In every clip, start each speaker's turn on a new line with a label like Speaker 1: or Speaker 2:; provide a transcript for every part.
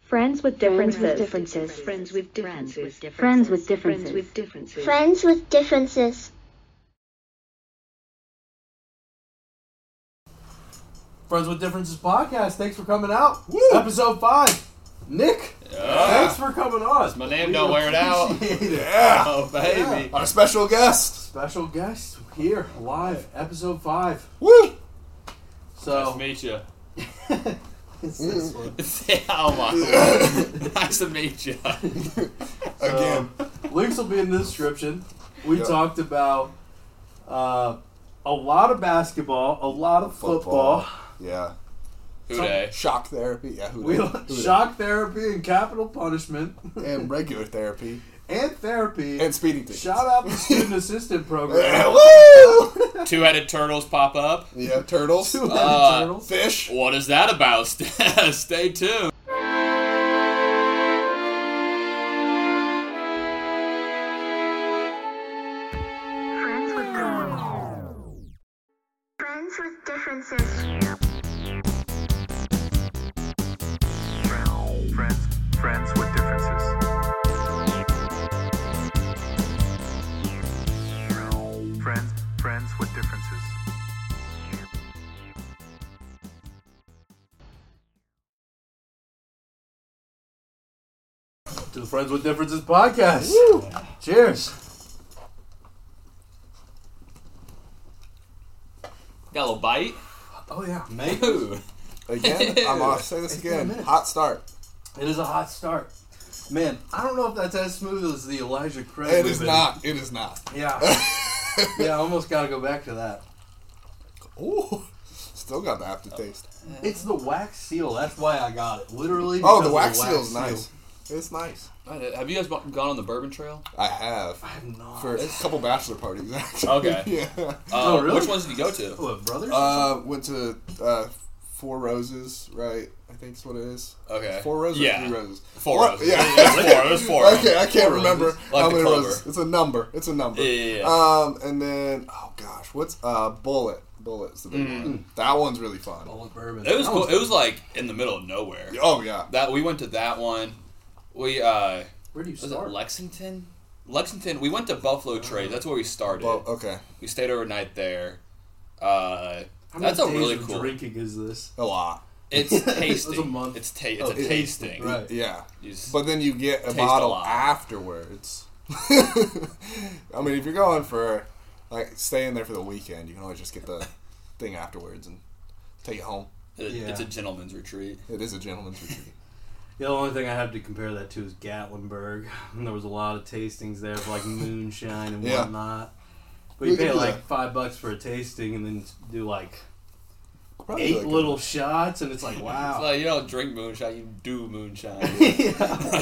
Speaker 1: Friends with differences.
Speaker 2: differences.
Speaker 1: Friends with differences.
Speaker 2: Friends with
Speaker 1: Friends
Speaker 2: differences.
Speaker 1: with differences.
Speaker 3: Friends with differences.
Speaker 4: Friends with Differences podcast. Thanks for coming out. Episode five. Nick, thanks for coming on.
Speaker 5: My name
Speaker 4: We
Speaker 5: don't wear it out.
Speaker 4: appreciate it.
Speaker 6: Yeah.
Speaker 5: Oh baby.
Speaker 6: Our special guest.
Speaker 4: Special guest here live. Episode five.
Speaker 6: Woo!
Speaker 5: Nice to
Speaker 4: So
Speaker 5: meet you.
Speaker 4: it's this one.
Speaker 5: oh my god. nice to meet you.
Speaker 6: Again.
Speaker 4: Um, Links will be in the description. We
Speaker 6: Yeah.
Speaker 4: talked about uh, a lot of basketball, a lot of football,
Speaker 6: Football. Yeah.
Speaker 5: Who day?
Speaker 6: Shock therapy. Yeah. Who
Speaker 4: We,
Speaker 6: dat? Who dat?
Speaker 4: shock therapy and capital punishment
Speaker 6: and regular therapy
Speaker 4: and therapy.
Speaker 6: and speeding tickets.
Speaker 4: Shout out the student assistant
Speaker 6: Yeah,
Speaker 4: program.
Speaker 6: woo!
Speaker 5: Two-headed turtles pop up.
Speaker 6: yeah. Turtles.
Speaker 4: Two-headed
Speaker 5: Uh,
Speaker 4: turtles.
Speaker 6: Fish.
Speaker 5: What is that about? Stay tuned.
Speaker 3: Friends with differences. Friends with differences.
Speaker 7: friends, friends with differences. Friends, friends with differences.
Speaker 4: to the Friends with Differences podcast. Cheers.
Speaker 5: Got a little bite.
Speaker 4: Oh yeah,
Speaker 5: Ooh.
Speaker 6: Again. I'm gonna say this
Speaker 4: It's been a
Speaker 6: again.
Speaker 4: minute.
Speaker 6: Hot start.
Speaker 4: It is a hot start. Man, I don't know if that's as smooth as the Elijah Craig.
Speaker 6: It
Speaker 4: we've
Speaker 6: is
Speaker 4: been-
Speaker 6: not. It is not.
Speaker 4: Yeah, yeah. I almost gotta go back to that.
Speaker 6: Ooh. Still got the aftertaste.
Speaker 4: It's the wax seal. That's why I got it. Literally. because
Speaker 6: Oh, the
Speaker 4: of
Speaker 6: wax
Speaker 4: seal
Speaker 6: seal's nice. It's nice.
Speaker 5: Have you guys bu- gone on the bourbon trail?
Speaker 6: I have
Speaker 4: I have not.
Speaker 6: for a couple bachelor parties actually.
Speaker 5: Okay.
Speaker 6: yeah.
Speaker 5: Uh,
Speaker 4: Oh, really?
Speaker 5: Which ones did you go to?
Speaker 4: what, brothers?
Speaker 6: Uh, went to uh, Four Roses, right? I think that's what it is.
Speaker 5: Okay.
Speaker 6: Four Roses,
Speaker 5: Yeah.
Speaker 6: or three Roses.
Speaker 5: Four
Speaker 6: What?
Speaker 5: roses.
Speaker 6: Yeah.
Speaker 5: It was four. It was four. of
Speaker 6: okay,
Speaker 5: them.
Speaker 6: I can't
Speaker 4: Four
Speaker 6: remember
Speaker 4: Roses.
Speaker 5: Like
Speaker 6: how
Speaker 5: the
Speaker 6: many
Speaker 5: clover.
Speaker 6: roses. It's a number. It's a number.
Speaker 5: Yeah, yeah, yeah.
Speaker 6: Um, and then oh gosh, what's uh Bullet? Bullet's the
Speaker 5: Mm.
Speaker 6: big one. That one's really fun.
Speaker 4: All bourbon.
Speaker 5: It was
Speaker 4: That
Speaker 5: cool. It was like in the middle of nowhere.
Speaker 6: Oh yeah.
Speaker 5: That we went to that one. We uh
Speaker 4: Where do you
Speaker 5: was it
Speaker 4: start?
Speaker 5: Lexington? Lexington. We went to Buffalo Trade. That's where we started.
Speaker 6: Well, okay,
Speaker 5: We stayed overnight there. Uh,
Speaker 4: How many
Speaker 5: that's a
Speaker 4: days
Speaker 5: really
Speaker 4: of
Speaker 5: cool.
Speaker 4: Drinking is this?
Speaker 6: a lot.
Speaker 5: It's tasting.
Speaker 4: It was a month.
Speaker 5: It's ta- It's
Speaker 4: Oh,
Speaker 5: a
Speaker 4: it-
Speaker 5: tasting.
Speaker 4: right.
Speaker 6: Yeah.
Speaker 5: You s-
Speaker 6: But then you get a
Speaker 5: Taste a
Speaker 6: bottle
Speaker 5: lot.
Speaker 6: afterwards. I mean, if you're going for like staying there for the weekend, you can always just get the thing afterwards and take it home.
Speaker 5: it-
Speaker 4: Yeah.
Speaker 5: It's a gentleman's retreat.
Speaker 6: It is a gentleman's retreat.
Speaker 4: The only thing I have to compare that to is Gatlinburg. And there was a lot of tastings there of like moonshine and
Speaker 6: Yeah.
Speaker 4: whatnot. But
Speaker 6: We
Speaker 4: you
Speaker 6: can
Speaker 4: pay
Speaker 6: do
Speaker 4: like
Speaker 6: that.
Speaker 4: five bucks for a tasting and then do like
Speaker 6: Probably
Speaker 4: eight
Speaker 6: like a-
Speaker 4: little shots, and it's like
Speaker 5: It's
Speaker 4: wow,
Speaker 5: like you don't drink moonshine. You do moonshine.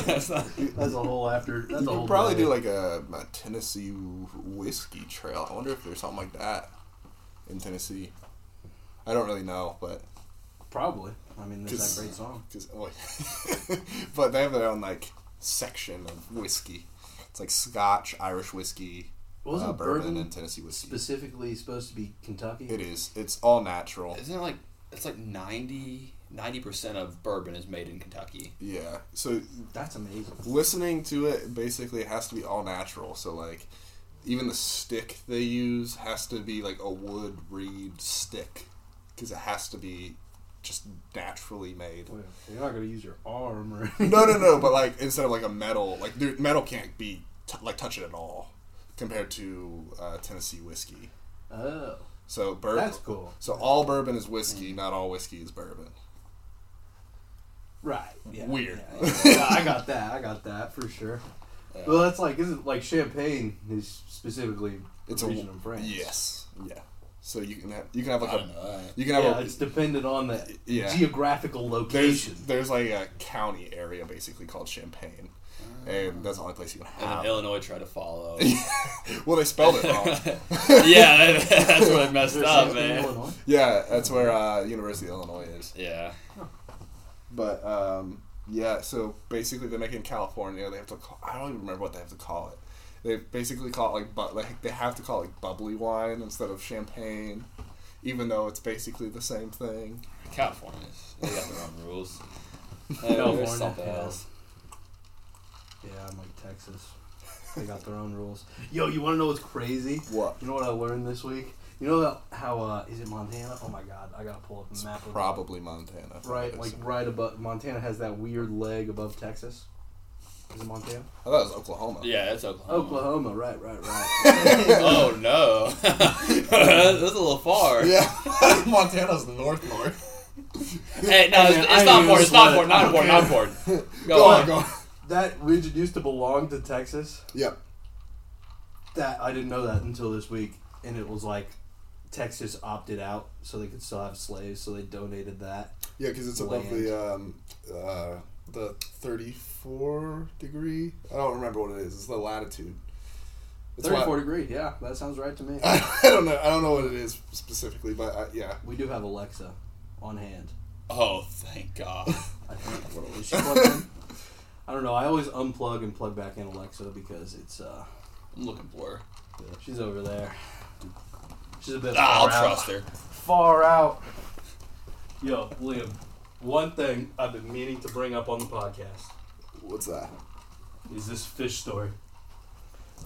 Speaker 5: That's not-
Speaker 4: that's a whole after. That's
Speaker 6: You
Speaker 4: a whole
Speaker 6: could probably
Speaker 4: day.
Speaker 6: do like a, a Tennessee whiskey trail. I wonder if there's something like that in Tennessee. I don't really know, but
Speaker 4: probably. I mean, there's
Speaker 6: Just-
Speaker 4: that great song.
Speaker 6: 'cause- well, but they have their own like section of whiskey. It's like Scotch, Irish whiskey,
Speaker 4: Wasn't
Speaker 6: uh, bourbon,
Speaker 4: bourbon
Speaker 6: and Tennessee whiskey.
Speaker 4: Specifically supposed to be Kentucky.
Speaker 6: It is. It's all natural.
Speaker 5: Isn't it like it's like 90 percent of bourbon is made in Kentucky.
Speaker 6: Yeah. So
Speaker 4: That's amazing.
Speaker 6: listening to it basically it has to be all natural. So like even the stick they use has to be like a wood reed stick cuz it has to be just naturally made.
Speaker 4: Well, You're not gonna use your arm or.
Speaker 6: No, no, no, but like instead of like a metal, like there, metal can't be t- like touch it at all compared to uh, Tennessee whiskey.
Speaker 4: Oh,
Speaker 6: So bourbon
Speaker 4: that's cool.
Speaker 6: So all bourbon is whiskey, not all whiskey is bourbon.
Speaker 4: Right. Yeah.
Speaker 6: Weird.
Speaker 4: yeah, I got that. I got that for sure. Well, that's like isn't like champagne is specifically
Speaker 6: It's a
Speaker 4: region of France.
Speaker 6: Yes. Yeah. So you can have you can have like
Speaker 5: I don't
Speaker 6: a
Speaker 5: know. I-
Speaker 6: you can have
Speaker 4: Yeah,
Speaker 6: a
Speaker 4: it's dependent on the
Speaker 6: Yeah.
Speaker 4: geographical
Speaker 6: there's
Speaker 4: location.
Speaker 6: there's like a county area basically called Champagne, and that's the only place you can
Speaker 5: And then
Speaker 6: have.
Speaker 5: Illinois tried to follow.
Speaker 6: Well, they spelled it wrong.
Speaker 5: yeah, that's what I messed
Speaker 4: There's
Speaker 5: up,
Speaker 4: something in
Speaker 5: man.
Speaker 6: Uh,
Speaker 4: Illinois.
Speaker 6: yeah, that's where uh, University of Illinois is.
Speaker 5: Yeah.
Speaker 6: But um, yeah, so basically they make it in California. They have to call. I don't even remember what they have to call it. They basically call it like but like they have to call it like bubbly wine instead of champagne, even though it's basically the same thing.
Speaker 5: California. They got their own rules. Oh,
Speaker 4: California,
Speaker 5: there's something
Speaker 4: yeah.
Speaker 5: else.
Speaker 4: Yeah, I'm like Texas. They got their own rules. Yo, you want to know what's crazy?
Speaker 6: What?
Speaker 4: You know what I learned this week? You know that, how uh, is it Montana? Oh my God, I gotta pull up a
Speaker 6: It's
Speaker 4: map. of-
Speaker 6: probably Montana.
Speaker 4: right, like right above Montana has that weird leg above Texas. Is it Montana?
Speaker 6: I thought it was Oklahoma.
Speaker 5: Yeah, that's Oklahoma.
Speaker 4: Oklahoma, right, right, right.
Speaker 5: Oh no, that's a little far.
Speaker 6: Yeah, Montana's north north.
Speaker 5: Hey, no, it's,
Speaker 4: I
Speaker 5: it's not
Speaker 4: knew
Speaker 5: important. It's not
Speaker 4: this
Speaker 5: important. Not important. Not important. Go, on.
Speaker 6: go on.
Speaker 4: that region used to belong to Texas.
Speaker 6: Yep.
Speaker 4: That I didn't know that until this week, and it was like Texas opted out so they could still have slaves, so they donated that.
Speaker 6: Yeah, because it's above
Speaker 4: Land.
Speaker 6: the um, uh, the thirty four degree. I don't remember what it is. It's the latitude. It's why-
Speaker 4: Thirty-four degree, yeah, that sounds right to me.
Speaker 6: I don't know. I don't know what it is specifically, but uh, yeah.
Speaker 4: We do have Alexa on hand.
Speaker 5: Oh, thank God.
Speaker 4: I think. Is she plugged in? I don't know. I always unplug and plug back in Alexa because it's uh,
Speaker 5: I'm looking for her.
Speaker 4: she's over there. She's a bit.
Speaker 5: Ah, I'll
Speaker 4: far out.
Speaker 5: trust her.
Speaker 4: far out. Yo, Liam, one thing I've been meaning to bring up on the podcast
Speaker 6: What's that?
Speaker 4: is this fish story.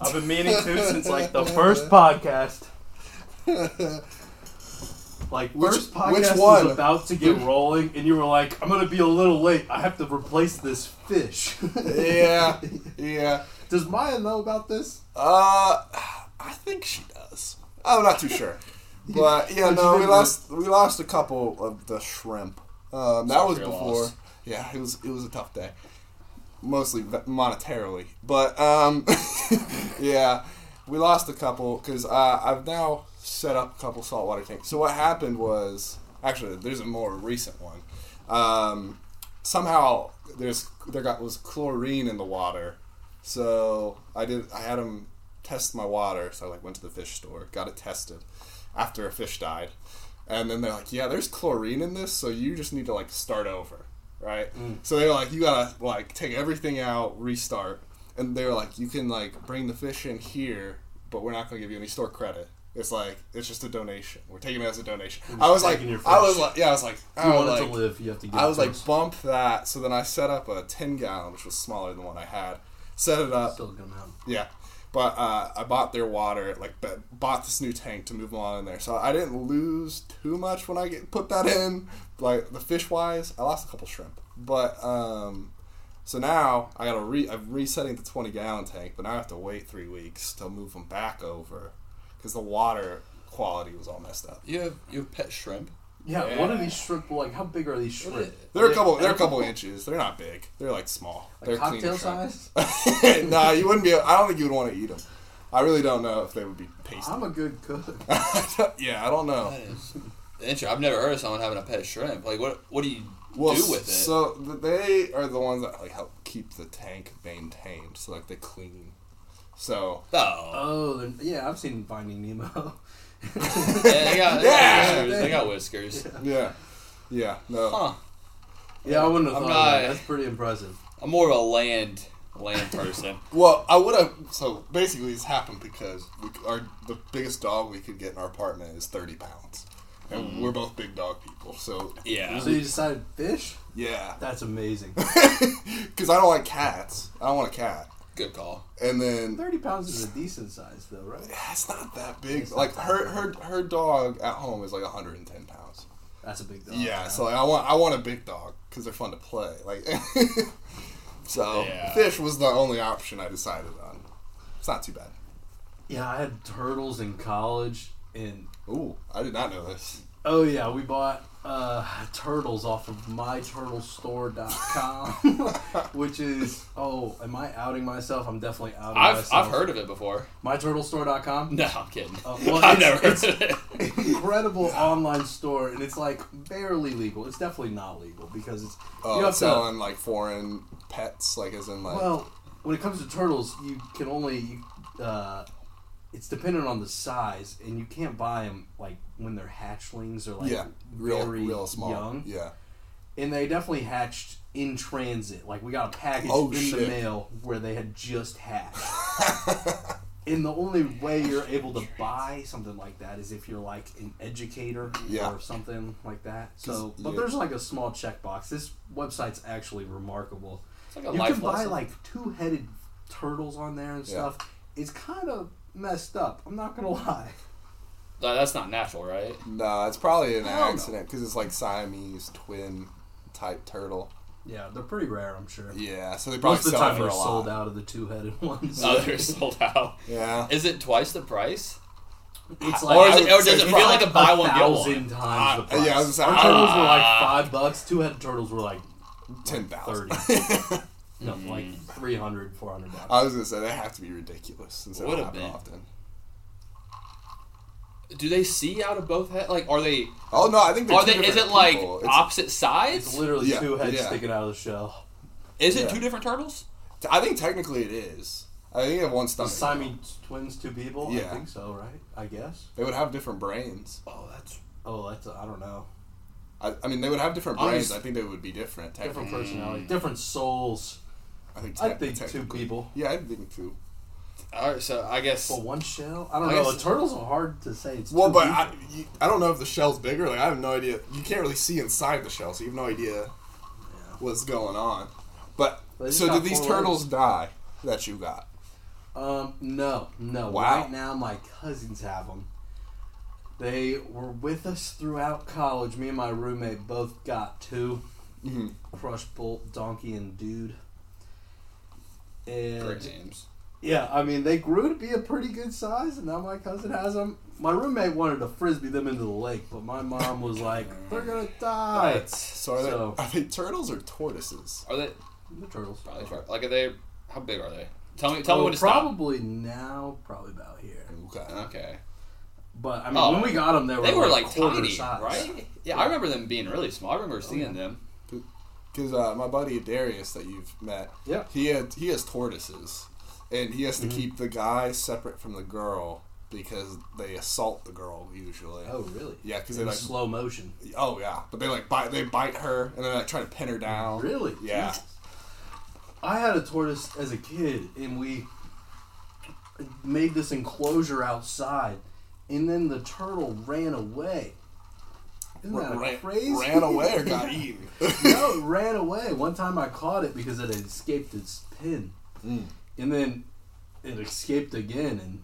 Speaker 4: I've been meaning to since like the first podcast. Like
Speaker 6: Which-
Speaker 4: first podcast
Speaker 6: which
Speaker 4: was
Speaker 6: one?
Speaker 4: about to get rolling, and you were like, "I'm gonna be a little late. I have to replace this fish."
Speaker 6: Yeah, yeah.
Speaker 4: Does Maya know about this?
Speaker 6: Uh, I think she does. I'm not too sure, but yeah,
Speaker 4: But
Speaker 6: no,
Speaker 4: you
Speaker 6: we
Speaker 4: didn't-
Speaker 6: lost we lost a couple of the shrimp. Um, that was
Speaker 5: your
Speaker 6: before.
Speaker 5: loss.
Speaker 6: Yeah, it was it was a tough day, mostly ve- monetarily, but um, yeah, we lost a couple because uh, I've now set up a couple saltwater tanks. So what happened was actually there's a more recent one. Um, somehow there's there got was chlorine in the water, so I did I had them test my water. So I like went to the fish store, got it tested after a fish died, and then they're like, yeah, there's chlorine in this, so you just need to like start over, right?
Speaker 4: Mm.
Speaker 6: So they were like, you gotta like take everything out, restart, and they were like, you can like bring the fish in here, but we're not gonna give you any store credit. It's like it's just a donation. We're taking it as a donation. I was like,
Speaker 4: taking your
Speaker 6: I was
Speaker 4: fish.
Speaker 6: like, yeah, I was like,
Speaker 4: If you
Speaker 6: I was
Speaker 4: wanted
Speaker 6: like-
Speaker 4: to live, you have to give.
Speaker 6: I was
Speaker 4: it to
Speaker 6: like,
Speaker 4: us.
Speaker 6: bump that. So then I set up a 10 gallon, which was smaller than what I had. Set it up.
Speaker 4: still a good amount.
Speaker 6: Yeah. But uh, I bought their water, like b- bought this new tank to move them on in there. So I didn't lose too much when I get, put that in. Like the fish wise, I lost a couple shrimp. But um, so now I gotta re I'm resetting the 20 gallon tank, but now I have to wait three weeks to move them back over because the water quality was all messed up.
Speaker 5: You have you have pet shrimp.
Speaker 4: Yeah,
Speaker 5: Yeah.
Speaker 4: what are these shrimp like? How big are these shrimp?
Speaker 6: They're a couple. They're a couple inches. They're not big. They're like small.
Speaker 4: Like
Speaker 6: they're clean
Speaker 4: cocktail
Speaker 6: and shrimp.
Speaker 4: size.
Speaker 6: nah, you wouldn't be. I don't think you would want to eat them. I really don't know if they would be tasty.
Speaker 4: I'm a good cook.
Speaker 6: yeah, I don't know.
Speaker 5: That is interesting. I've never heard of someone having a pet shrimp. Like, what what do you
Speaker 6: Well,
Speaker 5: do with it?
Speaker 6: so th- they are the ones that like help keep the tank maintained. So like they clean. So
Speaker 5: oh,
Speaker 4: Oh, then- yeah, I've seen Finding Nemo.
Speaker 5: yeah, they got,
Speaker 6: Yeah.
Speaker 5: they got whiskers. They got whiskers.
Speaker 6: yeah, yeah, no.
Speaker 5: Huh?
Speaker 4: Yeah, I wouldn't have
Speaker 5: I'm
Speaker 4: thought
Speaker 5: not-
Speaker 4: of that. That's pretty impressive.
Speaker 5: I'm more of a land land person.
Speaker 6: Well, I would have. So basically, this happened because we, our the biggest dog we could get in our apartment is thirty pounds, and
Speaker 5: Hmm.
Speaker 6: we're both big dog people. So
Speaker 5: Yeah.
Speaker 4: So you decided fish?
Speaker 6: yeah,
Speaker 4: That's amazing.
Speaker 6: because I don't like cats. I don't want a cat.
Speaker 5: Good call.
Speaker 6: And then
Speaker 4: Thirty pounds is a decent size, though, right?
Speaker 6: That's not that big. like her, her, her dog at home is like 110 pounds.
Speaker 4: That's a big dog.
Speaker 6: yeah, so like, I want, I want a big dog because they're fun to play. Like, so
Speaker 5: Yeah.
Speaker 6: fish was the only option I decided on. It's not too bad.
Speaker 4: yeah, I had turtles in college, and
Speaker 6: Ooh, I did not know this.
Speaker 4: oh yeah, we bought uh, turtles off of myturtlestore.com, which is oh, am I outing myself? I'm definitely outing
Speaker 5: I've
Speaker 4: myself.
Speaker 5: I've heard of it before.
Speaker 4: myturtlestore.com.
Speaker 5: No, I'm kidding.
Speaker 4: Uh, well, it's-
Speaker 5: I've never
Speaker 4: it's-
Speaker 5: heard of it.
Speaker 4: incredible online store, and it's like barely legal. It's definitely not legal because it's
Speaker 6: Oh,
Speaker 4: you have
Speaker 6: selling
Speaker 4: to.
Speaker 6: like foreign pets, like as in like.
Speaker 4: Well, when it comes to turtles, you can only you, uh, it's dependent on the size, and you can't buy them like when they're hatchlings or like
Speaker 6: yeah, real,
Speaker 4: very
Speaker 6: real small.
Speaker 4: young.
Speaker 6: Yeah.
Speaker 4: And they definitely hatched in transit. Like we got a package
Speaker 6: Oh,
Speaker 4: in the
Speaker 6: shit.
Speaker 4: mail where they had just hatched. and the only way you're able to buy something like that is if you're like an educator
Speaker 6: Yeah.
Speaker 4: or something like that. So,
Speaker 6: 'Cause,
Speaker 4: but
Speaker 6: yeah.
Speaker 4: there's like a small checkbox. This website's actually remarkable.
Speaker 5: It's like a
Speaker 4: you
Speaker 5: life
Speaker 4: can buy
Speaker 5: lesson.
Speaker 4: like two-headed turtles on there and
Speaker 6: Yeah.
Speaker 4: stuff. It's kind of messed up. I'm not gonna lie.
Speaker 5: No, that's not natural, right?
Speaker 6: Nah, it's probably an
Speaker 4: I don't know.
Speaker 6: accident because it's like Siamese twin type turtle.
Speaker 4: Yeah, they're pretty rare, I'm sure.
Speaker 6: Yeah, so they probably
Speaker 4: Most of the
Speaker 6: sell it
Speaker 4: time,
Speaker 6: for
Speaker 4: they're
Speaker 6: a lot.
Speaker 4: sold out of the two-headed ones.
Speaker 5: Oh, they're sold out.
Speaker 6: Yeah,
Speaker 5: Is it twice the price?
Speaker 4: It's
Speaker 5: Or, is it, or does it feel like a buy one get
Speaker 4: thousand
Speaker 5: one?
Speaker 4: times the
Speaker 6: Uh,
Speaker 4: price.
Speaker 6: yeah, I was gonna
Speaker 4: Our
Speaker 6: say-
Speaker 4: turtles were like
Speaker 5: Ah.
Speaker 4: five bucks. Two-headed turtles were like
Speaker 6: ten thousand.
Speaker 4: 30. no, like 300, 400 bucks.
Speaker 6: I was gonna say they have to be ridiculous since it
Speaker 5: Would've
Speaker 6: happen
Speaker 5: been.
Speaker 6: often.
Speaker 5: Do they see out of both heads? Like, are they?
Speaker 6: Oh no, I think they're
Speaker 5: Are
Speaker 6: two
Speaker 5: they? Is
Speaker 6: different
Speaker 5: it like
Speaker 6: people. It's-
Speaker 5: opposite sides?
Speaker 4: it's literally
Speaker 6: yeah,
Speaker 4: two heads
Speaker 6: yeah.
Speaker 4: sticking out of the shell.
Speaker 5: Is it
Speaker 6: yeah.
Speaker 5: two different turtles?
Speaker 6: I think technically it is. I think they have one
Speaker 4: The
Speaker 6: stomach.
Speaker 4: Siamese twins, two people? I
Speaker 6: Yeah.
Speaker 4: think so, right? I guess.
Speaker 6: They would have different brains.
Speaker 5: Oh, that's
Speaker 4: Oh, that's, I don't know.
Speaker 6: I, I mean, they would have different
Speaker 4: I'm
Speaker 6: brains.
Speaker 4: just-
Speaker 6: I think they would be different. Technically.
Speaker 4: Different personality, different souls.
Speaker 6: I think,
Speaker 4: I
Speaker 6: te-
Speaker 4: think two
Speaker 6: technically.
Speaker 4: people.
Speaker 6: Yeah, I think two.
Speaker 5: all right. So I guess
Speaker 4: But one shell? I don't
Speaker 5: I
Speaker 4: know.
Speaker 5: guess-
Speaker 4: The turtles are hard to say. It's
Speaker 6: Well,
Speaker 4: two
Speaker 6: but
Speaker 4: people.
Speaker 6: I, you, I don't know if the shell's bigger. Like I have no idea. You can't really see inside the shell, so you have no idea what's going on. But
Speaker 4: But it's
Speaker 6: so
Speaker 4: got
Speaker 6: did these
Speaker 4: four
Speaker 6: turtles die that you got?
Speaker 4: Um, no, no.
Speaker 6: Wow.
Speaker 4: Right now, my cousins have them. They were with us throughout college. Me and my roommate both got 2
Speaker 6: Mhm.
Speaker 4: Crush Bolt, Donkey, and Dude.
Speaker 5: great
Speaker 4: And
Speaker 5: names.
Speaker 4: yeah, I mean, they grew to be a pretty good size, and now my cousin has them. My roommate wanted to frisbee them into the lake, but my mom was like, "They're gonna die."
Speaker 6: So are they,
Speaker 4: So-
Speaker 6: are they turtles or tortoises?
Speaker 5: Are they
Speaker 4: The turtles.
Speaker 5: probably tur- like are they? How big are they? Tell me. Tell
Speaker 4: Well,
Speaker 5: me when to
Speaker 4: probably now, probably about here.
Speaker 6: Okay.
Speaker 5: stop. Okay.
Speaker 4: But I mean,
Speaker 5: Oh.
Speaker 4: when we got them, they were
Speaker 5: They were
Speaker 4: like,
Speaker 5: like
Speaker 4: quarter
Speaker 5: tiny,
Speaker 4: size.
Speaker 5: right? Yeah, I remember them being really small. I remember seeing them.
Speaker 6: Because uh, my buddy Darius that you've met,
Speaker 4: Yeah. Mm-hmm.
Speaker 6: he had he has tortoises, and he has to keep the guy separate from the girl because they assault the girl usually.
Speaker 4: Oh, really?
Speaker 6: Yeah, 'cause
Speaker 4: In
Speaker 6: they, like-
Speaker 4: slow motion.
Speaker 6: Oh yeah, but they like bite they bite her and then like try to pin her down.
Speaker 4: Really?
Speaker 6: Yeah.
Speaker 4: Jesus. I had a tortoise as a kid, and we made this enclosure outside, and then the turtle ran away. Isn't that
Speaker 6: Ra-
Speaker 4: crazy?
Speaker 6: Ran away or got eaten.
Speaker 4: no, it ran away. One time I caught it because it had escaped its pin, and then it escaped again, and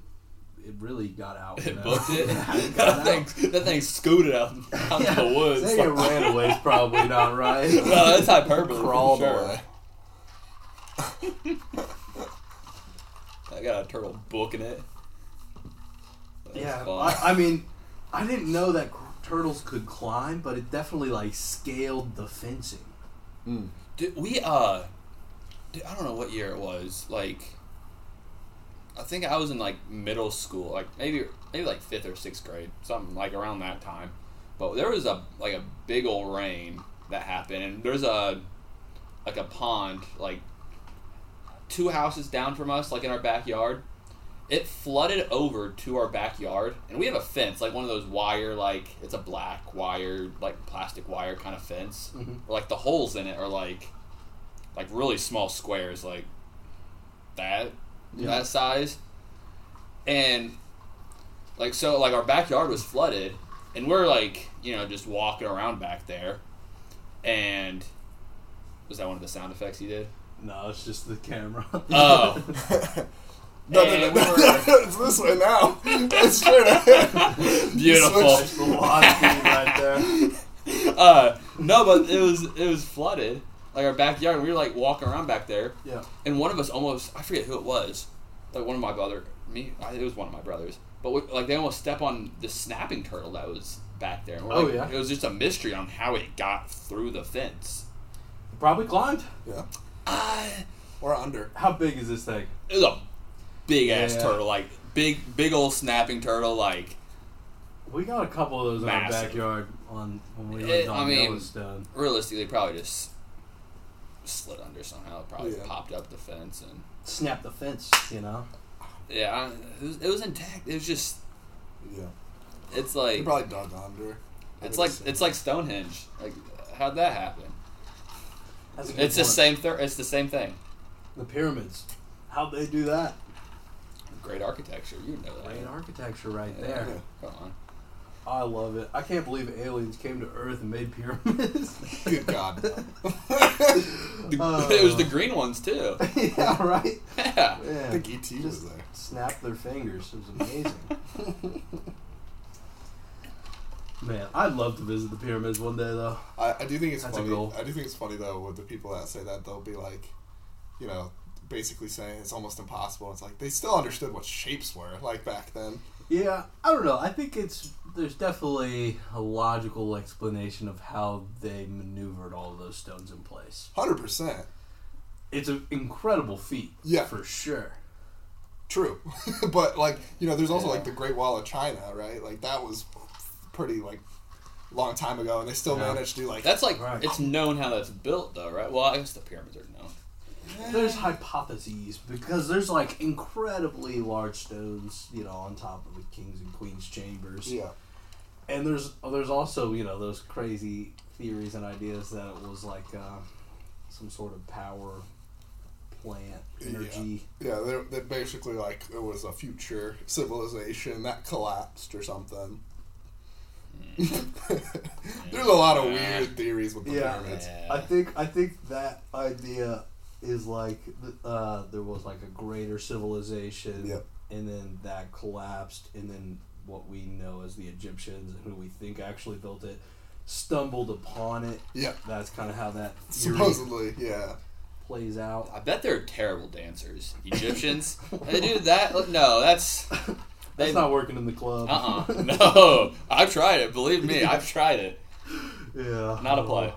Speaker 4: it really got out. you
Speaker 5: It
Speaker 4: know?
Speaker 5: booked it.
Speaker 4: It got
Speaker 5: that,
Speaker 4: out.
Speaker 5: thing, that thing scooted out, out to the woods.
Speaker 4: Saying it ran away is probably not right.
Speaker 5: no, that's hyperbole.
Speaker 4: Crawled
Speaker 5: for sure.
Speaker 4: away.
Speaker 5: I got a turtle booking it. That's
Speaker 4: Yeah,
Speaker 5: fun.
Speaker 4: I, I mean, I didn't know that cr- turtles could climb, but it definitely like scaled the fencing.
Speaker 5: Did we uh dude, I don't know what year it was. Like I think I was in like middle school, like maybe maybe like 5th or 6th grade, something like around that time. But there was a like a big old rain that happened and there's a like a pond like two houses down from us like in our backyard. It flooded over to our backyard and we have a fence, like one of those wire like it's a black wire, like plastic wire kind of fence. Like the holes in it are like like really small squares, like that that size. And like so like our backyard was flooded and we're like, you know, just walking around back there. And was that one of the sound effects you did?
Speaker 4: No, it's just the camera.
Speaker 5: Oh.
Speaker 6: No, no, no, no,
Speaker 5: And
Speaker 6: no,
Speaker 5: we're-
Speaker 6: It's this way now. It's straight ahead.
Speaker 5: Beautiful.
Speaker 4: That's the water scene right there.
Speaker 5: Uh, no, but it was it was flooded, like our backyard. And we were like walking around back there,
Speaker 4: Yeah.
Speaker 5: and one of us almost I forget who it was, like one of my brother, me, I, it was one of my brothers, but we, like they almost step on the snapping turtle that was back there. And we're
Speaker 4: Oh,
Speaker 5: like-
Speaker 4: yeah.
Speaker 5: it was just a mystery on how it got through the fence.
Speaker 4: Probably climbed.
Speaker 6: Yeah.
Speaker 5: Uh,
Speaker 6: Or under.
Speaker 4: How big is this thing?
Speaker 5: it was a big ass
Speaker 4: Yeah.
Speaker 5: turtle, like big big old snapping turtle, like
Speaker 4: We got a couple of those in our
Speaker 5: Massive.
Speaker 4: backyard on when we lived
Speaker 5: It-
Speaker 4: on
Speaker 5: I mean-
Speaker 4: Yellowstone.
Speaker 5: realistically probably just slid under somehow. It probably
Speaker 6: Yeah.
Speaker 5: popped up the fence and.
Speaker 4: Snapped the fence, you know.
Speaker 5: Yeah, I, it, was, it was intact. It was just
Speaker 6: Yeah.
Speaker 5: it's
Speaker 6: He
Speaker 5: like
Speaker 6: probably dug under. I
Speaker 5: it's
Speaker 6: would
Speaker 5: like
Speaker 6: assume.
Speaker 5: it's like Stonehenge. Like how'd that happen?
Speaker 4: That's a good
Speaker 5: It's the
Speaker 4: point.
Speaker 5: same. Thir- it's the same thing.
Speaker 4: The pyramids. How'd they do that?
Speaker 5: Great architecture. You know that.
Speaker 4: Great architecture right
Speaker 5: Yeah,
Speaker 4: there.
Speaker 5: Come on.
Speaker 4: I love it. I can't believe aliens came to Earth and made pyramids.
Speaker 6: Good God.
Speaker 5: The-
Speaker 4: Uh.
Speaker 5: it was the green ones too.
Speaker 4: yeah, right?
Speaker 5: Yeah.
Speaker 6: I
Speaker 4: Yeah.
Speaker 6: think ET was
Speaker 4: Just
Speaker 6: there.
Speaker 4: snapped their fingers. It was amazing. Man, I'd love to visit the pyramids one day, though.
Speaker 6: I, I do think it's
Speaker 4: That's a
Speaker 6: funny.
Speaker 4: goal.
Speaker 6: I do think it's funny though with the people that say that they'll be like, you know, basically saying it's almost impossible. It's like they still understood what shapes were like back then.
Speaker 4: Yeah, I don't know. I think it's there's definitely a logical explanation of how they maneuvered all those stones in place.
Speaker 6: Hundred percent
Speaker 4: It's an incredible feat.
Speaker 6: Yeah.
Speaker 4: for sure.
Speaker 6: true, but like you know, there's also like
Speaker 5: Yeah.
Speaker 6: the Great Wall of China, right? Like that was pretty like long time ago, and they still
Speaker 4: Yeah.
Speaker 6: managed to like
Speaker 5: That's like
Speaker 4: Right.
Speaker 5: it's known how that's built though, right? Well, I guess the pyramids are known.
Speaker 4: There's hypotheses because there's like incredibly large stones, you know, on top of the kings and queens chambers.
Speaker 6: yeah.
Speaker 4: and there's there's also you know those crazy theories and ideas that it was like uh, some sort of power plant energy.
Speaker 6: Yeah, they're, they're basically like it was a future civilization that collapsed or something. There's a lot of weird theories with the
Speaker 4: Hmm. Yeah.
Speaker 6: pyramids.
Speaker 4: I think I think that idea is like th- uh, there was like a greater civilization,
Speaker 6: Yep.
Speaker 4: and then that collapsed, and then what we know as the Egyptians and who we think actually built it stumbled upon it.
Speaker 6: Yeah,
Speaker 4: That's kind of how that theory
Speaker 6: supposedly, yeah.
Speaker 4: plays out.
Speaker 5: I bet they're terrible dancers. Egyptians, they do that. No, that's
Speaker 4: That's not working in the club.
Speaker 5: uh uh No, I've tried it. Believe me, I've tried it.
Speaker 4: yeah.
Speaker 5: Not a play.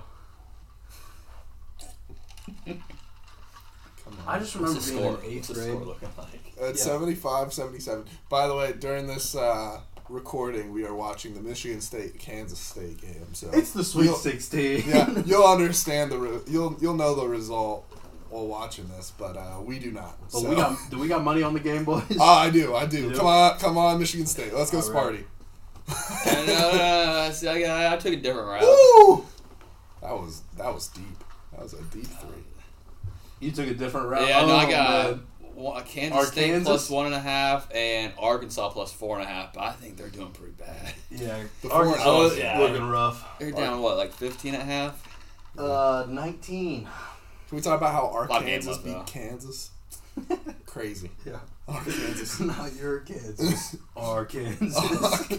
Speaker 6: Come
Speaker 4: I just
Speaker 5: What's
Speaker 4: remember
Speaker 5: the
Speaker 4: being
Speaker 5: score?
Speaker 4: in eighth
Speaker 5: What's the
Speaker 4: grade.
Speaker 5: score looking like?
Speaker 6: At
Speaker 4: Yeah.
Speaker 6: 75, 77. By the way, during this uh, recording, we are watching the Michigan State Kansas State game. So
Speaker 4: It's the Sweet
Speaker 6: you'll-
Speaker 4: 16.
Speaker 6: Yeah, you'll understand the re- you'll you'll know the result while watching this, but uh, we do not.
Speaker 4: But
Speaker 6: so.
Speaker 4: we got do we got money on the game, boys?
Speaker 6: Oh, I do, I do.
Speaker 4: do?
Speaker 6: Come on, come on, Michigan State. Let's go,
Speaker 4: All right.
Speaker 6: Sparty.
Speaker 5: no, no, no, no. See, I, I took a different route.
Speaker 6: Woo! That was that was deep. That was a deep three.
Speaker 4: you took a different route.
Speaker 5: Yeah, no, I
Speaker 4: Oh,
Speaker 5: got
Speaker 4: man.
Speaker 5: one- uh, Kansas State
Speaker 4: Arkansas?
Speaker 5: plus one and a half and Arkansas plus four and a half. But I think they're doing pretty bad.
Speaker 4: Yeah,
Speaker 6: The
Speaker 4: Arkansas
Speaker 5: four-
Speaker 4: was
Speaker 5: oh, yeah.
Speaker 4: looking rough.
Speaker 5: They're down what, like 15 and a half?
Speaker 4: Uh, 19.
Speaker 6: Can we talk about how
Speaker 5: of games
Speaker 6: Arkansas
Speaker 5: left,
Speaker 6: beat
Speaker 5: though.
Speaker 6: Kansas? Crazy.
Speaker 4: Yeah,
Speaker 6: Arkansas.
Speaker 4: not your kids. Arkansas.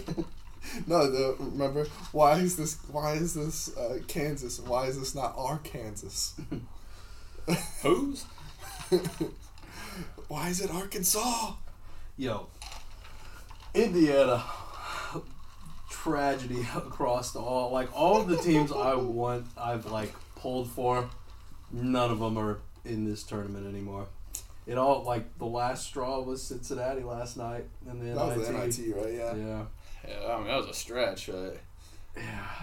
Speaker 6: no, the, remember why is this? Why is this uh, Kansas? Why is this not Arkansas?
Speaker 5: Who's?
Speaker 6: Why is it Arkansas?
Speaker 4: Yo, Indiana. Tragedy across all like all of the teams I want. I've like pulled for. None of them are in this tournament anymore. It all like the last straw was Cincinnati last night and the
Speaker 6: That was the
Speaker 4: NIT.
Speaker 6: NIT, right? Yeah.
Speaker 4: Yeah.
Speaker 5: Yeah, I mean, that was a stretch, but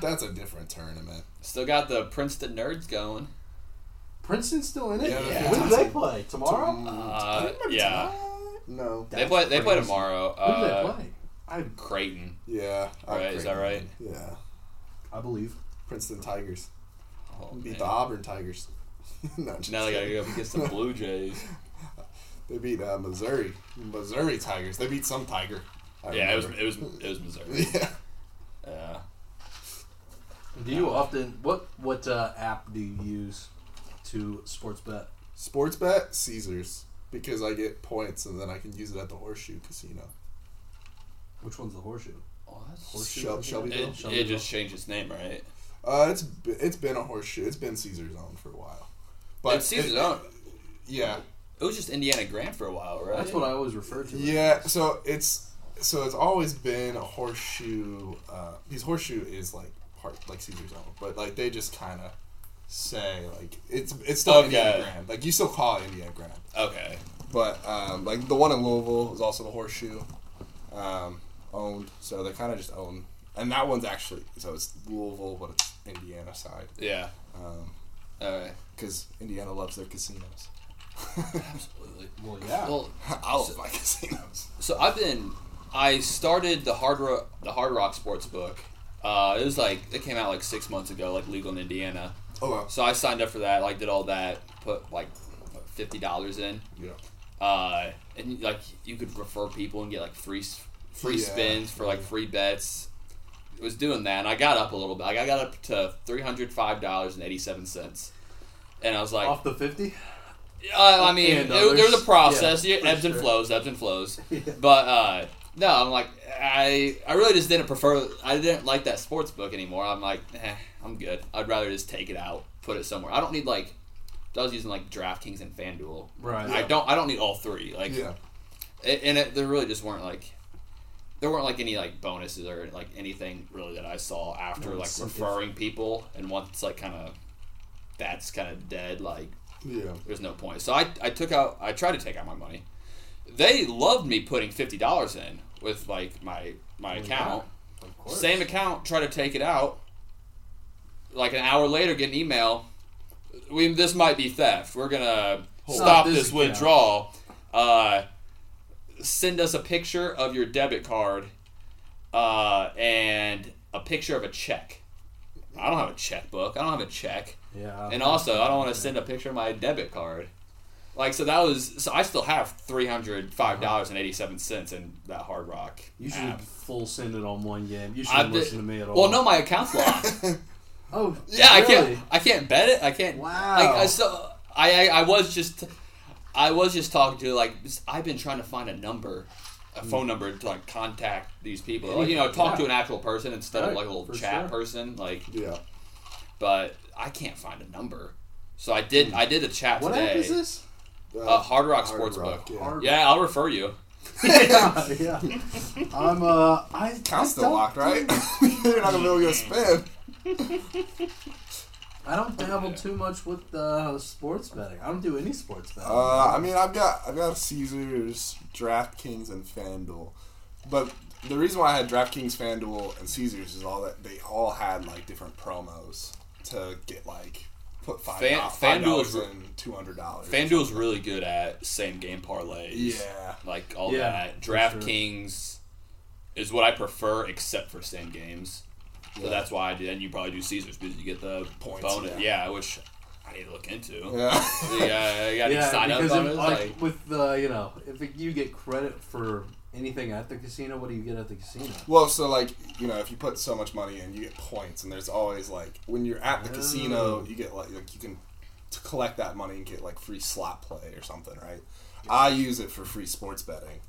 Speaker 6: That's a different tournament.
Speaker 5: still got the Princeton nerds going.
Speaker 4: Princeton's still in it.
Speaker 6: Yeah, yeah.
Speaker 4: When do they play? Tomorrow?
Speaker 5: Uh, yeah.
Speaker 6: No.
Speaker 5: They play, they play
Speaker 4: That's
Speaker 5: tomorrow.
Speaker 4: Who do they
Speaker 5: Uh,
Speaker 4: play? I
Speaker 5: Creighton.
Speaker 6: Yeah.
Speaker 5: Right, is that right?
Speaker 6: Yeah.
Speaker 4: I believe.
Speaker 6: Princeton Tigers.
Speaker 5: Oh,
Speaker 6: beat
Speaker 5: man.
Speaker 6: the Auburn Tigers. no, just
Speaker 5: Now they gotta
Speaker 6: kidding.
Speaker 5: go up against the Blue Jays.
Speaker 6: They beat uh, Missouri. Missouri Tigers. They beat some Tiger. I
Speaker 5: Yeah, it was it
Speaker 6: remember.
Speaker 5: was it was Missouri.
Speaker 6: yeah.
Speaker 5: Yeah.
Speaker 4: Do you often what what uh, app do you use to sports bet?
Speaker 6: Sports bet Caesars because I get points and then I can use it at the Horseshoe Casino.
Speaker 4: Which one's the horseshoe?
Speaker 5: Oh, that's
Speaker 4: Horseshoe.
Speaker 6: Shel-
Speaker 4: Casino?
Speaker 6: Shelbyville?
Speaker 5: it, it just changed its name, right?
Speaker 6: Uh, it's b- it's been a horseshoe. It's been Caesars own for a while, but
Speaker 5: It's Caesar's
Speaker 6: it-
Speaker 5: own.
Speaker 6: Yeah,
Speaker 5: It was just Indiana Grant for a while, right?
Speaker 4: That's what I always refer to. it.
Speaker 6: yeah. So it's so it's always been a horseshoe. Uh, because horseshoe is like part like Caesars own, but like they just kind of say like it's it's still
Speaker 5: Okay.
Speaker 6: Indiana Grand. Like you still call it Indiana Grand.
Speaker 5: Okay.
Speaker 6: But um, like the one in Louisville is also the horseshoe um, owned, so they kind of just own. And that one's actually so it's Louisville, but it's Indiana side
Speaker 5: Yeah. Um, All right.
Speaker 6: because Indiana loves their casinos.
Speaker 5: Absolutely.
Speaker 4: Well, yeah.
Speaker 5: Well,
Speaker 6: I love Oh my casinos.
Speaker 5: so I've been. I started the hard rock, the hard rock sports book. Uh, it was like it came out like six months ago, like legal in Indiana.
Speaker 6: Oh wow.
Speaker 5: So I signed up for that. Like did all that. Put like fifty dollars in.
Speaker 6: Yeah.
Speaker 5: uh, and like you could refer people and get like free s- free
Speaker 6: Yeah,
Speaker 5: spins for like free bets. It was doing that, and I got up a little bit. Like I got up to three hundred five dollars and eighty seven cents, and I was like,
Speaker 4: Off the 50?
Speaker 5: uh, I mean,
Speaker 4: And
Speaker 5: it- there's
Speaker 4: others.
Speaker 5: a process.
Speaker 4: Yeah,
Speaker 5: it
Speaker 4: for
Speaker 5: ebbs and
Speaker 4: sure.
Speaker 5: flows, ebbs and flows. But uh, no, I'm like, I I really just didn't prefer. I didn't like that sports book anymore. I'm like, eh, I'm good. I'd rather just take it out, put it somewhere. I don't need like. I was using like DraftKings and FanDuel.
Speaker 4: Right.
Speaker 5: I don't. I don't need all three. Like,
Speaker 6: Yeah.
Speaker 5: a- and it, there really just weren't like. There weren't like any like bonuses or like anything really that I saw after like
Speaker 6: it's-
Speaker 5: referring people, and once like kind of, that's kind of dead. Like
Speaker 6: Yeah.
Speaker 5: there's no point. So I, I took out I tried to take out my money. They loved me putting fifty dollars in with like my my account.
Speaker 4: Of course.
Speaker 5: Same account, try to take it out. Like an hour later get an email. We this might be theft. We're gonna stop
Speaker 4: Stop this
Speaker 5: this
Speaker 4: account.
Speaker 5: withdrawal. Uh, send us a picture of your debit card uh, and a picture of a check. I don't have a checkbook. I don't have a check.
Speaker 4: Yeah.
Speaker 5: And also, I don't want to send a picture of my debit card. Like so that was so I still have three hundred five dollars and eighty seven cents in that Hard Rock.
Speaker 4: you should
Speaker 5: app.
Speaker 4: have full send it on one game. You
Speaker 5: I
Speaker 4: shouldn't
Speaker 5: did-
Speaker 4: listen to me at all.
Speaker 5: Well, no, my account's locked.
Speaker 4: Oh,
Speaker 5: yeah, I
Speaker 4: really?
Speaker 5: can't. I can't bet it. I can't.
Speaker 4: Wow.
Speaker 5: Like, I so I, I I was just I was just talking to like I've been trying to find a number, a phone number to like contact these people. Like, you know, talk to
Speaker 4: Hmm. Yeah.
Speaker 5: an actual person instead of
Speaker 4: Right,
Speaker 5: like a little
Speaker 4: for
Speaker 5: chat
Speaker 4: sure.
Speaker 5: person. Like,
Speaker 6: Yeah.
Speaker 5: but I can't find a number. So I did. I did a chat
Speaker 4: Hmm. What
Speaker 5: today.
Speaker 4: app is this?
Speaker 5: Uh, Hard Rock Sportsbook.
Speaker 6: yeah.
Speaker 4: Hard-
Speaker 5: Yeah, I'll refer you.
Speaker 4: yeah, yeah. I'm, uh, I.
Speaker 6: Account's
Speaker 4: I
Speaker 6: still
Speaker 4: don't-
Speaker 6: locked, right? You're not gonna be able to go spin.
Speaker 4: I don't dabble too much with uh, sports betting. I don't do any sports betting.
Speaker 5: Oh,
Speaker 6: Uh, I mean, I've got I've got Caesars, DraftKings, and FanDuel, but the reason why I had DraftKings, FanDuel, and Caesars is all that they all had like different promos to get like put five,
Speaker 5: Fan-
Speaker 6: dollars five
Speaker 5: FanDuel's
Speaker 6: dollars and two hundred dollars.
Speaker 5: FanDuel's really good at same game parlays.
Speaker 6: yeah,
Speaker 5: Like all
Speaker 4: Yeah,
Speaker 5: that.
Speaker 4: for sure.
Speaker 5: DraftKings is what I prefer except for same games. So
Speaker 6: Yeah.
Speaker 5: that's why I do and you probably do Caesars because you get the
Speaker 6: Points,
Speaker 5: bonus.
Speaker 6: yeah.
Speaker 5: Yeah. which I need to look into.
Speaker 6: yeah,
Speaker 5: Yeah, yeah, you gotta
Speaker 4: yeah,
Speaker 5: sign up
Speaker 4: because
Speaker 5: on
Speaker 4: if,
Speaker 5: it.
Speaker 4: like,
Speaker 5: Like,
Speaker 4: with the you know, if you get credit for anything at the casino, what do you get at the casino?
Speaker 6: Well, so like you know, if you put so much money in, you get points, and there's always like when you're at the
Speaker 4: Oh.
Speaker 6: casino, you get like, like you can to collect that money and get like free slot play or something, right? I use it for free sports betting,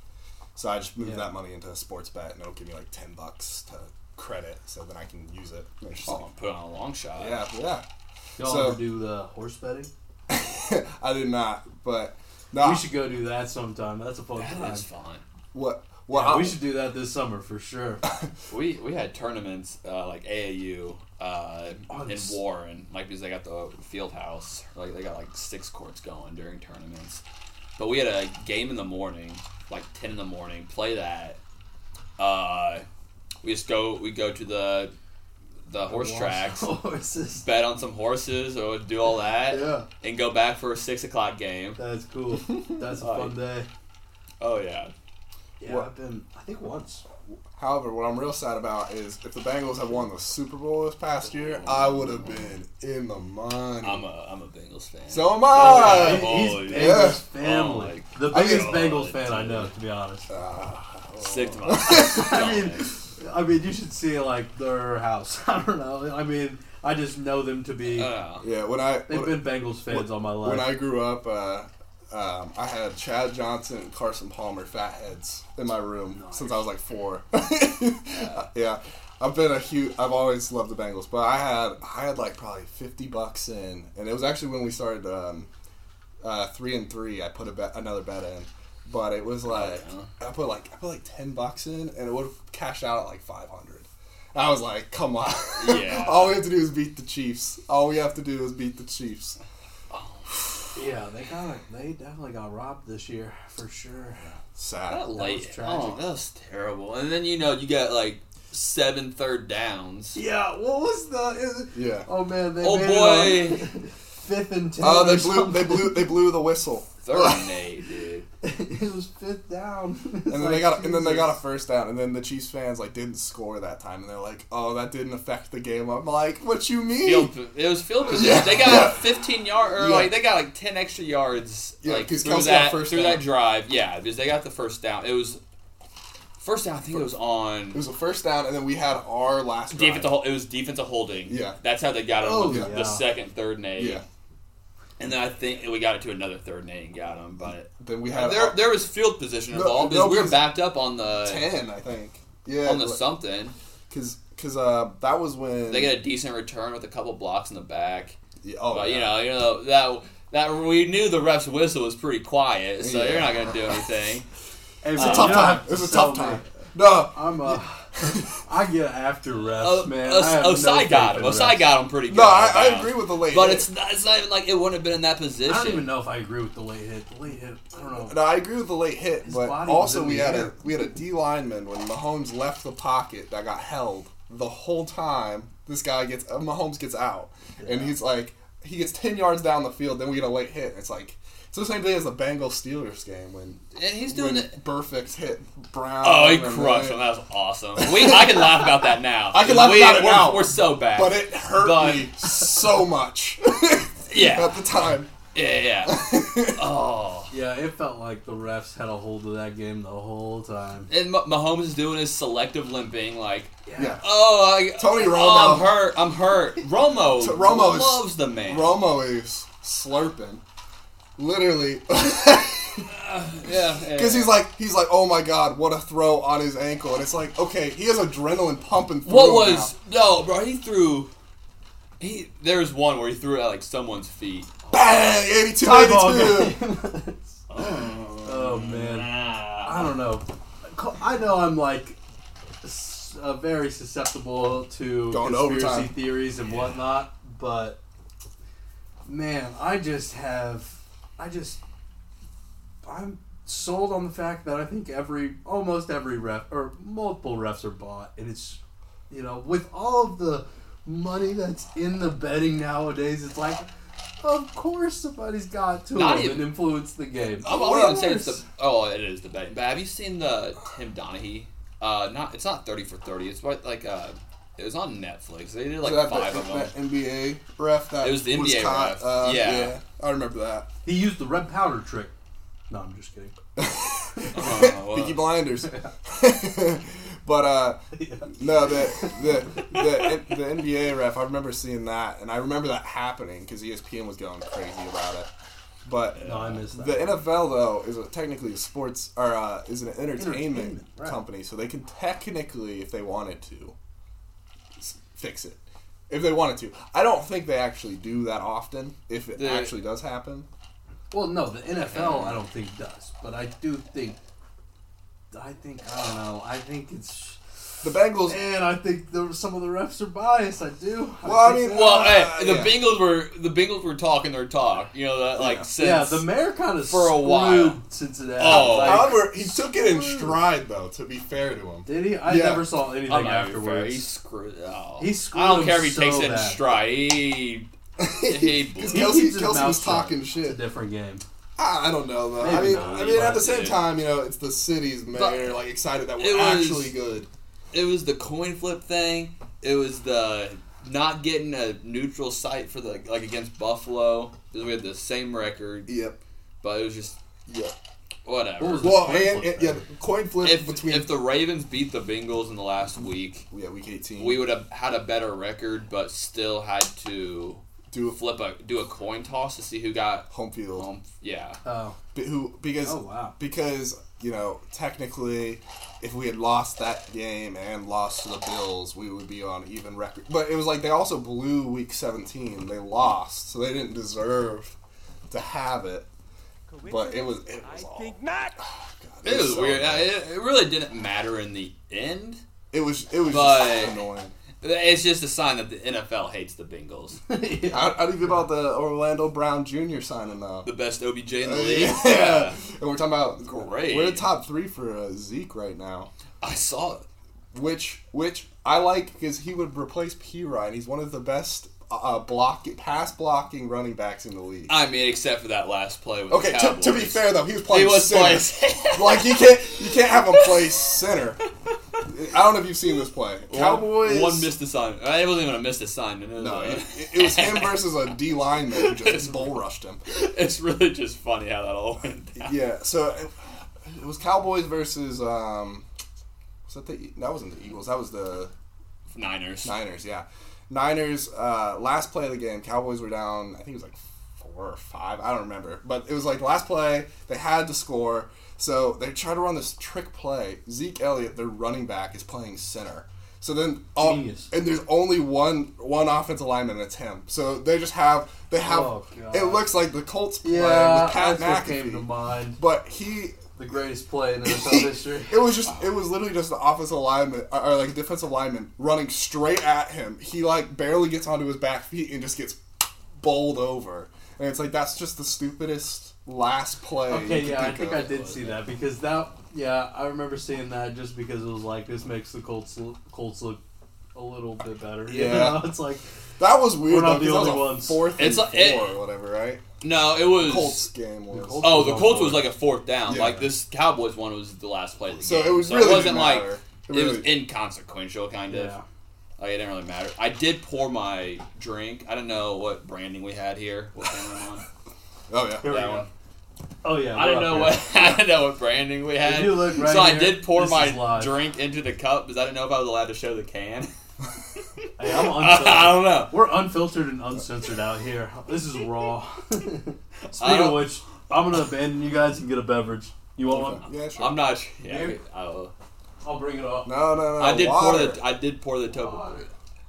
Speaker 6: so I just move
Speaker 4: Yeah.
Speaker 6: that money into a sports bet, and it'll give me like ten bucks to credit, so then I can use it. And it's just
Speaker 5: oh, put on a long shot.
Speaker 6: like, yeah, yeah.
Speaker 4: Y'all
Speaker 6: So-
Speaker 4: ever do the horse betting?
Speaker 6: I did not, but no.
Speaker 4: We should go do that sometime. That's a fun
Speaker 5: That
Speaker 4: time.
Speaker 5: is fun.
Speaker 6: what? What?
Speaker 4: Yeah,
Speaker 6: I-
Speaker 4: we should do that this summer for sure.
Speaker 5: We we had tournaments uh, like AAU uh,
Speaker 4: Oh,
Speaker 5: in
Speaker 4: this-
Speaker 5: Warren, like because they got the field house, like they got like six courts going during tournaments. But we had a game in the morning, like ten in the morning. Play that. Uh, we just go we go to the the horse tracks,
Speaker 4: Horses.
Speaker 5: bet on some horses, or do all that,
Speaker 4: Yeah.
Speaker 5: and go back for a six o'clock game.
Speaker 4: That's cool. That's a
Speaker 5: Alright.
Speaker 4: fun day.
Speaker 5: Oh yeah,
Speaker 4: Yeah,
Speaker 6: What-
Speaker 4: I've been. I think once.
Speaker 6: However, what I'm real sad about is if the Bengals had won the Super Bowl this past year, I would have been in the money.
Speaker 5: I'm a I'm a Bengals fan.
Speaker 6: so am I.
Speaker 5: Oh,
Speaker 4: He's
Speaker 5: yeah.
Speaker 4: Bengals
Speaker 5: Oh,
Speaker 4: family.
Speaker 5: my
Speaker 4: the biggest
Speaker 5: God,
Speaker 4: Bengals fan I
Speaker 5: dude.
Speaker 4: know, to be honest.
Speaker 5: sick to my. I
Speaker 4: mean- I mean, you should see like their house. I don't know. I mean, I just know them to be.
Speaker 5: Uh,
Speaker 6: Yeah, when I
Speaker 4: They've
Speaker 6: when,
Speaker 4: been Bengals fans all my life.
Speaker 6: when I grew up, uh, um, I had Chad Johnson and Carson Palmer fatheads in my room since I was like four. yeah, I've been a huge. I've always loved the Bengals, but I had I had like probably fifty bucks in, and it was actually when we started um, uh, three and three. I put a bet, another bet in. But it
Speaker 5: Oh,
Speaker 6: was like I put like I put like ten bucks in, and it would have cashed out at like five hundred. I was like, "Come on!
Speaker 5: Yeah.
Speaker 6: All we have to do is beat the Chiefs. All we have to do is beat the Chiefs."
Speaker 4: yeah, they got. They definitely got robbed this year for sure.
Speaker 6: Sad.
Speaker 5: That late.
Speaker 4: was tragic.
Speaker 5: oh, that was terrible. And then you know you got like seven third downs.
Speaker 4: Yeah. What was the? Is,
Speaker 6: Yeah.
Speaker 4: Oh man. They
Speaker 5: Oh
Speaker 4: made
Speaker 5: boy,
Speaker 4: It on fifth and ten.
Speaker 6: Oh,
Speaker 4: or
Speaker 6: they blew.
Speaker 4: something.
Speaker 6: They blew. They blew the whistle.
Speaker 5: third and eight, dude.
Speaker 4: it was fifth down. and
Speaker 6: And then they got a, and then they got a first down, and then the Chiefs fans like didn't score that time, and they're like, "Oh, that didn't affect the game." I'm like, "What you mean?"
Speaker 5: Field, it was field position.
Speaker 6: Yeah.
Speaker 5: They got 15 yard, or
Speaker 6: Yeah.
Speaker 5: like they got like 10 extra yards.
Speaker 6: Yeah,
Speaker 5: like
Speaker 6: 'cause
Speaker 5: through
Speaker 6: Kelsey got
Speaker 5: that
Speaker 6: first
Speaker 5: through that
Speaker 6: down.
Speaker 5: drive. Yeah, because they got the first down. It was first down. I think it was on
Speaker 6: It was a first down, and then we had our last drive.
Speaker 5: defensive. hol- It was defensive holding.
Speaker 6: Yeah.
Speaker 5: that's how they got him.
Speaker 4: Oh,
Speaker 5: with the-
Speaker 4: yeah.
Speaker 5: the second, third and eight.
Speaker 6: Yeah.
Speaker 5: and then I think we got it to another third and eight and got him. But
Speaker 6: Then we had
Speaker 5: Uh, there,
Speaker 6: our-
Speaker 5: there was field position
Speaker 6: Uh, No,
Speaker 5: involved
Speaker 6: no,
Speaker 5: because we were
Speaker 6: because-
Speaker 5: backed up on the
Speaker 6: ten, I think. Yeah.
Speaker 5: on the something.
Speaker 6: because because uh that was when
Speaker 5: They get a decent return with a couple blocks in the back.
Speaker 6: Yeah, oh
Speaker 5: but
Speaker 6: yeah.
Speaker 5: you know, you know that that we knew the ref's whistle was pretty quiet, so
Speaker 6: Yeah.
Speaker 5: you're not gonna do anything.
Speaker 4: It's
Speaker 6: It's a
Speaker 5: uh,
Speaker 6: tough time. It was a tough time. No,
Speaker 4: I'm a. I get after refs,
Speaker 5: Oh,
Speaker 4: man.
Speaker 5: Os-
Speaker 4: I have
Speaker 5: Osai
Speaker 4: no
Speaker 5: got him.
Speaker 4: faith in
Speaker 5: Osai
Speaker 4: refs.
Speaker 5: got him pretty good.
Speaker 6: no, I, I
Speaker 5: on bounce.
Speaker 6: agree with the late.
Speaker 5: But
Speaker 6: hit.
Speaker 5: it's not, it's not even like it wouldn't have been in that position.
Speaker 4: I don't even know if I agree with the late hit. The late hit. I don't know.
Speaker 6: No, I agree with the late hit,
Speaker 4: His
Speaker 6: but
Speaker 4: body was
Speaker 6: also
Speaker 4: in
Speaker 6: we
Speaker 4: the
Speaker 6: had a
Speaker 4: air.
Speaker 6: we had a D lineman when Mahomes left the pocket that got held the whole time. This guy gets uh, Mahomes gets out, and he's like he gets ten yards down the field. Then we get a late hit. It's like it's the same thing as the Bengals Steelers game when
Speaker 5: and he's doing
Speaker 6: when
Speaker 5: it.
Speaker 6: Burfict's hit Brown.
Speaker 5: Oh, he
Speaker 6: and then-
Speaker 5: crushed him. That was awesome. We, I can laugh about that now.
Speaker 6: I can laugh
Speaker 5: we,
Speaker 6: about it
Speaker 5: we're,
Speaker 6: now,
Speaker 5: We're so bad.
Speaker 6: But it hurt
Speaker 5: But-
Speaker 6: me so much.
Speaker 5: Yeah.
Speaker 6: at the time.
Speaker 5: yeah, yeah. oh.
Speaker 4: Yeah, it felt like the refs had a hold of that game the whole time.
Speaker 5: And Ma- Mahomes is doing his selective limping, like,
Speaker 6: Yeah.
Speaker 5: oh, I,
Speaker 6: Tony
Speaker 5: oh,
Speaker 6: Romo.
Speaker 5: I'm hurt. I'm hurt. Romo,
Speaker 6: So Romo is-
Speaker 5: loves the man.
Speaker 6: Romo is slurping, literally,
Speaker 5: yeah, yeah.
Speaker 6: because he's like he's like, oh my god, what a throw on his ankle, and it's like, okay, he has adrenaline pumping. Through
Speaker 5: What
Speaker 6: him
Speaker 5: was no, bro? He threw. He there was one where he threw it at like someone's feet.
Speaker 6: now. bang 82,
Speaker 4: Tie ball
Speaker 6: 82.
Speaker 4: game. oh man, I
Speaker 5: Ah.
Speaker 4: don't know. I know I'm like s- uh, very susceptible to
Speaker 6: Going to
Speaker 4: conspiracy
Speaker 6: overtime.
Speaker 4: theories and whatnot, but man, I just have, I just, I'm sold on the fact that I think every, almost every ref or multiple refs are bought, and it's, you know, with all of the money that's in the betting nowadays, it's like. Of course, somebody's got to
Speaker 5: Not
Speaker 4: them
Speaker 5: even-
Speaker 4: and influence the game.
Speaker 5: I'm
Speaker 4: Of
Speaker 5: not even saying it's
Speaker 4: course.
Speaker 5: the. Oh, it is the betting. But have you seen the Tim Donahue? Uh, not it's not thirty for thirty. It's what like uh, it was on Netflix. They did like
Speaker 6: that,
Speaker 5: five of
Speaker 6: that-
Speaker 5: them.
Speaker 6: that NBA ref that
Speaker 5: It was the
Speaker 6: was
Speaker 5: NBA
Speaker 6: caught,
Speaker 5: ref.
Speaker 6: uh,
Speaker 5: Yeah.
Speaker 6: I remember that.
Speaker 4: He used the red powder trick. No, I'm just kidding.
Speaker 5: Oh,
Speaker 6: Peaky
Speaker 5: uh,
Speaker 6: Blinders. but uh, no, the the, the the NBA ref. I remember seeing that, and I remember that happening E because ESPN was going crazy about it. But
Speaker 4: No, I missed that.
Speaker 6: the NFL though is a, technically a sports or uh, is an entertainment,
Speaker 4: Entertainment, right.
Speaker 6: company, so they can technically, if they wanted to, s- fix it. If they wanted to, I don't think they actually do that often. If it
Speaker 5: They-
Speaker 6: actually does happen,
Speaker 4: well, no, the NFL I don't think does, but I do think. I think I don't know. I think it's
Speaker 6: the Bengals.
Speaker 4: and I think there, some of the refs are biased. I do.
Speaker 6: Well, I
Speaker 4: think
Speaker 6: mean-
Speaker 4: that-
Speaker 6: uh,
Speaker 5: well, hey, the
Speaker 6: Ah, yeah.
Speaker 5: Bengals were the Bengals were talking their talk. You know that like
Speaker 6: Yeah.
Speaker 5: since
Speaker 4: yeah, the mayor kind of
Speaker 5: for a while.
Speaker 4: screwed Cincinnati.
Speaker 5: Oh.
Speaker 4: like,
Speaker 6: However, he took it in stride though. To be fair to him,
Speaker 4: did he? I
Speaker 6: Yeah.
Speaker 4: never saw anything
Speaker 5: I'm not even fair.
Speaker 4: afterwards.
Speaker 5: He Oh, screwed. Oh.
Speaker 4: He screwed
Speaker 5: I don't
Speaker 4: him
Speaker 5: care if he
Speaker 4: so
Speaker 5: takes it in
Speaker 4: bad.
Speaker 5: stride. He, he
Speaker 6: because
Speaker 4: He
Speaker 6: Kelsey,
Speaker 4: keeps his
Speaker 6: Kelsey
Speaker 4: mouth
Speaker 6: was
Speaker 4: shut.
Speaker 6: talking
Speaker 4: It's a
Speaker 6: shit.
Speaker 4: different game.
Speaker 6: I I don't know though. I
Speaker 4: Maybe
Speaker 6: mean,
Speaker 4: not.
Speaker 6: I mean, at the same
Speaker 5: Dude.
Speaker 6: time, you know, it's the city's mayor like excited that
Speaker 5: it
Speaker 6: we're
Speaker 5: was-
Speaker 6: actually good.
Speaker 5: it was the coin flip thing. It was the not getting a neutral site for the like against Buffalo. 'Cause We had the same record,
Speaker 6: Yep.
Speaker 5: but it was just
Speaker 6: Yep.
Speaker 5: whatever.
Speaker 4: What was the
Speaker 6: Well,
Speaker 4: coin
Speaker 6: and,
Speaker 4: flip
Speaker 6: and- yeah,
Speaker 4: thing?
Speaker 6: the coin flip
Speaker 5: if
Speaker 6: between
Speaker 5: if the Ravens beat the Bengals in the last week,
Speaker 6: yeah week eighteen
Speaker 5: we would have had a better record, but still had to
Speaker 6: do a flip
Speaker 5: flip a do a coin toss to see who got
Speaker 6: home field
Speaker 5: home. Yeah,
Speaker 4: Oh,
Speaker 6: Be- who because
Speaker 4: Oh, wow.
Speaker 6: because you know technically if we had lost that game and lost to the Bills we would be on even record but it was like they also blew week 17 they lost so they didn't deserve to have it but it was it was all, Ah, God,
Speaker 5: it was
Speaker 6: so
Speaker 5: weird.
Speaker 6: annoying.
Speaker 5: It, it really didn't matter in the end.
Speaker 6: it was it was
Speaker 5: But-
Speaker 6: just annoying
Speaker 5: It's just a sign that the NFL hates the Bengals.
Speaker 6: how, how do you feel about the Orlando Brown Jr. signing though
Speaker 5: The best OBJ in the league.
Speaker 6: Oh, yeah. and we're talking about
Speaker 5: Great.
Speaker 6: we're the top three for uh, Zeke right now
Speaker 5: I saw it.
Speaker 6: which which I like because he would replace P Ryan. He's one of the best uh, block pass blocking running backs in the league.
Speaker 5: I mean, except for that last play. With
Speaker 6: Okay,
Speaker 5: the
Speaker 6: to, to be
Speaker 5: Cowboys.
Speaker 6: fair though, he was
Speaker 5: he
Speaker 6: playing
Speaker 5: was
Speaker 6: center.
Speaker 5: playing.
Speaker 6: like you can't you can't have him play center. I don't know if you've seen this play. Cowboys.
Speaker 5: One missed assignment. Uh, It wasn't even a missed assignment. It was
Speaker 6: No,
Speaker 5: a-
Speaker 6: it, it was him versus a D lineman who just bull rushed him.
Speaker 5: it's really just funny how that all went down.
Speaker 6: Yeah, so it, it was Cowboys versus um, was that the E- that wasn't the Eagles? That was the
Speaker 5: Niners.
Speaker 6: Niners. Yeah, Niners. Uh, last play of the game, Cowboys were down. I think it was like four or five. I don't remember, but it was like last play. They had to score, so they tried to run this trick play. Zeke Elliott, their running back, is playing center. So then, all,
Speaker 4: Genius.
Speaker 6: and there's only one one offensive lineman. And it's him. So they just have they have.
Speaker 4: Oh, God.
Speaker 6: it looks like the Colts play
Speaker 4: Yeah,
Speaker 6: with Pat
Speaker 4: that's what came to
Speaker 6: McAfee,
Speaker 4: mind.
Speaker 6: but he
Speaker 4: The greatest play in NFL history.
Speaker 6: it was just, it was literally just the offensive lineman, or or, like defensive lineman, running straight at him. He like barely gets onto his back feet and just gets bowled over. And it's like that's just the stupidest last play.
Speaker 4: Okay, yeah, I think I
Speaker 6: of.
Speaker 4: did see that because that. Yeah, I remember seeing that just because it was like this makes the Colts look, Colts look a little bit better. You
Speaker 6: Yeah.
Speaker 4: know? it's like
Speaker 6: That was
Speaker 4: We're
Speaker 6: weird.
Speaker 4: not
Speaker 6: though, 'cause
Speaker 4: the
Speaker 6: that
Speaker 4: only
Speaker 6: was a
Speaker 4: ones.
Speaker 6: Fourth and
Speaker 5: It's like-
Speaker 6: four
Speaker 5: it-
Speaker 6: or whatever, right?
Speaker 5: No, it was.
Speaker 6: Colts game was.
Speaker 4: Colts-
Speaker 5: Oh, the Colts was like a fourth down.
Speaker 6: Yeah.
Speaker 5: Like this Cowboys one was the last play of the
Speaker 6: so
Speaker 5: game.
Speaker 6: it was really
Speaker 5: it wasn't
Speaker 6: didn't
Speaker 5: like
Speaker 6: matter.
Speaker 5: it,
Speaker 6: really,
Speaker 5: was inconsequential, kind of.
Speaker 4: yeah,
Speaker 5: Like it didn't really matter. I did pour my drink. I don't know what branding we had here. What brand I'm on.
Speaker 6: oh yeah.
Speaker 4: Here we
Speaker 5: That
Speaker 4: go.
Speaker 5: one.
Speaker 4: oh yeah.
Speaker 5: I
Speaker 4: we're
Speaker 5: didn't
Speaker 4: up
Speaker 5: know
Speaker 4: here.
Speaker 5: what I didn't know what branding we had.
Speaker 4: you look right
Speaker 5: so I
Speaker 4: here,
Speaker 5: did pour
Speaker 4: this is
Speaker 5: my
Speaker 4: live.
Speaker 5: drink into the cup because I didn't know if I was allowed to show the can.
Speaker 4: Hey, I'm
Speaker 5: I,
Speaker 4: unfiltered.
Speaker 5: don't know.
Speaker 4: We're unfiltered and uncensored out here. This is raw. Speaking
Speaker 5: I
Speaker 4: of
Speaker 5: don't-
Speaker 4: which, I'm gonna abandon you guys and get a beverage. You want one?
Speaker 6: Yeah, sure.
Speaker 5: I'm not. sure. Yeah,
Speaker 4: You-
Speaker 5: I, will.
Speaker 4: I'll bring it up.
Speaker 6: no, no, no.
Speaker 5: I did
Speaker 6: water.
Speaker 5: pour the. I did pour the top.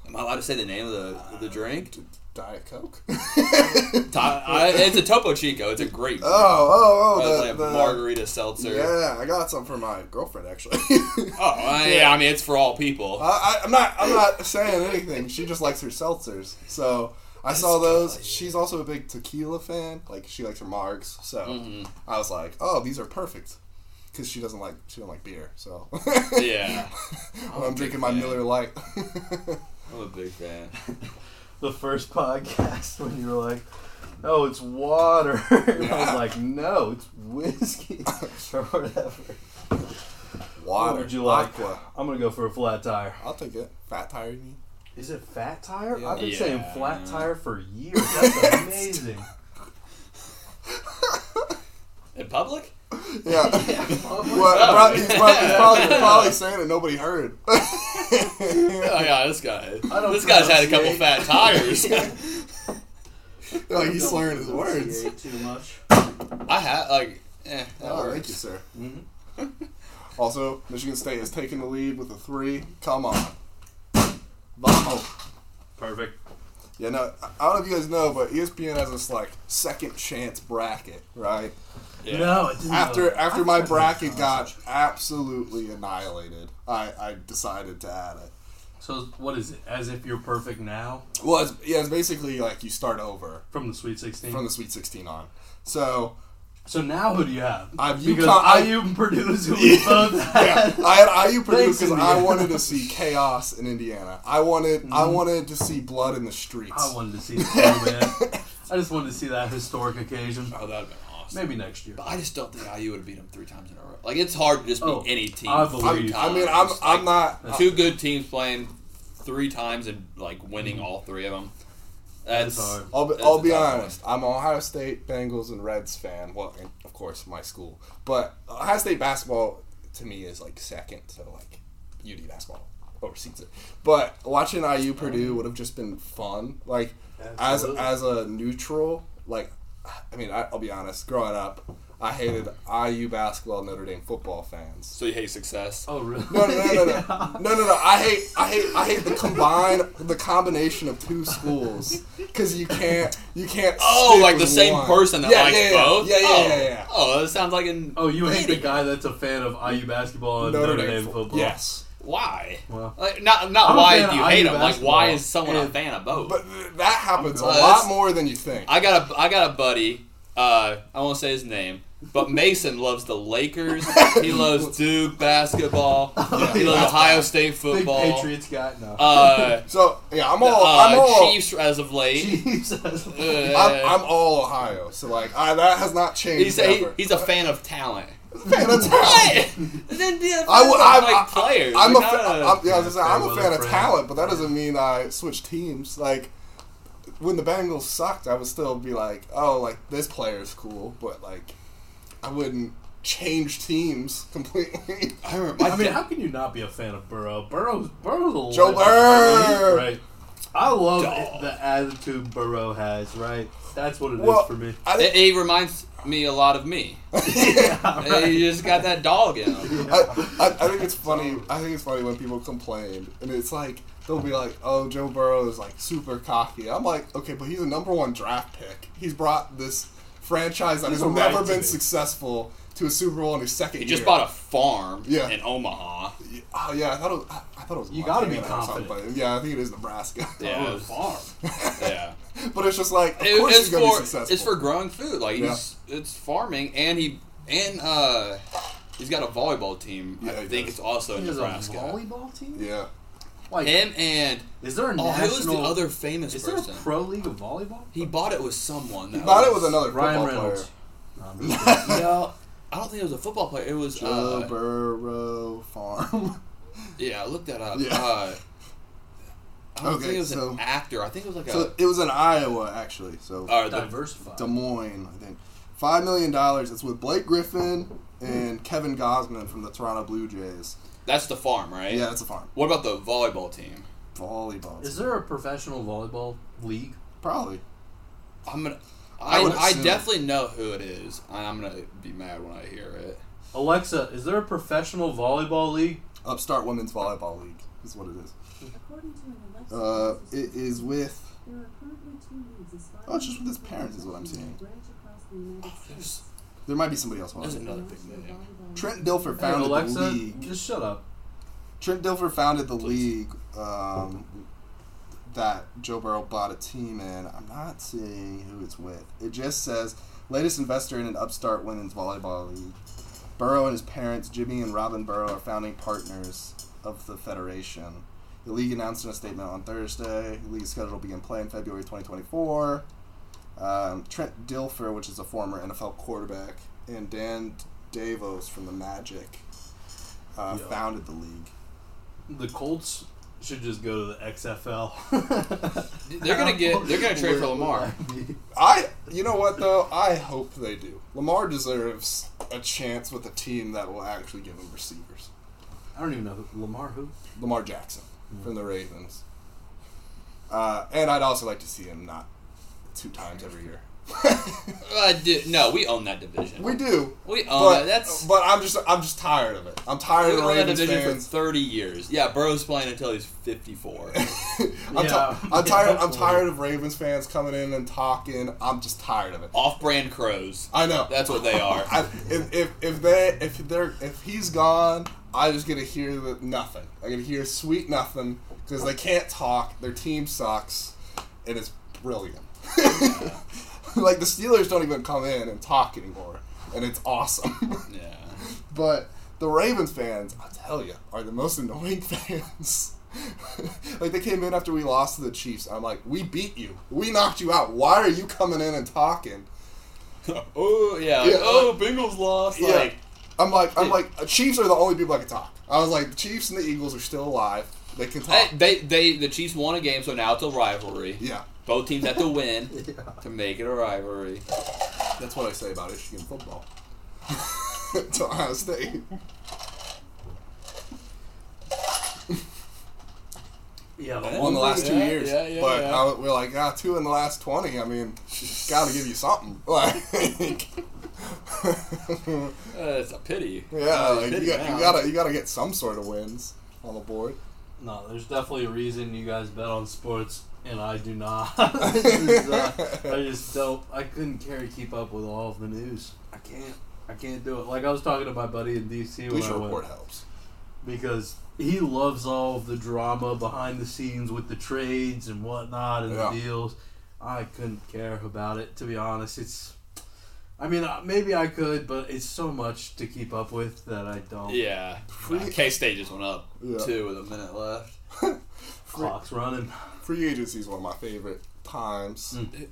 Speaker 5: Am I allowed to say the name of the the drink?
Speaker 6: Diet Coke.
Speaker 5: To- I, it's a Topo Chico. It's a great.
Speaker 6: Oh, oh,
Speaker 5: It's
Speaker 6: oh,
Speaker 5: like a
Speaker 6: the, the
Speaker 5: margarita seltzer.
Speaker 6: Yeah, I got some for my girlfriend actually.
Speaker 5: Oh, I, I mean it's for all people.
Speaker 6: I, I, I'm not. I'm not saying anything. She just likes her seltzers. So I saw those. She's also a big tequila fan. Like she likes her margs. So I was like, oh, these are perfect. Because she doesn't like she don't like beer. So
Speaker 5: yeah,
Speaker 6: when I'm drinking my
Speaker 5: fan.
Speaker 6: Miller Lite.
Speaker 5: I'm a big fan.
Speaker 4: the first podcast when you were like, "Oh, it's water." And I was like, "No, it's whiskey or whatever."
Speaker 6: Water.
Speaker 4: would you like?
Speaker 6: Aqua.
Speaker 4: I'm gonna go for a flat tire.
Speaker 6: I'll take it. Fat tire. you mean?
Speaker 4: Is it fat tire?
Speaker 6: Yeah.
Speaker 4: I've been
Speaker 5: Yeah.
Speaker 4: saying flat tire for years. That's amazing.
Speaker 5: In public?
Speaker 6: Yeah.
Speaker 5: Oh.
Speaker 6: well, he's, probably, he's probably, probably saying it nobody heard.
Speaker 5: Oh yeah, this guy.
Speaker 4: don't
Speaker 5: This guy's had a couple
Speaker 4: pronunciate.
Speaker 5: fat tires.
Speaker 6: like
Speaker 4: Don't
Speaker 6: he's slurring his words.
Speaker 4: enunciate Too much.
Speaker 5: I have like. Eh, that
Speaker 6: Oh,
Speaker 5: works.
Speaker 6: thank you, sir. Mm-hmm. also, Michigan State has taken the lead with a three. Come on. Vamos.
Speaker 4: Perfect.
Speaker 6: Yeah, no, I I don't know if you guys know, but E ESPN has this like second chance bracket, right?
Speaker 4: Mm-hmm.
Speaker 5: Yeah.
Speaker 4: No, it didn't
Speaker 6: After
Speaker 4: know.
Speaker 6: after my bracket got absolutely annihilated, I, I decided to add it.
Speaker 4: So what is it? As if you're perfect now
Speaker 6: Well, it's, yeah, it's basically like you start over
Speaker 4: from the Sweet Sixteen.
Speaker 6: from the Sweet 16 on. So
Speaker 4: so now who do you have?
Speaker 6: I've
Speaker 4: because
Speaker 6: UConn- I-
Speaker 4: IU and Purdue is who we both
Speaker 6: yeah,
Speaker 4: had.
Speaker 6: I had IU Purdue
Speaker 4: Thanks,
Speaker 6: because I
Speaker 4: Indiana. Mm-hmm.
Speaker 6: wanted to see chaos in Indiana. I wanted I wanted to see blood in the streets.
Speaker 4: I wanted to see the man. I just wanted to see that historic occasion.
Speaker 5: Oh, that'd been awesome.
Speaker 4: Maybe next year.
Speaker 5: But I just don't think IU would have beat them three times in a row. Like it's hard to just beat
Speaker 4: Oh,
Speaker 5: any team.
Speaker 4: I
Speaker 5: three
Speaker 4: believe-
Speaker 6: I
Speaker 5: times.
Speaker 6: mean, I'm
Speaker 5: Like,
Speaker 6: I'm not.
Speaker 5: two good teams playing three times and like winning all three of them. That's,
Speaker 4: That's hard.
Speaker 6: I'll be,
Speaker 5: that's
Speaker 6: I'll
Speaker 5: a
Speaker 6: be
Speaker 5: tough one.
Speaker 6: honest. I'm an Ohio State Bengals and Reds fan. Well, and of course, my school. But Ohio State basketball to me is like second. So like, UD basketball oversees it. But watching IU Purdue would have just been fun. Like as
Speaker 4: Absolutely.
Speaker 6: as a neutral, like I mean, I, I'll be honest. Growing up, I hated IU basketball, and Notre Dame football fans.
Speaker 5: So you hate success?
Speaker 4: Oh really?
Speaker 6: No, no, no, no, no, no, no, no. I hate, I hate, I hate the combine, the combination of two schools because you can't, you can't.
Speaker 5: Oh,
Speaker 6: stick
Speaker 5: like the
Speaker 6: with
Speaker 5: same
Speaker 6: one.
Speaker 5: person that
Speaker 6: yeah,
Speaker 5: likes
Speaker 6: yeah, yeah,
Speaker 5: both?
Speaker 6: Yeah, yeah,
Speaker 5: oh.
Speaker 6: yeah, yeah.
Speaker 5: Oh, that sounds like an.
Speaker 4: Oh, you hate the guy that's a fan of IU basketball and Oh, Notre, Dame
Speaker 6: fo-
Speaker 4: football.
Speaker 6: Yes,
Speaker 5: Why?
Speaker 4: Well.
Speaker 5: like, not not
Speaker 4: I'm a
Speaker 5: why
Speaker 4: fan
Speaker 5: do you
Speaker 4: of
Speaker 5: hate
Speaker 4: IU
Speaker 5: them. Like why
Speaker 4: basketball,
Speaker 5: is someone a
Speaker 4: and-
Speaker 5: fan of both?
Speaker 6: but th- that happens a
Speaker 5: Uh,
Speaker 6: lot
Speaker 5: that's-
Speaker 6: more than you think.
Speaker 5: I got a I got a buddy. Uh, I won't say his name, but Mason loves the Lakers. He loves Duke basketball. he loves Ohio State
Speaker 4: Big
Speaker 5: football.
Speaker 4: Patriots guy. No.
Speaker 5: Uh,
Speaker 6: So yeah, I'm
Speaker 5: the,
Speaker 6: all
Speaker 5: uh,
Speaker 6: Oh, I'm all
Speaker 5: Chiefs as of late.
Speaker 4: Jesus.
Speaker 5: Uh,
Speaker 6: I'm, I'm all Ohio. So like I, that has not changed.
Speaker 5: he's, a, he-
Speaker 6: ever.
Speaker 5: he's a fan of talent.
Speaker 6: fan of
Speaker 5: What?
Speaker 6: talent.
Speaker 5: then be a fan
Speaker 6: I, would- I,
Speaker 5: of, like
Speaker 6: I,
Speaker 5: players.
Speaker 6: I'm, a
Speaker 5: Like,
Speaker 6: fa-
Speaker 5: not a-
Speaker 6: I'm, yeah, I was gonna say, I'm a
Speaker 4: Fairweather
Speaker 6: fan of
Speaker 4: friend.
Speaker 6: talent, but that doesn't mean I switch teams. Like when the Bengals sucked, I would still be like, oh, like this player's cool, but like I wouldn't change teams completely.
Speaker 5: I remember my
Speaker 4: I mean,
Speaker 5: dad-
Speaker 4: how can you not be a fan of Burrow? Burrow's Burrow's a
Speaker 6: Joe
Speaker 4: legend,
Speaker 6: Burr!
Speaker 4: right? I love
Speaker 5: Dog.
Speaker 4: the attitude Burrow has, right? That's what it is
Speaker 6: Well,
Speaker 4: for me.
Speaker 6: I
Speaker 5: It,
Speaker 6: didn't,
Speaker 5: it reminds me a lot of me. You just got that dog in him.
Speaker 6: I, I, I think it's funny. I think it's funny when people complain, and it's like they'll be like, "Oh, Joe Burrow is like super cocky." I'm like, okay, but he's a number one draft pick. He's brought this franchise that
Speaker 4: He's
Speaker 6: has
Speaker 4: a right
Speaker 6: never
Speaker 4: to
Speaker 6: been
Speaker 4: be.
Speaker 6: successful to a Super Bowl in his second
Speaker 5: He
Speaker 6: year.
Speaker 5: just bought a farm
Speaker 6: Yeah.
Speaker 5: in Omaha.
Speaker 6: Oh yeah, I thought it was, I, I thought it was.
Speaker 4: You gotta be
Speaker 6: Montana or something,
Speaker 4: confident.
Speaker 6: but yeah, I think it is Nebraska.
Speaker 5: Yeah, it was- yeah.
Speaker 6: but it's just like, of
Speaker 5: It-
Speaker 6: course
Speaker 5: it's
Speaker 6: he's gonna be
Speaker 5: for
Speaker 6: successful.
Speaker 5: it's for growing food. Like he's it's farming, and he and uh, he's got a volleyball team. I
Speaker 6: Yeah, he
Speaker 5: think
Speaker 6: does.
Speaker 5: it's also in
Speaker 4: He has a
Speaker 5: Nebraska.
Speaker 4: volleyball team.
Speaker 6: yeah.
Speaker 4: Like,
Speaker 5: Him and
Speaker 4: is there a
Speaker 5: oh, who
Speaker 4: national?
Speaker 5: was the other famous
Speaker 4: is there a
Speaker 5: person?
Speaker 4: pro league of volleyball?
Speaker 5: he bought it with someone. That
Speaker 6: Not it was another
Speaker 4: Ryan
Speaker 6: football
Speaker 4: Reynolds. Um, No,
Speaker 6: player.
Speaker 4: I'm just kidding.
Speaker 5: No, I don't think it was a football player. It was
Speaker 6: Joe
Speaker 5: uh,
Speaker 6: Burrow Farm.
Speaker 5: yeah. I looked that up.
Speaker 6: Yeah.
Speaker 5: Uh, I don't
Speaker 6: Okay,
Speaker 5: think it was
Speaker 6: so-
Speaker 5: an actor. I think it was like a
Speaker 6: so it was in Iowa actually. So
Speaker 5: or the
Speaker 4: Diversified.
Speaker 6: Des Moines, I think. Five million dollars. It's with Blake Griffin and Kevin Gosman from the Toronto Blue Jays.
Speaker 5: That's the farm, right?
Speaker 6: Yeah, it's a farm.
Speaker 5: What about the volleyball team?
Speaker 6: Volleyball.
Speaker 4: Is there a professional volleyball league?
Speaker 6: Probably.
Speaker 5: I'm gonna.
Speaker 6: I
Speaker 5: I,
Speaker 6: would
Speaker 5: I,
Speaker 6: assume.
Speaker 5: definitely know who it is. and I'm gonna be mad when I hear it.
Speaker 4: Alexa, is there a professional volleyball league?
Speaker 6: Upstart Women's Volleyball League is what it is.
Speaker 2: According to an Alexa
Speaker 6: Uh,
Speaker 2: Alexa
Speaker 6: it
Speaker 2: system,
Speaker 6: is with
Speaker 2: there are currently two leagues aspiring
Speaker 6: Oh, it's just with his
Speaker 2: to
Speaker 6: parents is what I'm seeing.
Speaker 2: branch across the United States.
Speaker 6: There might be somebody else.
Speaker 5: There's
Speaker 6: watching.
Speaker 5: another big name.
Speaker 2: Volleyball
Speaker 6: Trent Dilfer
Speaker 4: Hey,
Speaker 6: founded the
Speaker 4: Alexa,
Speaker 6: league.
Speaker 4: just shut up.
Speaker 6: Trent Dilfer founded the league um, that Joe Burrow bought a team in. I'm not seeing who it's with. It just says latest investor in an upstart women's volleyball league. Burrow and his parents, Jimmy and Robin Burrow, are founding partners of the federation. The league announced in a statement on Thursday. The league schedule will begin play in February 2024. Um, Trent Dilfer, which is a former NFL quarterback, and Dan Davos from the Magic uh,
Speaker 4: Yeah.
Speaker 6: founded the league.
Speaker 4: The Colts should just go to the XFL.
Speaker 5: They're gonna get. They're gonna trade for Lamar.
Speaker 6: I, you know what though? I hope they do. Lamar deserves a chance with a team that will actually give him receivers.
Speaker 4: I don't even know who, Lamar who.
Speaker 6: Lamar Jackson from the Ravens. Uh, and I'd also like to see him not two times every year.
Speaker 5: Uh, d no, we own that division.
Speaker 6: we do,
Speaker 5: We own
Speaker 6: but
Speaker 5: that. Oh, That's
Speaker 6: but I'm just I'm just tired of it. I'm tired
Speaker 5: we
Speaker 6: of the
Speaker 5: own that
Speaker 6: Ravens
Speaker 5: division
Speaker 6: fans.
Speaker 5: for 30 years. Yeah, Burrow's playing until he's 54.
Speaker 6: I'm,
Speaker 4: Yeah.
Speaker 6: ti- I'm tired. I'm
Speaker 4: Definitely.
Speaker 6: tired of Ravens fans coming in and talking. I'm just tired of it.
Speaker 5: Off-brand crows.
Speaker 6: I know.
Speaker 5: That's what they are.
Speaker 6: I, if, if if they if they're if he's gone, I just gonna hear the, nothing. I gonna hear sweet nothing because they can't talk. Their team sucks, and it's brilliant. like the Steelers don't even come in and talk anymore, and it's awesome.
Speaker 5: yeah.
Speaker 6: but the Ravens fans, I tell you, are the most annoying fans. like they came in after we lost to the Chiefs. I'm like, we beat you. We knocked you out. Why are you coming in and talking?
Speaker 5: oh yeah.
Speaker 6: Yeah,
Speaker 5: oh, Bengals lost.
Speaker 6: Yeah.
Speaker 5: Like
Speaker 6: I'm like, I'm like, uh, Chiefs are the only people I can talk. I was like, the Chiefs and the Eagles are still alive. They can talk.
Speaker 5: I- they, they, the Chiefs won a game, so now it's a rivalry.
Speaker 6: yeah,
Speaker 5: Both teams have to win to make it a rivalry.
Speaker 6: that's what I say about Michigan football. to Ohio State.
Speaker 4: Yeah,
Speaker 5: the
Speaker 6: Won the last two
Speaker 5: Yeah,
Speaker 6: years,
Speaker 5: yeah, yeah,
Speaker 6: but
Speaker 5: yeah.
Speaker 6: I, we're like, ah, two in the last twenty. I mean, got to give you something. Like, yeah,
Speaker 5: Uh, it's a pity.
Speaker 6: like you, got, you gotta, you gotta get some sort of wins on the board.
Speaker 4: No, there's definitely a reason you guys bet on sports, and I do not. This is, uh, I just don't. I couldn't care to keep up with all of the news. I can't. I can't do it. Like I was talking to my buddy in DC when
Speaker 6: Police
Speaker 4: I went
Speaker 6: report helps.
Speaker 4: because he loves all of the drama behind the scenes with the trades and whatnot and
Speaker 6: Yeah.
Speaker 4: the deals. I couldn't care about it to be honest. It's I mean, uh, maybe I could, but it's so much to keep up with that I don't.
Speaker 5: Yeah. K State just went up
Speaker 6: Yeah.
Speaker 5: two with a minute left.
Speaker 4: Clock's running.
Speaker 6: Free agency is one of my favorite times.
Speaker 5: Mm.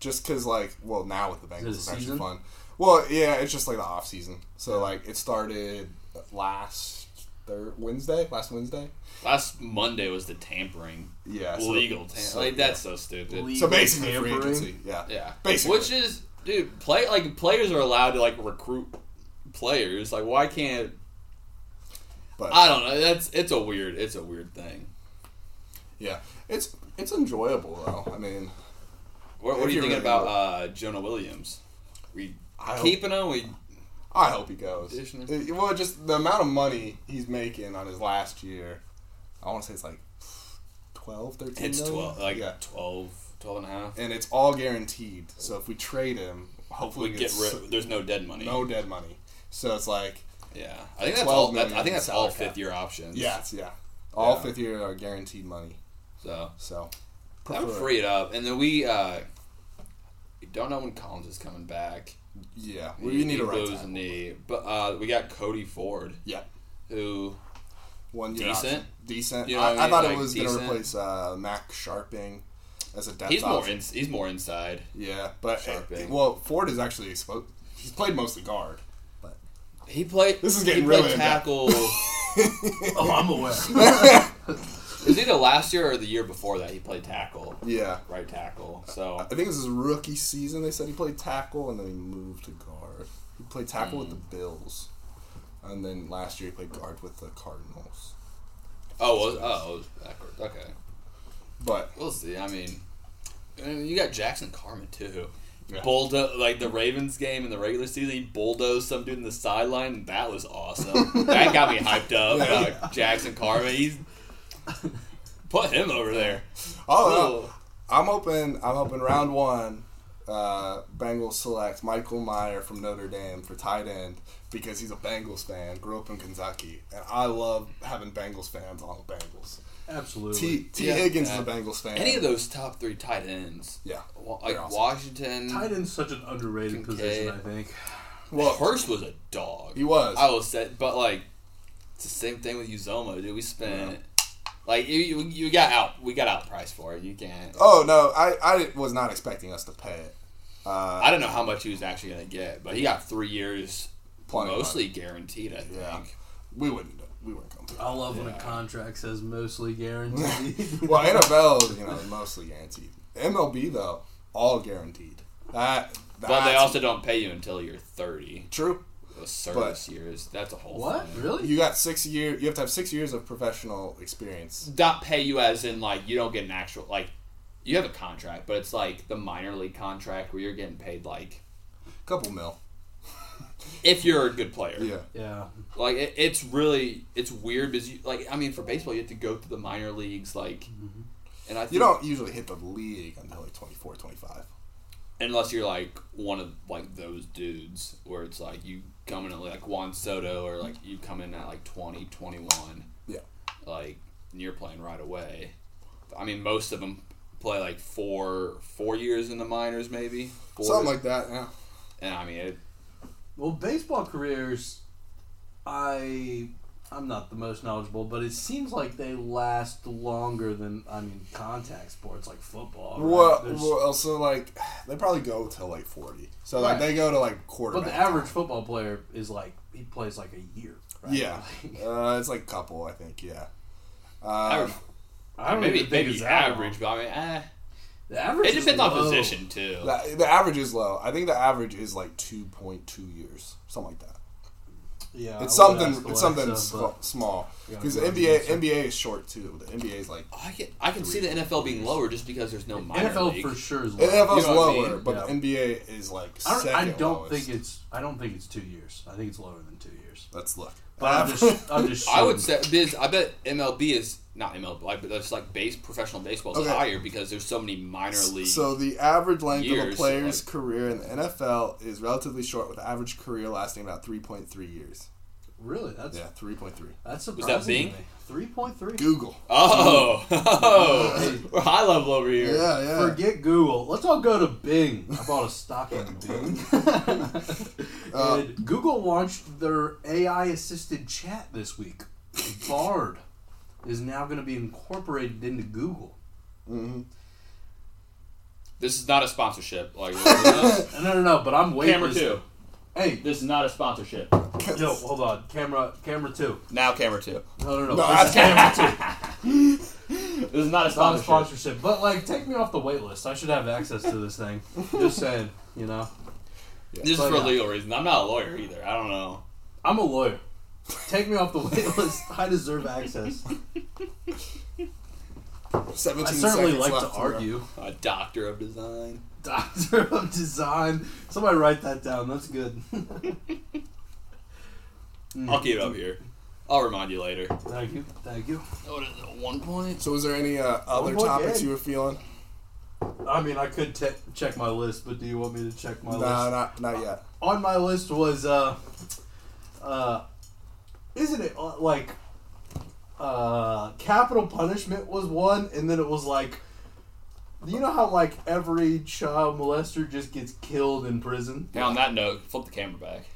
Speaker 6: Just because, like, well, now with the Bengals,
Speaker 4: it a
Speaker 6: it's actually
Speaker 4: season?
Speaker 6: fun. Well, yeah, it's just like the off season. So, like, it started last third Wednesday, last Wednesday.
Speaker 5: Last Monday was the tampering.
Speaker 6: Yeah, so-
Speaker 5: Legal tampering.
Speaker 6: so,
Speaker 5: like,
Speaker 6: yeah.
Speaker 5: that's so stupid.
Speaker 4: Legal
Speaker 6: So basically, free
Speaker 4: tampering.
Speaker 6: agency. Yeah,
Speaker 5: yeah.
Speaker 6: Basically.
Speaker 5: Which is, dude, play like players are allowed to like recruit players. Like, why can't.
Speaker 6: But
Speaker 5: I don't know. That's it's a weird it's a weird thing.
Speaker 6: yeah, it's it's enjoyable though. I mean,
Speaker 5: What, what
Speaker 6: If
Speaker 5: are you
Speaker 6: you're
Speaker 5: thinking
Speaker 6: really
Speaker 5: about
Speaker 6: good.
Speaker 5: uh, Jonah Williams? We
Speaker 6: I hope-
Speaker 5: keeping him? We
Speaker 6: I hope he goes.
Speaker 5: Conditioner?
Speaker 6: It- well, just the amount of money he's making on his last year. I want to say it's like 12, 13
Speaker 5: it's
Speaker 6: million?
Speaker 5: twelve like
Speaker 6: yeah.
Speaker 5: 12, 12 and a half.
Speaker 6: And it's all guaranteed. So if we trade him, hopefully
Speaker 5: We get
Speaker 6: it's
Speaker 5: rid. There's no dead money.
Speaker 6: no dead money. So it's like
Speaker 5: Yeah, I think that's
Speaker 6: 12
Speaker 5: all. That,
Speaker 6: million
Speaker 5: I think that's all
Speaker 6: salary cap.
Speaker 5: fifth year options.
Speaker 6: yeah, it's, yeah. All
Speaker 5: Yeah.
Speaker 6: fifth year are guaranteed money.
Speaker 5: so
Speaker 6: So
Speaker 5: that would
Speaker 6: prefer-
Speaker 5: free it up, and then we uh, we don't know when Collins is coming back.
Speaker 6: Yeah, we need a right
Speaker 5: blows his
Speaker 6: tackle.
Speaker 5: knee, but uh, we got Cody Ford,
Speaker 6: Yeah,
Speaker 5: who
Speaker 6: one year
Speaker 5: Decent.
Speaker 6: option. decent.
Speaker 5: You know
Speaker 6: I,
Speaker 5: what I
Speaker 6: I
Speaker 5: mean?
Speaker 6: thought
Speaker 5: Like,
Speaker 6: it was going to
Speaker 5: decent.
Speaker 6: replace uh, Mac Sharping as a depth.
Speaker 5: he's more in,
Speaker 6: option.
Speaker 5: he's more inside.
Speaker 6: Yeah, but
Speaker 5: Sharp
Speaker 6: eh,
Speaker 5: end.
Speaker 6: well, Ford is actually expo- he's played mostly guard.
Speaker 5: He played.
Speaker 6: This is getting
Speaker 5: he played
Speaker 6: really in-depth.
Speaker 5: tackle.
Speaker 4: Oh, I'm aware.
Speaker 5: it was either last year or the year before that he played tackle,
Speaker 6: Yeah,
Speaker 5: right tackle. So
Speaker 6: I think it was his rookie season. They said he played tackle and then he moved to guard. He played tackle with
Speaker 5: Mm.
Speaker 6: the Bills, and then last year he played guard with the Cardinals.
Speaker 5: oh, it was, oh, it was backwards. Okay,
Speaker 6: But
Speaker 5: we'll see. I mean, I mean, you got Jackson Carmen too.
Speaker 6: Yeah.
Speaker 5: Bulldo like the Ravens game in the regular season, he bulldozed some dude in the sideline. and That was awesome. that got me hyped up. Uh, Jackson Carmen, he's put him over there.
Speaker 6: oh,
Speaker 5: Oh,
Speaker 6: I'm hoping I'm hoping round one, uh, Bengals select Michael Meyer from Notre Dame for tight end because he's a Bengals fan. Grew up in Kentucky, and I love having Bengals fans on the Bengals.
Speaker 4: Absolutely.
Speaker 6: T, T
Speaker 5: Yeah.
Speaker 6: Higgins
Speaker 5: Yeah.
Speaker 6: is a Bengals fan.
Speaker 5: any of those top three tight ends,
Speaker 6: Yeah.
Speaker 5: wa- like
Speaker 6: They're awesome.
Speaker 5: Washington,
Speaker 4: Tight end's such an underrated
Speaker 5: Kincaid.
Speaker 4: position, I think.
Speaker 5: Well, Hurst was a dog.
Speaker 6: He was.
Speaker 5: I was set, but like, it's the same thing with Uzoma, dude. We spent like you, you, you got out. We got out price for it. You can't.
Speaker 6: Oh no, I, I was not expecting us to pay it. Uh,
Speaker 5: I don't know how much he was actually gonna get, but he got three years,
Speaker 6: Plenty of
Speaker 5: mostly guaranteed. I think.
Speaker 6: yeah, we wouldn't. We weren't coming.
Speaker 4: I love when a contract says mostly guaranteed.
Speaker 6: Well, NFL, you know, is mostly guaranteed. MLB though, all guaranteed. That.
Speaker 5: But they
Speaker 6: that's
Speaker 5: also don't pay you until you're 30.
Speaker 6: true.
Speaker 5: Those service years. That's a whole
Speaker 4: what?
Speaker 5: thing.
Speaker 4: Really?
Speaker 6: You got six year. You have to have six years of professional experience.
Speaker 5: Not pay you as in like you don't get an actual like. You have a contract, but it's like the minor league contract where you're getting paid like
Speaker 6: Couple mil.
Speaker 5: if you're a good player.
Speaker 6: Yeah.
Speaker 4: Yeah.
Speaker 5: like it, it's really it's weird because you like I mean for baseball you have to go through the minor leagues like, and I think,
Speaker 6: Mm-hmm. You don't usually hit the league until like 24, 25.
Speaker 5: unless you're like one of like those dudes where it's like you come in at like Juan Soto or like you come in at like 20, 21,
Speaker 6: Yeah.
Speaker 5: like and you're playing right away. I mean most of them play like four four years in the minors maybe four,
Speaker 6: Something like that. Yeah.
Speaker 5: and I mean it,
Speaker 4: Well, baseball careers, I I'm not the most knowledgeable, but it seems like they last longer than I mean contact sports like football. right?
Speaker 6: Well,
Speaker 4: There's-
Speaker 6: well, also like they probably go till like forty. So like
Speaker 4: Right.
Speaker 6: they go to like quarterback.
Speaker 4: but the average football player is like he plays like a year. Right?
Speaker 6: Yeah,
Speaker 4: Like,
Speaker 6: uh, it's like couple, I think. Yeah, Uh,
Speaker 5: average,
Speaker 4: I don't
Speaker 5: maybe
Speaker 4: even think
Speaker 5: maybe
Speaker 4: it's that
Speaker 5: average
Speaker 4: long.
Speaker 5: but I mean eh,
Speaker 4: The average
Speaker 5: it
Speaker 4: is
Speaker 5: depends on
Speaker 4: low.
Speaker 5: position too.
Speaker 6: the, the average is low. I think the average is like two point two years, something like that.
Speaker 4: Yeah, I would
Speaker 6: It's
Speaker 4: ask
Speaker 6: something.
Speaker 4: Alexa,
Speaker 6: It's something
Speaker 4: uh, but-
Speaker 6: sm- small
Speaker 4: Yeah,
Speaker 6: because
Speaker 4: I can
Speaker 6: NBA
Speaker 4: imagine.
Speaker 6: NBA is short too. The NBA is like
Speaker 5: I can I can see the NFL being lower just because there's no minor
Speaker 4: NFL
Speaker 5: league.
Speaker 4: for sure is low.
Speaker 6: NFL is
Speaker 5: You know what I
Speaker 6: lower,
Speaker 5: mean?
Speaker 6: but
Speaker 4: Yeah.
Speaker 6: the NBA is like
Speaker 4: I don't,
Speaker 6: second
Speaker 4: I don't
Speaker 6: lowest.
Speaker 4: think it's I don't think it's two years. I think it's lower than two years.
Speaker 6: Let's look.
Speaker 4: But I'm just, I'm just
Speaker 5: I would
Speaker 4: shooting.
Speaker 5: say biz. I bet MLB is not MLB, like, but that's like base professional baseball is
Speaker 6: Okay.
Speaker 5: higher because there's so many minor leagues.
Speaker 6: So the average length of
Speaker 5: Years,
Speaker 6: a player's
Speaker 5: like-
Speaker 6: career in the NFL is relatively short, with average career lasting about three point three years.
Speaker 4: Really? That's
Speaker 6: Yeah, three point three.
Speaker 4: that's
Speaker 5: that
Speaker 4: surprising.
Speaker 5: Bing?
Speaker 4: Three point three.
Speaker 6: Google.
Speaker 5: Oh, oh, we're high level over here.
Speaker 6: Yeah, yeah.
Speaker 4: Forget Google. Let's all go to Bing. I bought a stock in Bing.
Speaker 6: Uh,
Speaker 4: and Google launched their AI assisted chat this week. Bard is now going to be incorporated into Google.
Speaker 6: Mhm.
Speaker 5: This is not a sponsorship. Like camera
Speaker 4: No, no, no. But I'm waiting.
Speaker 5: two.
Speaker 4: Hey,
Speaker 5: This is not a sponsorship.
Speaker 4: yo, hold on. Camera, camera two.
Speaker 5: Now camera two.
Speaker 4: No, no, no.
Speaker 6: No,
Speaker 4: This
Speaker 6: that's
Speaker 4: is
Speaker 6: camera
Speaker 5: This is not a
Speaker 4: not a
Speaker 5: sponsorship.
Speaker 4: sponsorship, but like, take me off the wait list. I should have access to this thing. Just saying, you know.
Speaker 5: This is
Speaker 4: But,
Speaker 5: for
Speaker 4: uh,
Speaker 5: legal reasons. I'm not a lawyer either. I don't know.
Speaker 4: I'm a lawyer. Take me off the wait list. I deserve access. I
Speaker 6: Seventeen
Speaker 4: certainly
Speaker 6: seconds
Speaker 4: like
Speaker 6: left,
Speaker 4: to argue.
Speaker 5: A doctor of design.
Speaker 4: Doctor of Design. Somebody write that down. That's good.
Speaker 6: Mm.
Speaker 5: I'll keep it up here. I'll remind you later.
Speaker 4: Thank you. Thank you.
Speaker 5: What is it? One point.
Speaker 6: So, was there any uh, other
Speaker 4: point
Speaker 6: topics
Speaker 4: game.
Speaker 6: you were feeling?
Speaker 4: I mean, I could te- check my list, but do you want me to check my
Speaker 6: No,
Speaker 4: list?
Speaker 6: not not yet.
Speaker 4: On my list was uh, uh, isn't it uh, like uh, capital punishment was one, and then it was like. You know how like every child molester just gets killed in prison.
Speaker 5: Now on that note, flip the camera back.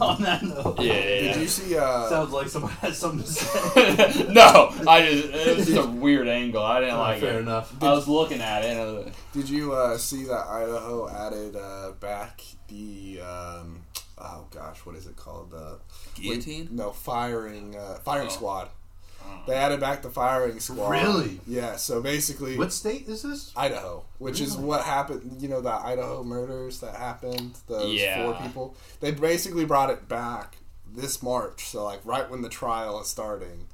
Speaker 4: On that note,
Speaker 5: Yeah. yeah,
Speaker 6: Did
Speaker 5: yeah.
Speaker 6: you see? Uh,
Speaker 4: sounds like someone has something to say.
Speaker 5: no, I just it was just a weird angle. Oh, I didn't like
Speaker 4: fair
Speaker 5: it.
Speaker 4: enough.
Speaker 5: I was looking at it. And I was like,
Speaker 6: did you uh, see that Idaho added uh, back the? Um, oh gosh, what is it called? Uh,
Speaker 5: Guillotine?
Speaker 6: no, firing uh, firing
Speaker 5: Oh.
Speaker 6: squad. They added back the firing squad.
Speaker 4: Really?
Speaker 6: Yeah. So basically,
Speaker 4: What state is this?
Speaker 6: Idaho, which is what happened. You know, the Idaho murders that happened. Those
Speaker 5: Yeah.
Speaker 6: four people. They basically brought it back this March. So like right when the trial is starting,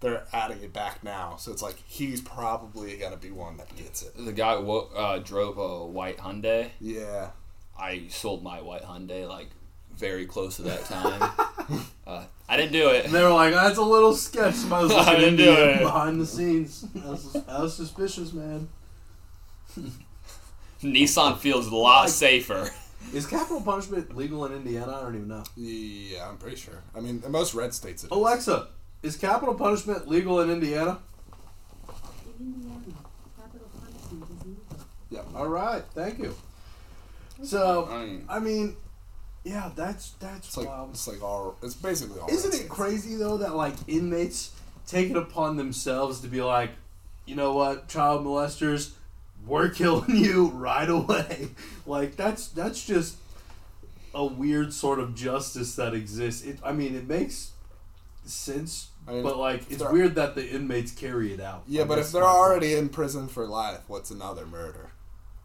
Speaker 6: they're adding it back now. So it's like he's probably gonna be one that gets it.
Speaker 5: the guy wo- uh, drove a white Hyundai.
Speaker 6: Yeah.
Speaker 5: I sold my white Hyundai like very close to that time. uh, I didn't do it.
Speaker 4: And they were like, that's a little sketch. I was
Speaker 5: I
Speaker 4: looking
Speaker 5: didn't
Speaker 4: into
Speaker 5: do
Speaker 4: it
Speaker 5: it.
Speaker 4: behind the scenes. That was, that was suspicious, man.
Speaker 5: Nissan feels a lot safer.
Speaker 4: Is capital punishment legal in Indiana? I don't even know.
Speaker 6: Yeah, I'm pretty sure. I mean, in most red states, it is.
Speaker 4: Alexa, is capital punishment legal in Indiana?
Speaker 2: In Indiana, capital punishment is legal.
Speaker 6: Yeah.
Speaker 4: All right, thank you. So,
Speaker 5: I mean,
Speaker 4: I mean, yeah, that's that's
Speaker 6: It's like
Speaker 4: wild.
Speaker 6: it's like all. It's basically all.
Speaker 4: Isn't
Speaker 6: red
Speaker 4: it
Speaker 6: states.
Speaker 4: crazy though that like inmates take it upon themselves to be like, you know what, child molesters, we're killing you right away. Like that's that's just a weird sort of justice that exists. It, I mean, it makes sense,
Speaker 6: I mean,
Speaker 4: but like it's
Speaker 6: they're-
Speaker 4: weird that the inmates carry it out.
Speaker 6: Yeah,
Speaker 4: I
Speaker 6: but
Speaker 4: guess
Speaker 6: if they're
Speaker 4: my point.
Speaker 6: already in prison for life, what's another murder?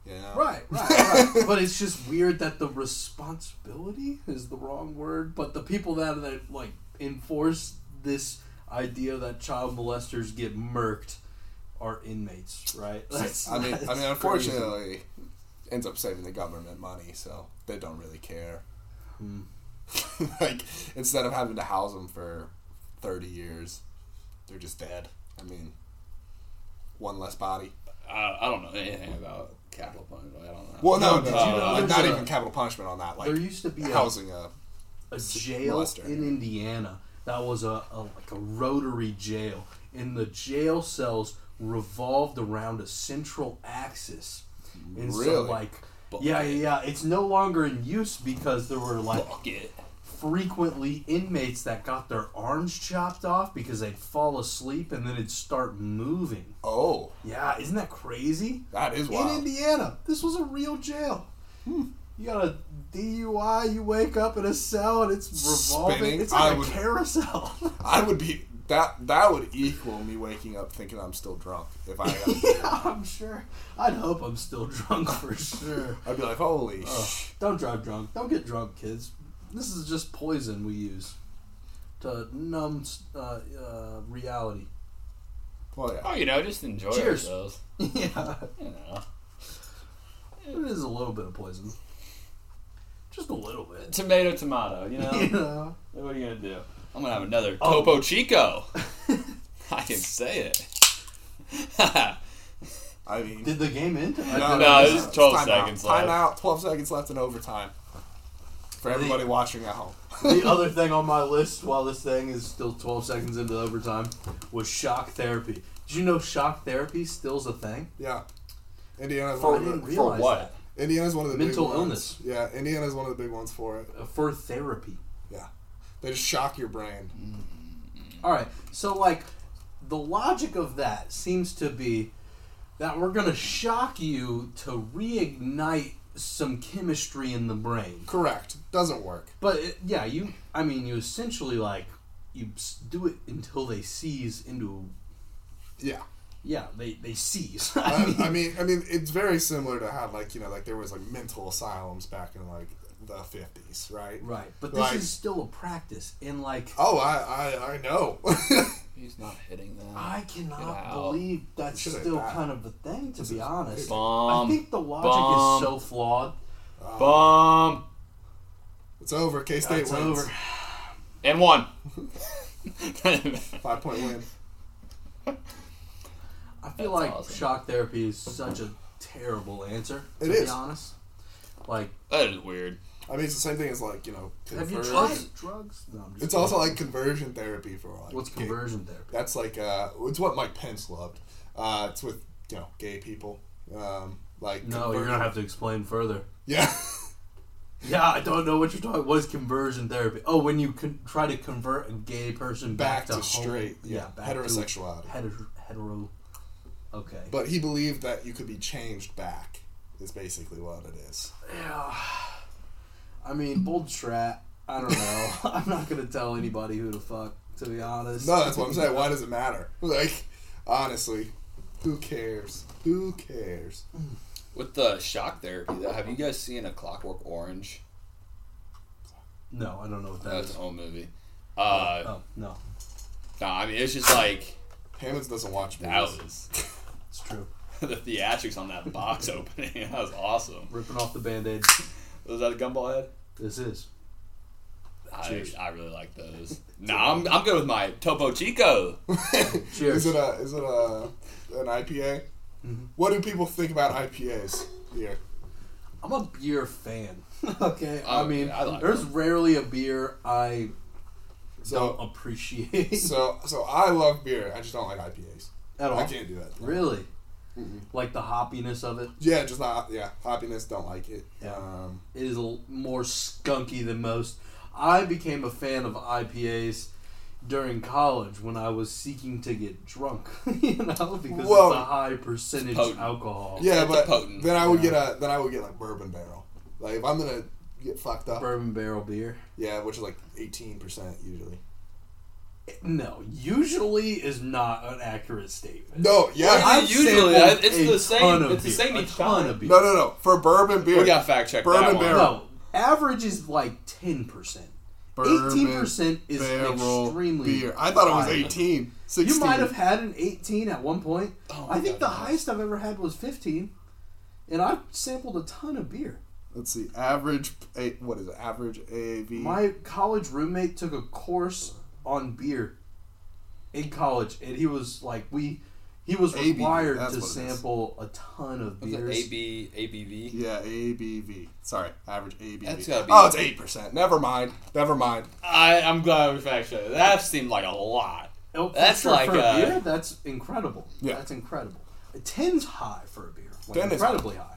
Speaker 6: You know?
Speaker 4: Right, right, right. but it's just weird that the responsibility is the wrong word, but the people that that like enforce this idea that child molesters get murked are inmates, right? That's,
Speaker 6: I mean, I
Speaker 4: that's
Speaker 6: mean,
Speaker 4: crazy.
Speaker 6: unfortunately, ends up saving the government money, so they don't really care.
Speaker 4: Hmm.
Speaker 6: like instead of having to house them for thirty years, they're just dead. I mean, one less body.
Speaker 5: I, I don't know anything about capital punishment. I don't know.
Speaker 6: Well,
Speaker 4: No,
Speaker 6: no, no,
Speaker 4: did
Speaker 5: you know
Speaker 6: like,
Speaker 4: there's
Speaker 6: not
Speaker 4: a-
Speaker 6: even capital punishment on that. Like
Speaker 4: uh, there used to be a,
Speaker 6: housing a
Speaker 4: a jail
Speaker 6: molester.
Speaker 4: in Indiana that was a, a like a rotary jail, and the jail cells revolved around a central axis, and so
Speaker 6: Really?
Speaker 4: like.
Speaker 5: Bucket.
Speaker 4: Yeah, yeah, yeah. It's no longer in use because there were like
Speaker 5: Fuck it.
Speaker 4: frequently inmates that got their arms chopped off because they'd fall asleep and then it'd start moving.
Speaker 6: oh,
Speaker 4: Yeah, isn't that crazy?
Speaker 6: that is wild.
Speaker 4: In Indiana, this was a real jail. Hmm. You got a DUI, you wake up in a cell and it's revolving.
Speaker 6: Spinning.
Speaker 4: It's like
Speaker 6: I
Speaker 4: a
Speaker 6: would-
Speaker 4: carousel.
Speaker 6: I would be that. That would equal me waking up thinking I'm still drunk if I.
Speaker 4: yeah, I'm sure. I'd hope I'm still drunk for sure.
Speaker 6: I'd be like, holy
Speaker 4: Ugh,
Speaker 6: sh.
Speaker 4: don't drive drunk. Don't get drunk, kids. This is just poison we use to numb uh, uh, reality.
Speaker 6: Well, yeah.
Speaker 5: Oh, you know, just enjoy
Speaker 4: Cheers.
Speaker 5: ourselves.
Speaker 4: yeah.
Speaker 5: You know.
Speaker 4: It is a little bit of poison. Just a little bit.
Speaker 5: Tomato, tomato. You know.
Speaker 4: You know?
Speaker 5: What are you gonna do? I'm gonna have another
Speaker 4: Oh.
Speaker 5: Topo Chico. I can say it.
Speaker 6: I mean,
Speaker 4: Did the game end? I
Speaker 6: No,
Speaker 4: did-
Speaker 5: no,
Speaker 6: no,
Speaker 5: this is 12
Speaker 6: timeout.
Speaker 5: seconds left.
Speaker 6: Timeout, 12 seconds left in overtime. For everybody watching at home.
Speaker 4: the other thing on my list, while this thing is still 12 seconds into overtime, was shock therapy. Did you know shock therapy still's a thing?
Speaker 6: yeah. Indiana's
Speaker 4: I
Speaker 6: one
Speaker 4: didn't
Speaker 6: of the,
Speaker 4: realize
Speaker 5: what?
Speaker 4: that.
Speaker 6: Indiana's one of the
Speaker 4: Mental
Speaker 6: big
Speaker 4: illness.
Speaker 6: Ones. Yeah, Indiana's one of the big ones for it.
Speaker 4: Uh, For therapy.
Speaker 6: Yeah, they just shock your brain.
Speaker 4: Mm. All right. So like the logic of that seems to be that we're going to shock you to reignite some chemistry in the brain.
Speaker 6: Correct. Doesn't work.
Speaker 4: But it, yeah, you I mean you essentially like you s- do it until they seize into
Speaker 6: Yeah.
Speaker 4: yeah, they they seize.
Speaker 6: I I mean, I mean, it's very similar to how, like, you know, like there was like mental asylums back in like the fifties, right?
Speaker 4: Right, but this
Speaker 6: Like-
Speaker 4: is still a practice, and like
Speaker 6: Oh, I, I, I know.
Speaker 5: He's not hitting them.
Speaker 4: I cannot
Speaker 5: Wow.
Speaker 4: believe that's
Speaker 6: Should've
Speaker 4: still
Speaker 6: died.
Speaker 4: kind of a thing. To be honest, I
Speaker 5: Bomb.
Speaker 4: think the logic
Speaker 5: Bomb.
Speaker 4: is so flawed.
Speaker 5: Bomb.
Speaker 6: it's over. K State
Speaker 4: It's
Speaker 6: wins.
Speaker 4: over.
Speaker 5: And one.
Speaker 6: Five point win.
Speaker 4: I feel
Speaker 5: That's
Speaker 4: like
Speaker 5: awesome.
Speaker 4: shock therapy is such a terrible answer. To
Speaker 6: It
Speaker 4: be
Speaker 6: is.
Speaker 4: honest, like
Speaker 5: that is weird.
Speaker 6: I mean, it's the same thing as like you know.
Speaker 4: have you
Speaker 6: conver-
Speaker 4: tried drugs? No, I'm just
Speaker 6: It's also like conversion therapy for like.
Speaker 4: what's
Speaker 6: gay-
Speaker 4: conversion therapy?
Speaker 6: That's like uh, it's what Mike Pence loved. Uh, it's with you know gay people. Um, like
Speaker 4: No, you're gonna have to explain further.
Speaker 6: yeah.
Speaker 4: Yeah, I don't know what you're talking. What is conversion therapy? Oh, when you con- try to convert a gay person back,
Speaker 6: Back to
Speaker 4: homo-
Speaker 6: straight, yeah,
Speaker 4: to
Speaker 6: heterosexuality.
Speaker 4: Heter- hetero. Okay.
Speaker 6: But he believed that you could be changed back. Is basically what it is.
Speaker 4: Yeah. I mean, bold strat. I don't know. I'm not gonna tell anybody who to fuck, to be honest.
Speaker 6: No, that's what I'm saying. Why does it matter? Like, honestly, who cares? Who cares?
Speaker 5: With the shock therapy, though, have you guys seen A Clockwork Orange?
Speaker 4: No, I don't know what that
Speaker 5: That's
Speaker 4: is.
Speaker 5: an old movie. Uh,
Speaker 4: Oh no,
Speaker 5: no, I mean it's just like
Speaker 6: Hammonds doesn't watch movies.
Speaker 5: that was
Speaker 4: it's true.
Speaker 5: the theatrics on that box opening. That was awesome.
Speaker 4: Ripping off the band-aid.
Speaker 5: Was that a gumball head?
Speaker 4: This is.
Speaker 5: I,
Speaker 4: Cheers.
Speaker 5: I really like those. No, I'm, I'm good with my Topo Chico.
Speaker 4: Cheers. Mm-hmm.
Speaker 6: Is it a is it a an IPA? What do people think about IPAs here?
Speaker 4: I'm a beer fan. okay. I
Speaker 5: Oh,
Speaker 4: mean,
Speaker 5: yeah, I like
Speaker 4: there's rarely a beer I don't
Speaker 6: So
Speaker 4: appreciate
Speaker 6: so so I love beer. I just don't like IPAs.
Speaker 4: at all.
Speaker 6: I can't do that.
Speaker 4: Really. Like the hoppiness of it,
Speaker 6: Yeah, just not. Yeah, hoppiness. Don't like it.
Speaker 4: Yeah.
Speaker 6: Um,
Speaker 4: it is a l- more skunky than most. I became a fan of IPAs during college when I was seeking to get drunk, you know, because
Speaker 6: Whoa.
Speaker 4: it's a high percentage
Speaker 5: Potent.
Speaker 4: alcohol.
Speaker 6: yeah,
Speaker 5: It's
Speaker 6: but
Speaker 5: potent.
Speaker 6: then I would get a then I would get like bourbon barrel. Like if I'm gonna get fucked up,
Speaker 4: Bourbon barrel beer.
Speaker 6: yeah, which is like eighteen percent usually.
Speaker 4: No, usually is not an accurate statement.
Speaker 6: No, yeah,
Speaker 5: Why
Speaker 4: I've
Speaker 5: is it usually?
Speaker 4: sampled
Speaker 5: I- it's
Speaker 4: a
Speaker 5: the same-
Speaker 4: ton of
Speaker 5: it's the
Speaker 4: beer,
Speaker 5: same
Speaker 4: a
Speaker 5: each
Speaker 4: ton
Speaker 5: time.
Speaker 4: of beer.
Speaker 6: No, no, no. For bourbon beer,
Speaker 5: We got to fact check that
Speaker 6: Bourbon
Speaker 5: one.
Speaker 6: barrel.
Speaker 4: No, average is like ten percent. Eighteen percent is an
Speaker 6: barrel
Speaker 4: extremely.
Speaker 6: beer. I thought it was
Speaker 4: high.
Speaker 6: 18. 16.
Speaker 4: You might have had an 18 at one point.
Speaker 5: Oh my
Speaker 4: I think
Speaker 5: God,
Speaker 4: the
Speaker 5: yes.
Speaker 4: highest I've ever had was 15, and I've sampled a ton of beer.
Speaker 6: Let's see. Average. A, what is it? Average AAV.
Speaker 4: My college roommate took a course on beer in college, and he was like, we, he was
Speaker 6: AB,
Speaker 4: required
Speaker 6: that's
Speaker 4: to
Speaker 6: what it is.
Speaker 4: sample a ton of
Speaker 5: Was it
Speaker 4: beers.
Speaker 5: AB, ABV?
Speaker 6: yeah, ABV. Sorry, average ABV.
Speaker 5: That's gotta be-
Speaker 6: oh, it's eight percent. Never mind. Never mind.
Speaker 5: I, I'm glad we fact checked. it. That seemed like a lot.
Speaker 4: Oh, for
Speaker 5: That's
Speaker 4: sure,
Speaker 5: like uh,
Speaker 4: for
Speaker 5: a-
Speaker 4: a beer. That's incredible.
Speaker 6: Yeah.
Speaker 4: that's incredible. A ten's high for a beer. Like,
Speaker 6: 10 is
Speaker 4: incredibly high.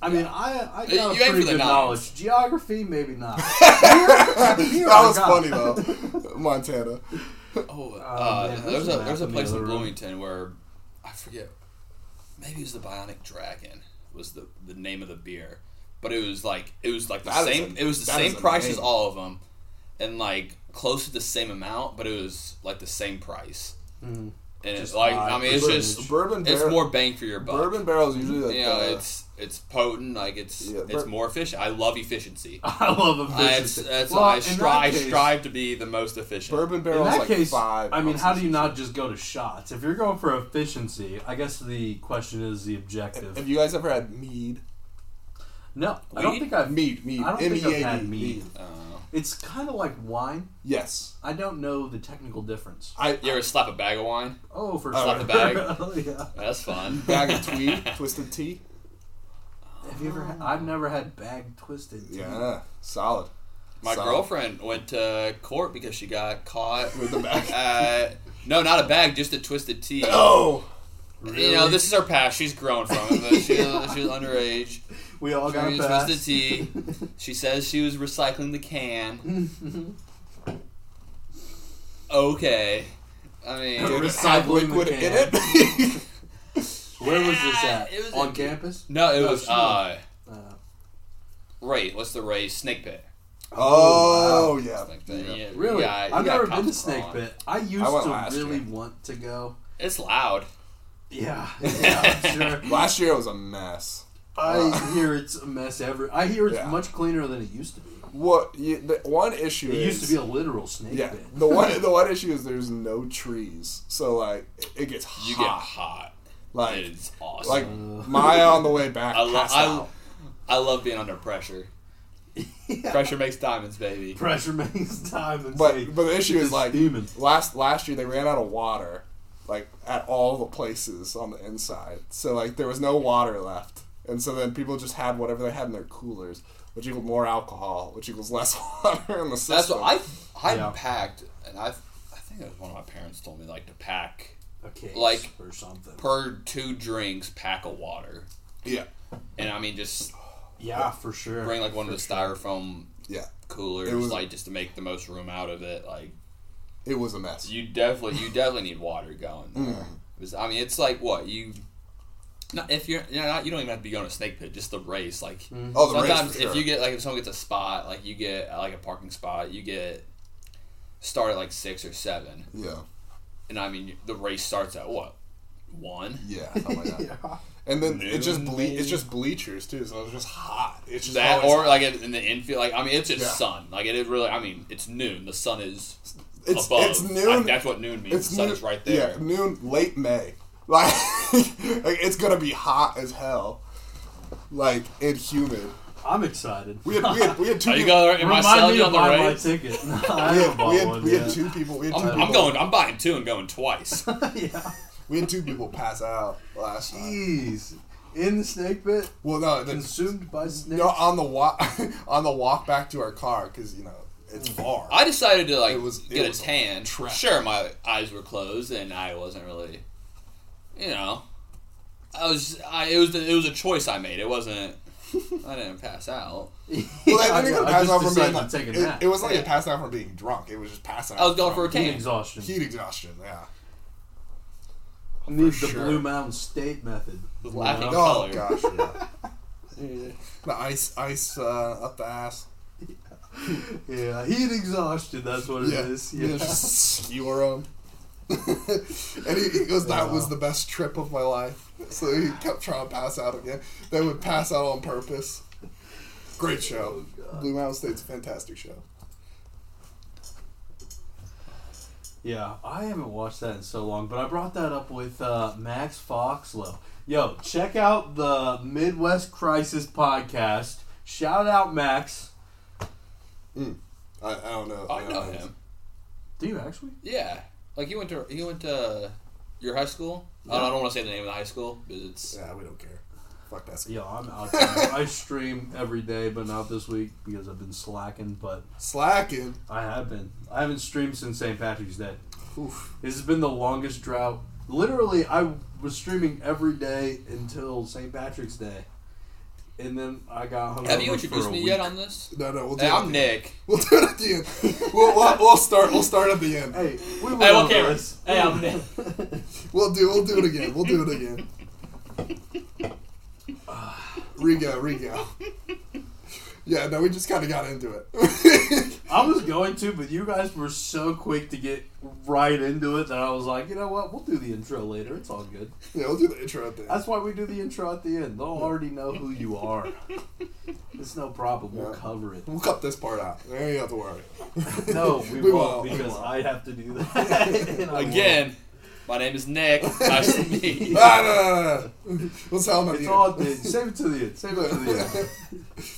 Speaker 4: I mean, I I
Speaker 5: You aim
Speaker 4: got
Speaker 5: for
Speaker 4: a pretty
Speaker 5: the
Speaker 4: good
Speaker 5: nines.
Speaker 4: knowledge. Geography, maybe not. that
Speaker 6: that was funny though. Montana.
Speaker 5: Oh,
Speaker 6: Um,
Speaker 5: uh,
Speaker 4: man,
Speaker 5: there's,
Speaker 4: there's
Speaker 5: a
Speaker 4: a
Speaker 5: there's a
Speaker 4: map in the
Speaker 5: place in
Speaker 4: other room.
Speaker 5: Bloomington where I forget. Maybe it was the Bionic Dragon was the the name of the beer, but it was like it was like the
Speaker 6: That is
Speaker 5: same.
Speaker 6: a-
Speaker 5: it was the
Speaker 6: that is
Speaker 5: same
Speaker 6: a
Speaker 5: price as
Speaker 6: name.
Speaker 5: all of them, and like close to the same amount, but it was like the same price. And it's
Speaker 4: Just
Speaker 5: like
Speaker 4: high
Speaker 5: I mean, it's
Speaker 4: percentage.
Speaker 5: just
Speaker 6: Mm-hmm. Bourbon
Speaker 5: It's
Speaker 6: barrel-
Speaker 5: more bang for your buck.
Speaker 6: Bourbon barrels usually like.
Speaker 5: you know,
Speaker 6: uh,
Speaker 5: it's it's potent. Like it's
Speaker 6: Yeah,
Speaker 5: it's
Speaker 6: bur-
Speaker 5: more efficient. I love efficiency.
Speaker 4: I love a
Speaker 5: I,
Speaker 4: vicious.
Speaker 5: Uh, it's, that's
Speaker 4: Well,
Speaker 5: I
Speaker 4: in that
Speaker 5: strive
Speaker 4: case-
Speaker 5: strive to be the most efficient.
Speaker 6: bourbon
Speaker 4: In
Speaker 6: barrels
Speaker 4: that
Speaker 6: like
Speaker 4: case,
Speaker 6: five.
Speaker 4: I mean, how do
Speaker 6: ounces.
Speaker 4: you not just go to shots? If you're going for efficiency, I guess the question is the objective.
Speaker 6: Have you guys ever had mead?
Speaker 4: no, I don't
Speaker 5: Weed?
Speaker 4: think I've.
Speaker 6: Mead, mead,
Speaker 4: I don't think I've had
Speaker 6: M E A D,
Speaker 4: mead.
Speaker 6: mead.
Speaker 5: Uh,
Speaker 4: It's kind of like wine.
Speaker 6: Yes.
Speaker 4: I don't know the technical difference.
Speaker 6: I
Speaker 5: you ever slap a bag of wine?
Speaker 4: Oh, for
Speaker 5: Out
Speaker 4: sure.
Speaker 5: of the bag?
Speaker 4: Oh, yeah.
Speaker 5: That's fun.
Speaker 6: bag of tweed, twisted tea.
Speaker 4: Have you ever? Had, I've never had bag twisted. tea.
Speaker 6: Yeah, solid.
Speaker 5: My
Speaker 6: Solid.
Speaker 5: girlfriend went to court because she got caught
Speaker 6: With the bag.
Speaker 5: Uh, no, not a bag, just a twisted tea.
Speaker 6: Oh,
Speaker 5: You know, this is her past. She's grown from it, but she,
Speaker 6: Yeah.
Speaker 5: she was underage.
Speaker 4: We all got
Speaker 5: She
Speaker 4: passed.
Speaker 5: twisted tea. She says she was recycling the can. Okay. I mean,
Speaker 6: did it have
Speaker 4: Recycling the
Speaker 6: liquid in
Speaker 4: can.
Speaker 6: it?
Speaker 4: Where was this at?
Speaker 5: It was
Speaker 4: On
Speaker 5: in-
Speaker 4: campus?
Speaker 5: no, it
Speaker 4: No,
Speaker 5: was
Speaker 4: she-
Speaker 5: uh,
Speaker 4: Uh,
Speaker 5: Ray. What's the Ray Snake Pit?
Speaker 4: wow.
Speaker 6: oh, yeah.
Speaker 5: Like the,
Speaker 6: yeah.
Speaker 5: yeah,
Speaker 4: Really?
Speaker 5: yeah, you
Speaker 4: I've
Speaker 5: got
Speaker 4: never
Speaker 5: caught
Speaker 4: been to
Speaker 5: for
Speaker 4: Snake
Speaker 5: wrong.
Speaker 4: Pit. I used
Speaker 6: I went
Speaker 4: to
Speaker 6: last
Speaker 4: really
Speaker 6: year.
Speaker 4: want to go.
Speaker 5: It's loud.
Speaker 4: Yeah, yeah, I'm sure.
Speaker 6: Last year it was a mess.
Speaker 4: I hear it's a mess every. I hear it's
Speaker 6: Uh, Yeah.
Speaker 4: much cleaner than it used to be.
Speaker 6: What you, the one issue
Speaker 4: It
Speaker 6: is,
Speaker 4: used to be a literal snake
Speaker 6: yeah.
Speaker 4: pit.
Speaker 6: The one the one issue is there's no trees, so like it- it gets hot.
Speaker 5: You get hot.
Speaker 6: like
Speaker 5: it's awesome.
Speaker 6: like Maya on the way back.
Speaker 5: I, lo-
Speaker 6: passed
Speaker 5: I,
Speaker 6: out.
Speaker 5: I love being under pressure.
Speaker 4: Yeah.
Speaker 5: Pressure makes diamonds, baby.
Speaker 4: Pressure makes time. And say,
Speaker 6: But but the issue
Speaker 4: "This
Speaker 6: is like
Speaker 4: steaming."
Speaker 6: last last year they ran out of water, like at all the places on the inside. So like there was no water left, and so then people just had whatever they had in their coolers, which equaled more alcohol, which equals less water in the system.
Speaker 5: That's what I I
Speaker 4: Yeah.
Speaker 5: packed, and I I think it was one of my parents told me like to pack
Speaker 4: a case
Speaker 5: like,
Speaker 4: or something.
Speaker 5: per two drinks, pack of water,
Speaker 6: yeah
Speaker 5: and I mean just
Speaker 4: yeah, for sure.
Speaker 5: bring like one of the styrofoam
Speaker 6: yeah
Speaker 5: coolers,
Speaker 6: It was-
Speaker 5: like just to make the most room out of it. Like
Speaker 6: it was a mess.
Speaker 5: you definitely you definitely need water going there.
Speaker 6: Mm.
Speaker 5: 'Cause, I mean, it's like what you. Not if you're, you know, not, you don't even have to be going to snake pit. Just the race, like
Speaker 6: Oh, the race,
Speaker 5: sometimes
Speaker 6: for sure.
Speaker 5: if you get like if someone gets a spot, like you get uh, like a parking spot, you get start at like six or seven,
Speaker 6: yeah
Speaker 5: and I mean the race starts at what one.
Speaker 6: yeah something like that.
Speaker 4: Yeah.
Speaker 6: And then it just
Speaker 5: Noon,
Speaker 6: ble-
Speaker 5: maybe?
Speaker 6: it's just bleachers too, so it's just hot. It's just
Speaker 5: That
Speaker 4: Oh,
Speaker 6: always-
Speaker 5: or like in in the infield, like I mean, it's just
Speaker 6: Yeah.
Speaker 5: sun. Like it is really, I mean, it's noon. The sun is
Speaker 6: it's,
Speaker 5: above.
Speaker 6: it's
Speaker 5: Like,
Speaker 6: noon.
Speaker 5: that's what noon means.
Speaker 6: it's
Speaker 5: the sun
Speaker 6: noon,
Speaker 5: is right there.
Speaker 6: Yeah, noon, late May. Like, like it's gonna be hot as hell, like and humid.
Speaker 4: I'm excited.
Speaker 6: We had we had, we had two.
Speaker 5: Are you
Speaker 6: people,
Speaker 5: going? Am I
Speaker 4: Remind
Speaker 5: selling
Speaker 4: me
Speaker 5: you
Speaker 4: to
Speaker 5: on the
Speaker 4: buy my
Speaker 5: race?
Speaker 4: ticket. No, I
Speaker 6: we
Speaker 4: haven't
Speaker 6: had,
Speaker 4: bought
Speaker 6: we, had,
Speaker 4: one
Speaker 6: we had
Speaker 4: yet.
Speaker 6: two people. We had 2
Speaker 5: I'm,
Speaker 6: people.
Speaker 5: I'm going. I'm buying two and going twice.
Speaker 4: yeah.
Speaker 6: We had two people pass out last time.
Speaker 4: Jeez. In the snake pit,
Speaker 6: Well, no, the,
Speaker 4: consumed by snakes.
Speaker 6: no, on the walk on the walk back to our car because you know it's far.
Speaker 5: Mm. I decided to like
Speaker 6: It was- it
Speaker 5: get
Speaker 6: was
Speaker 5: a tan.
Speaker 6: trap.
Speaker 5: Sure, my eyes were closed and I wasn't really, you know, I was. I it was it was a choice I made. It wasn't. I didn't pass out.
Speaker 6: Well, I
Speaker 4: I,
Speaker 6: think it was
Speaker 4: I
Speaker 6: pass
Speaker 4: just
Speaker 6: out from being
Speaker 4: decided
Speaker 6: like,
Speaker 4: to take a
Speaker 6: it,
Speaker 4: nap.
Speaker 6: it was like
Speaker 5: Yeah.
Speaker 6: a pass out from being drunk. It was just passing out.
Speaker 5: I was going for a
Speaker 6: from
Speaker 5: tan.
Speaker 4: Heat exhaustion.
Speaker 6: heat exhaustion. Yeah.
Speaker 4: Need
Speaker 6: for
Speaker 4: the
Speaker 6: sure.
Speaker 4: Blue Mountain State method.
Speaker 5: With lacking
Speaker 4: You know?
Speaker 6: Oh
Speaker 5: color.
Speaker 6: gosh. Yeah. the ice, ice uh, up the ass.
Speaker 4: Yeah, heat exhaustion. That's what
Speaker 6: Yeah.
Speaker 4: it is.
Speaker 6: You know,
Speaker 4: Yeah.
Speaker 6: just skewer him. and he, he goes, "That was the best trip of my life." So he kept trying to pass out again. They would pass out on purpose. Great show. Blue Mountain State's a fantastic show.
Speaker 4: Yeah, I haven't watched that in so long, but I brought that up with uh, Max Foxlow. Yo, check out the Midwest Crisis podcast. Shout out Max.
Speaker 6: I, I don't know.
Speaker 5: I
Speaker 6: don't
Speaker 5: know him.
Speaker 4: Do you actually?
Speaker 5: Yeah, like he went to he went to your high school. I, don't, I don't want to say the name of the high school because it's
Speaker 6: Yeah, we don't care. Fuck that.
Speaker 4: Yo, I'm out. there. I stream every day, but not this week because I've been slacking. But
Speaker 6: Slacking.
Speaker 4: I have been. I haven't streamed since St. Patrick's Day.
Speaker 6: Oof.
Speaker 4: This has been the longest drought. Literally, I was streaming every day until St. Patrick's Day, and then I got home.
Speaker 5: Have you introduced me yet on this?
Speaker 6: No, no, we'll do
Speaker 5: Hey,
Speaker 6: it
Speaker 5: I'm
Speaker 6: at the end.
Speaker 5: Nick.
Speaker 6: We'll do it at the end. We'll, we'll, we'll start. We'll start at the end.
Speaker 4: Hey, we went
Speaker 5: Hey,
Speaker 4: over
Speaker 5: what camera?
Speaker 4: this.
Speaker 5: Hey, I'm Nick.
Speaker 6: We'll do. We'll do it again. We'll do it again. Ah, Rigo, Rigo. Yeah, no, we just kind of got into it.
Speaker 4: I was going to, but you guys were so quick to get right into it that I was like, you know what? We'll do the intro later. It's all good.
Speaker 6: yeah, we'll do the intro at the end.
Speaker 4: That's why we do the intro at the end. They'll already know who you are. It's no problem. We'll
Speaker 6: Yeah.
Speaker 4: cover it.
Speaker 6: We'll cut this part out. There you have to worry.
Speaker 4: No, we, won't, because
Speaker 6: won't.
Speaker 4: I have to do that And I
Speaker 5: Again, my name is Nick. Nice to meet you.
Speaker 6: Ah, no, no, no, no. We'll tell them
Speaker 4: won't.
Speaker 6: at
Speaker 4: It's
Speaker 6: the
Speaker 4: all
Speaker 6: end.
Speaker 4: good. Save it to the end. Save it to the end.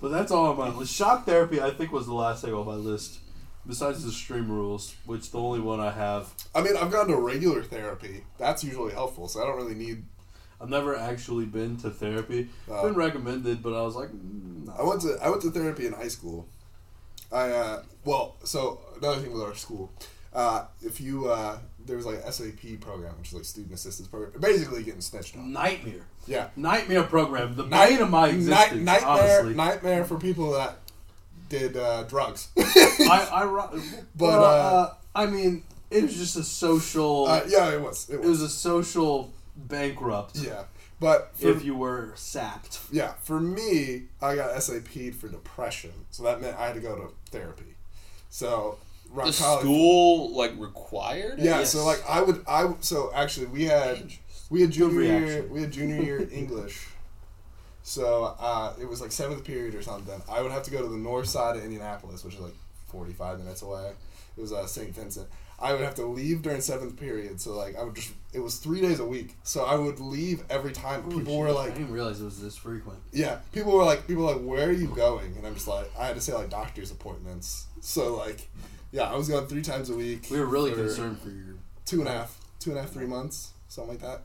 Speaker 4: But that's all on my list. Shock therapy, I think, was the last thing on my list, besides the stream rules, which the only one I have.
Speaker 6: I mean, I've gone to regular therapy. That's usually helpful, so I don't really need.
Speaker 4: I've never actually been to therapy.
Speaker 6: Oh.
Speaker 4: Been recommended, but I was like, mm,
Speaker 6: I
Speaker 4: no.
Speaker 6: went to I went to therapy in high school. I uh, well, so another thing with our school, uh, if you uh, there was like a SAP program, which is like student assistance program, basically getting snitched on.
Speaker 4: Nightmare.
Speaker 6: Yeah,
Speaker 4: Nightmare program. The
Speaker 6: Night-
Speaker 4: bane of my
Speaker 6: night-
Speaker 4: existence.
Speaker 6: nightmare,
Speaker 4: honestly.
Speaker 6: nightmare for people that did uh, drugs.
Speaker 4: I, I, ro-
Speaker 6: But,
Speaker 4: well,
Speaker 6: uh,
Speaker 4: uh, I mean, it was just a social.
Speaker 6: uh, yeah, it was. It
Speaker 4: it
Speaker 6: was.
Speaker 4: was a social bankrupt.
Speaker 6: Yeah, but for,
Speaker 4: If you were sapped.
Speaker 6: yeah, for me, I got SAP'd for depression, so that meant I had to go to therapy. So rock
Speaker 5: The
Speaker 6: college-
Speaker 5: school like required. it?
Speaker 6: Yeah, so like I would, I so actually we had we had junior year,
Speaker 4: reaction.
Speaker 6: we had junior year English, so uh, it was like seventh period or something. I would have to go to the north side of Indianapolis, which is like forty five minutes away. It was uh, St. Vincent. I would have to leave during seventh period, so like I would just it was three days a week, so I would leave every time. People were
Speaker 4: I
Speaker 6: like,
Speaker 4: didn't realize it was this frequent.
Speaker 6: yeah, people were like, people were like, where are you going? And I'm just like, I had to say like doctor's appointments. So like, yeah, I was going three times a week.
Speaker 4: We were really
Speaker 6: for-
Speaker 4: concerned for your.
Speaker 6: two and a half, two and a half, three months, something like that.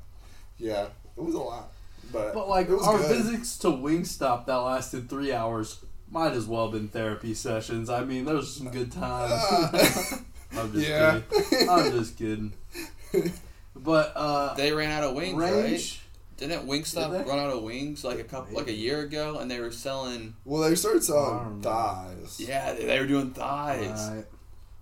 Speaker 6: Yeah, it was a lot, but
Speaker 4: But like
Speaker 6: it was
Speaker 4: our
Speaker 6: good.
Speaker 4: visits to Wingstop that lasted three hours might as well have been therapy sessions. I mean, those were some good times.
Speaker 6: Ah.
Speaker 4: I'm just
Speaker 6: Yeah.
Speaker 4: kidding. I'm just kidding. But uh,
Speaker 5: they ran out of wings, right?
Speaker 4: range.
Speaker 5: Didn't Wingstop
Speaker 4: Did they?
Speaker 5: run out of wings like a couple like a year ago, and they were selling?
Speaker 6: well, they started
Speaker 4: I don't
Speaker 6: selling
Speaker 4: know.
Speaker 6: thighs.
Speaker 5: Yeah, they, they were doing thighs.
Speaker 4: Alright.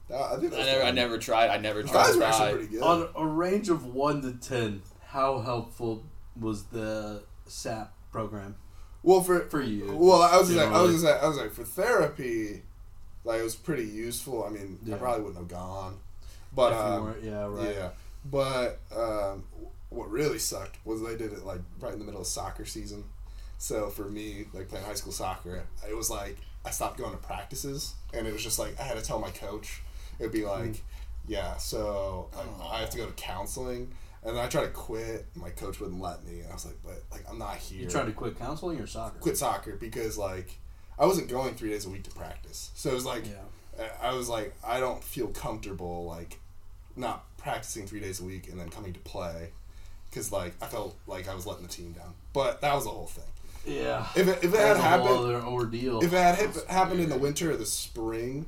Speaker 6: That- I think
Speaker 5: I
Speaker 6: that's
Speaker 5: never, I
Speaker 6: one.
Speaker 5: never tried. I never tried.
Speaker 6: Thighs were actually
Speaker 5: thigh.
Speaker 6: pretty good.
Speaker 4: On a range of one to ten, how helpful was the SAP program
Speaker 6: well, for
Speaker 4: for you?
Speaker 6: well, I was just like, I was
Speaker 4: Generally.
Speaker 6: just like, I was like for therapy, like it was pretty useful. I mean, I
Speaker 4: Yeah.
Speaker 6: probably wouldn't have gone, but
Speaker 4: If you
Speaker 6: um,
Speaker 4: weren't- yeah, right.
Speaker 6: Yeah, but um, what really sucked was they did it like right in the middle of soccer season. So for me, like playing high school soccer, it was like I stopped going to practices, and it was just like I had to tell my coach. It'd
Speaker 4: Hmm.
Speaker 6: be like, yeah, so like,
Speaker 4: Oh.
Speaker 6: I have to go to counseling, and then I tried to quit. and My coach wouldn't let me. And I was like, but like I'm not here
Speaker 4: You tried to quit counseling or soccer?
Speaker 6: quit soccer because like I wasn't going three days a week to practice. So it was like I I was like I don't feel comfortable like not practicing three days a week and then coming to play because like I felt like I was letting the team down. But that was the whole thing.
Speaker 4: Yeah.
Speaker 6: If it, if it had
Speaker 4: That's a whole
Speaker 6: happened.
Speaker 4: other ordeal.
Speaker 6: If it had hap- happened in the winter or the spring,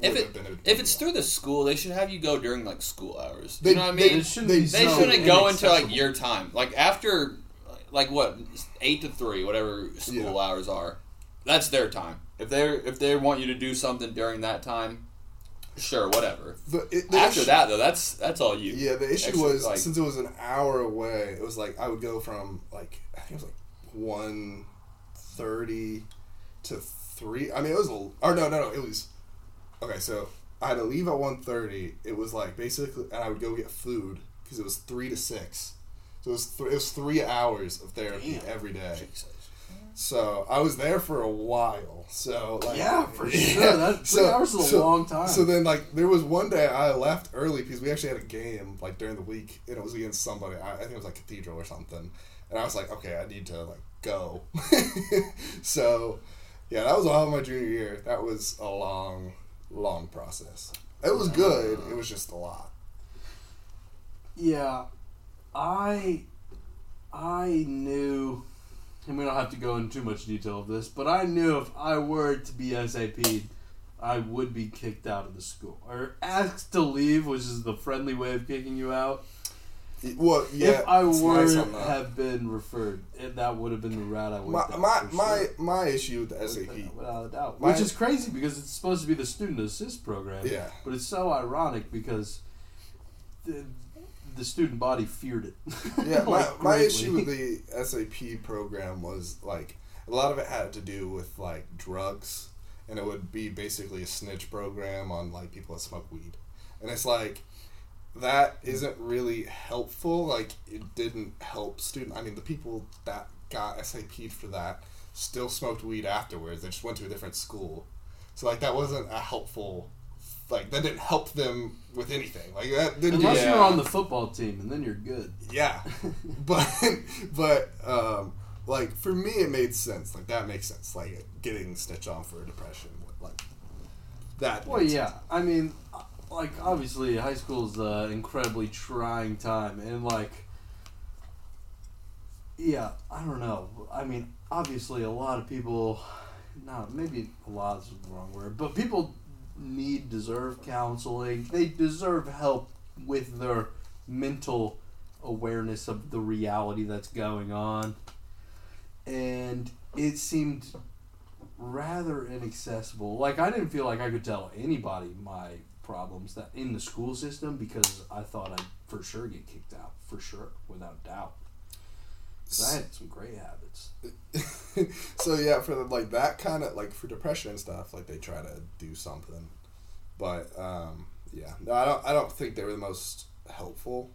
Speaker 5: If
Speaker 6: would've
Speaker 5: it
Speaker 6: been a-
Speaker 5: if it's through the school, they should have you go during like school hours.
Speaker 6: They-
Speaker 5: you know what I mean?
Speaker 6: they-
Speaker 4: it shouldn't
Speaker 6: they-
Speaker 4: be
Speaker 5: They
Speaker 4: so
Speaker 5: shouldn't go into like
Speaker 4: inaccessible.
Speaker 5: your time. Like after, like what eight to three, whatever school
Speaker 6: Yeah.
Speaker 5: hours are, that's their time. If they are if they want you to do something during that time, sure, whatever.
Speaker 6: the, it, the
Speaker 5: After
Speaker 6: issue-
Speaker 5: that though, that's that's all you.
Speaker 6: Yeah, the issue
Speaker 5: Actually,
Speaker 6: was
Speaker 5: like-
Speaker 6: since it was an hour away, it was like I would go from like I think it was like one thirty to three. I mean, it was a or no, no, no. It was okay. So I had to leave at one thirty. It was like basically, and I would go get food because it was three to six. So it was th- it was three hours of therapy every day. So I was there for a while. So like,
Speaker 4: Yeah, for sure. That- three hours is a long time.
Speaker 6: So then like there was one day I left early because we actually had a game like during the week and it was against somebody. I, I think it was like Cathedral or something. And I was like, okay, I need to like go. so yeah, that was all my junior year. That was a long, long process. It was good.
Speaker 4: Uh,
Speaker 6: It was just a lot.
Speaker 4: Yeah, I I knew, and we don't have to go into too much detail of this, but I knew if I were to be SAP'd, I would be kicked out of the school or asked to leave, which is the friendly way of kicking you out.
Speaker 6: Well, yeah.
Speaker 4: if I
Speaker 6: it's
Speaker 4: were
Speaker 6: nice on that.
Speaker 4: have been referred, and that would have been the route I went.
Speaker 6: my
Speaker 4: down
Speaker 6: my
Speaker 4: for
Speaker 6: my,
Speaker 4: sure.
Speaker 6: my issue with the SAP
Speaker 4: Without a doubt.
Speaker 6: My-
Speaker 4: Which is crazy because it's supposed to be the student assist program.
Speaker 6: Yeah.
Speaker 4: But it's so ironic because the, the student body feared it.
Speaker 6: yeah, my,
Speaker 4: Like,
Speaker 6: my
Speaker 4: greatly.
Speaker 6: issue with the SAP program was like a lot of it had to do with like drugs, and it would be basically a snitch program on like people that smoke weed, and it's like that isn't really helpful. Like it didn't help student. I mean, the people that got SAP'd for that still smoked weed afterwards. They just went to a different school, so like that wasn't a helpful. Like that didn't help them with anything. Like that didn't.
Speaker 4: Unless
Speaker 5: Yeah.
Speaker 4: you're on the football team and then you're good.
Speaker 6: Yeah, but but um, like for me, it made sense. Like that makes sense. Like getting snitched on for depression, like that.
Speaker 4: Well,
Speaker 6: makes
Speaker 4: yeah.
Speaker 6: sense.
Speaker 4: I mean, like, obviously, high school is an incredibly trying time. And, like, yeah, I don't know. I mean, obviously, a lot of people no, maybe a lot is the wrong word, but people need deserve counseling. They deserve help with their mental awareness of the reality that's going on. And it seemed rather inaccessible. Like I didn't feel like I could tell anybody my problems that in the school system because I thought I'd for sure get kicked out, for sure, without doubt. 'Cause I had some great habits.
Speaker 6: so yeah, for like that kind of like for depression and stuff, like they try to do something, but um, yeah, no, I don't. I don't think they were the most helpful.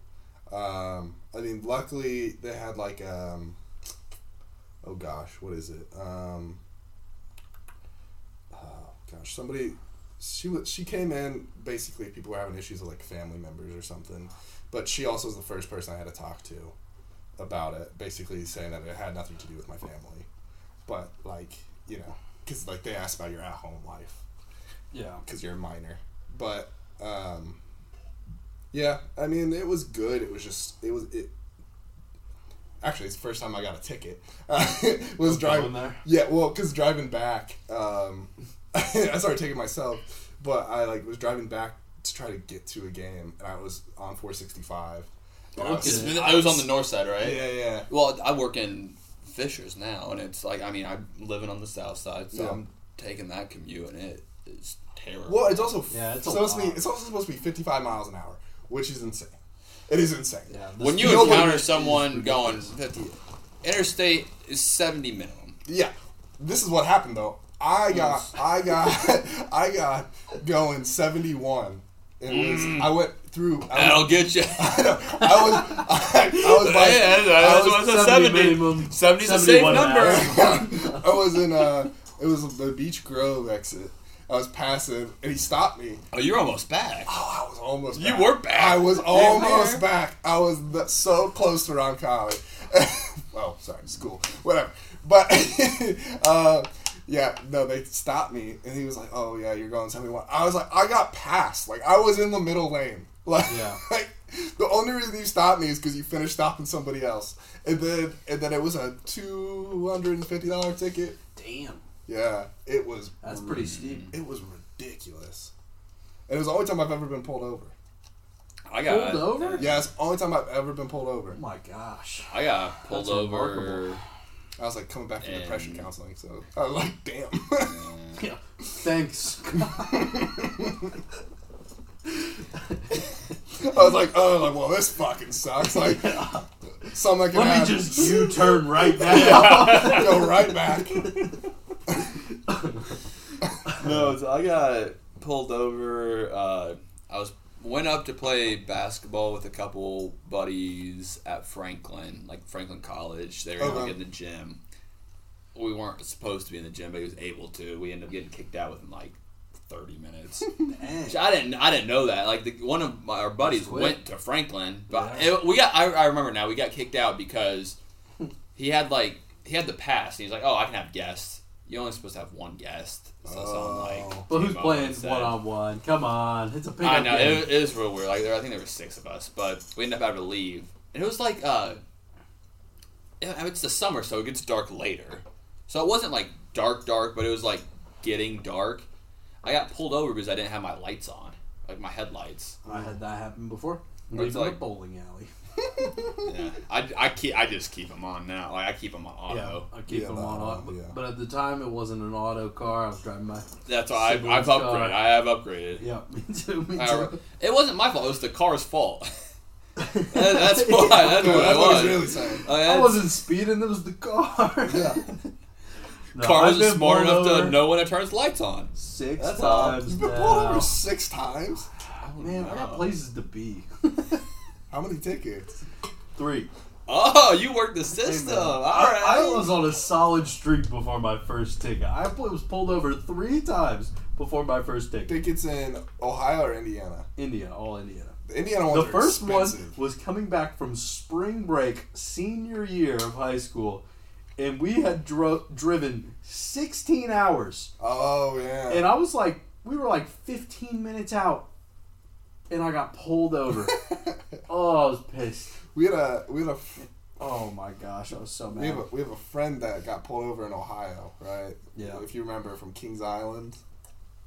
Speaker 6: Um, I mean, luckily they had like um, oh gosh, what is it? Um, oh gosh, somebody. She was. She came in. Basically, people were having issues with like family members or something, but she also was the first person I had to talk to about it, basically saying that it had nothing to do with my family, but like you know, because like they asked about your at home life
Speaker 4: Yeah.
Speaker 6: because you're a minor, but um, yeah, I mean it was good. It was just it was it. Actually, it's the first time I got a ticket. was driving
Speaker 4: Going there?
Speaker 6: Yeah, well, because driving back, um, I started taking myself, but I like was driving back to try to get to a game, and I was on four sixty five.
Speaker 4: Okay.
Speaker 5: I was on the north side, right?
Speaker 6: Yeah, yeah.
Speaker 5: Well, I work in Fishers now, and it's like I mean I'm living on the south side, so
Speaker 6: Yeah.
Speaker 5: I'm taking that commute, and it is terrible.
Speaker 6: Well, it's also
Speaker 4: Yeah, it's a
Speaker 6: supposed to be
Speaker 4: lot.
Speaker 6: it's also supposed to be 55 miles an hour, which is insane. It is insane.
Speaker 4: Yeah.
Speaker 5: when you
Speaker 6: Nobody-
Speaker 5: encounter someone going 50, interstate is 70 minimum.
Speaker 6: Yeah. This is what happened though. I got I got I got going 71. It was
Speaker 4: Mm.
Speaker 6: I went through I
Speaker 5: That'll
Speaker 6: went-
Speaker 5: get you.
Speaker 6: I know. I was I, I was like
Speaker 5: Yeah, that's
Speaker 6: I
Speaker 5: what I
Speaker 6: was,
Speaker 5: said, 70. 70 is a safe
Speaker 4: 71 an
Speaker 5: number.
Speaker 4: hour.
Speaker 6: I was in uh it was the Beach Grove exit. I was passing and he stopped me
Speaker 5: Oh, you're almost back.
Speaker 6: Oh, I was almost.
Speaker 5: You
Speaker 6: back.
Speaker 5: were back.
Speaker 6: I was almost
Speaker 5: there.
Speaker 6: back. I was th- so close to Ron Colley. oh, sorry, school, whatever. But uh, yeah, no, they stopped me, and he was like, "Oh yeah, you're going 71." I was like, "I got past. Like I was in the middle lane. Like,
Speaker 4: Yeah.
Speaker 6: like the only reason you stopped me is because you finished stopping somebody else, and then and then it was a two hundred and fifty dollar ticket.
Speaker 4: Damn. Mm.
Speaker 6: Yeah, it was.
Speaker 4: That's pretty steep.
Speaker 6: It was ridiculous. And it was the only time I've ever been pulled over.
Speaker 5: I got
Speaker 4: Pulled over?
Speaker 6: Yeah, it's the only time I've ever been pulled over.
Speaker 4: Oh my gosh.
Speaker 5: I got pulled
Speaker 4: That's
Speaker 5: over.
Speaker 4: remarkable.
Speaker 6: I was like coming back from
Speaker 5: And-
Speaker 6: depression counseling, so I was like, damn.
Speaker 4: Yeah. Thanks.
Speaker 6: I was like, oh, like, well, this fucking sucks. Like, something I
Speaker 4: Let
Speaker 6: can
Speaker 4: me
Speaker 6: have.
Speaker 4: just U turn right now.
Speaker 6: go right back.
Speaker 5: No, so I got pulled over. Uh, I was went up to play basketball with a couple buddies at Franklin, like Franklin College. They were gonna
Speaker 6: Okay.
Speaker 5: get in the gym. We weren't supposed to be in the gym, but he was able to. We ended up getting kicked out within like thirty minutes. Which I didn't. I didn't know that. Like the, one of my, our buddies
Speaker 4: quick.
Speaker 5: went to Franklin, but
Speaker 4: Yeah.
Speaker 5: it, we got. I, I remember now. We got kicked out because he had like he had the pass. And he's like, oh, I can have guests. You're only supposed to have one guest. So something like.
Speaker 4: but who's
Speaker 5: came up
Speaker 4: playing
Speaker 5: and said-
Speaker 4: one on one? Come on. It's a pickup
Speaker 5: I know
Speaker 4: game.
Speaker 5: it, it was real weird. Like there, I think there were six of us, but we ended up having to leave. And it was like, uh, it- it's the summer, so it gets dark later. So it wasn't like dark, dark, but it was like getting dark. I got pulled over because I didn't have my lights on, like my headlights.
Speaker 4: I had that happen before.
Speaker 5: Or it's
Speaker 4: Leaving a
Speaker 5: like-
Speaker 4: bowling alley.
Speaker 5: Yeah, I, I keep I just keep them on now. Like I keep them on auto.
Speaker 4: I keep
Speaker 6: Yeah,
Speaker 4: them
Speaker 6: the
Speaker 4: on
Speaker 6: auto,
Speaker 4: auto.
Speaker 6: yeah.
Speaker 4: But at the time, it wasn't an auto car. I was driving my.
Speaker 5: That's why I've, I've
Speaker 4: Siblings
Speaker 5: upgraded.
Speaker 4: car.
Speaker 5: I have upgraded.
Speaker 4: Yeah, me too. Me
Speaker 5: I-
Speaker 4: too.
Speaker 5: it wasn't my fault. It was the car's fault. That- that's why. That's
Speaker 6: No,
Speaker 5: what I
Speaker 6: that's what
Speaker 5: was.
Speaker 6: he's
Speaker 5: Oh,
Speaker 6: really saying.
Speaker 5: Like,
Speaker 4: I
Speaker 5: that's-
Speaker 4: wasn't speeding. It was the car.
Speaker 6: Yeah.
Speaker 4: No,
Speaker 5: Car
Speaker 4: I've
Speaker 5: is
Speaker 4: been
Speaker 5: smart
Speaker 4: pulled
Speaker 5: enough
Speaker 4: over
Speaker 5: to know when it turns lights on.
Speaker 4: six
Speaker 5: That's all.
Speaker 4: times.
Speaker 6: You've been
Speaker 4: now.
Speaker 6: pulled over six times?
Speaker 4: Man, I got
Speaker 5: No.
Speaker 4: places to be.
Speaker 6: How many tickets?
Speaker 4: Three.
Speaker 5: Oh, you work the
Speaker 4: Hey,
Speaker 5: system.
Speaker 4: man.
Speaker 5: All right.
Speaker 4: I, I was on a solid streak before my first ticket. I was pulled over three times before my first ticket.
Speaker 6: Tickets in Ohio or Indiana?
Speaker 4: Indiana, all Indiana.
Speaker 6: The Indiana ones
Speaker 4: The first
Speaker 6: are expensive.
Speaker 4: one was coming back from spring break, senior year of high school, and we had dro- driven 16 hours.
Speaker 6: Oh, yeah.
Speaker 4: And I was like, we were like 15 minutes out, and I got pulled over. oh, I was pissed.
Speaker 6: we had a we had a f-
Speaker 4: Oh my gosh, I was so
Speaker 6: We have, a,
Speaker 4: mad.
Speaker 6: we have a friend that got pulled over in Ohio, right?
Speaker 4: Yeah. Mm.
Speaker 6: If you remember from Kings Island,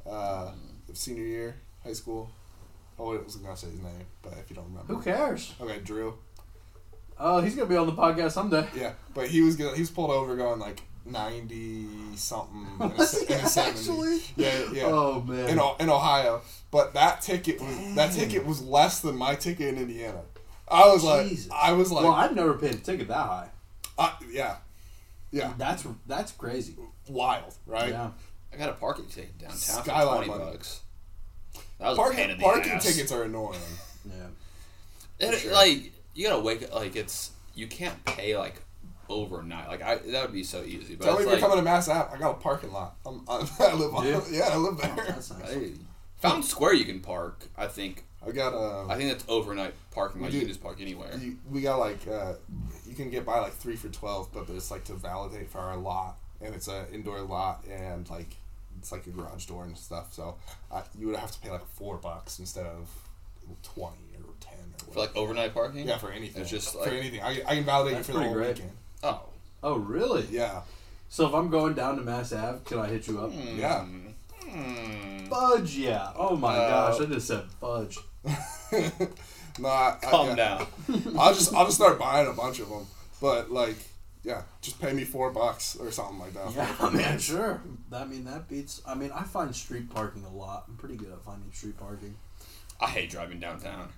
Speaker 6: uh, senior year, high school. Oh, I was gonna say his name, but if you don't remember,
Speaker 4: Who cares?
Speaker 6: Okay, Drew.
Speaker 4: Oh, he's gonna be on the podcast someday.
Speaker 6: Yeah, but he was gonna, he was pulled over going like ninety something. in a se- in a 70.
Speaker 4: Actually?
Speaker 6: Yeah, yeah.
Speaker 4: Oh man.
Speaker 6: in, O- in Ohio, but that ticket was that ticket was less than my ticket in Indiana. I was
Speaker 4: Jesus.
Speaker 6: like, I was like,
Speaker 4: well, I've never paid a ticket that high.
Speaker 6: I- yeah, yeah,
Speaker 4: That's that's crazy.
Speaker 6: wild, right?
Speaker 4: yeah.
Speaker 5: I got a parking ticket downtown
Speaker 6: Skyline
Speaker 5: for twenty
Speaker 6: money.
Speaker 5: bucks. That was a pain
Speaker 6: Parking
Speaker 5: in the
Speaker 6: parking
Speaker 5: ass.
Speaker 6: tickets are annoying.
Speaker 4: Yeah.
Speaker 5: It,
Speaker 6: sure.
Speaker 5: Like you gotta wake up. Like it's you can't pay like overnight. Like I that would be so easy. But
Speaker 6: Tell me
Speaker 5: it's like,
Speaker 6: if you're coming to Mass Ave. I got a parking lot. I'm, I, I live on.
Speaker 4: Yeah.
Speaker 6: Yeah. I live
Speaker 5: Oh,
Speaker 6: there.
Speaker 4: That's nice.
Speaker 5: hey, Fountain Square you can park. I think.
Speaker 6: I got
Speaker 5: I
Speaker 6: um,
Speaker 5: think that's overnight parking. Like
Speaker 6: We
Speaker 5: you
Speaker 6: do-
Speaker 5: can just park anywhere.
Speaker 6: you, we got like uh, you can get by like three for twelve, but it's like to validate for our lot, and it's a indoor lot, and like it's like a garage door and stuff. So I, you would have to pay like four bucks instead of twenty or ten or
Speaker 5: for
Speaker 6: whatever.
Speaker 5: like overnight parking.
Speaker 6: yeah, for anything.
Speaker 5: It's just
Speaker 6: for
Speaker 5: like-
Speaker 6: anything. I, I can validate you
Speaker 4: That's
Speaker 6: for the
Speaker 4: pretty
Speaker 6: whole
Speaker 4: great.
Speaker 6: weekend.
Speaker 5: Oh.
Speaker 4: Oh really?
Speaker 6: Yeah,
Speaker 4: So if I'm going down to Mass Ave, can I hit you
Speaker 6: Hmm.
Speaker 4: up?
Speaker 5: Mm.
Speaker 6: yeah.
Speaker 4: Fudge, yeah. Oh my
Speaker 6: Uh,
Speaker 4: gosh, I just said fudge.
Speaker 6: no, I, I-
Speaker 5: Calm
Speaker 6: yeah.
Speaker 5: down.
Speaker 6: I'll just I'll just start buying a bunch of them. But like, yeah, just pay me four bucks or something like that.
Speaker 4: Yeah,
Speaker 5: Oh,
Speaker 4: man, sure. I mean, that beats. I mean, I find street parking a lot. I'm pretty good at finding street parking.
Speaker 5: I hate driving downtown.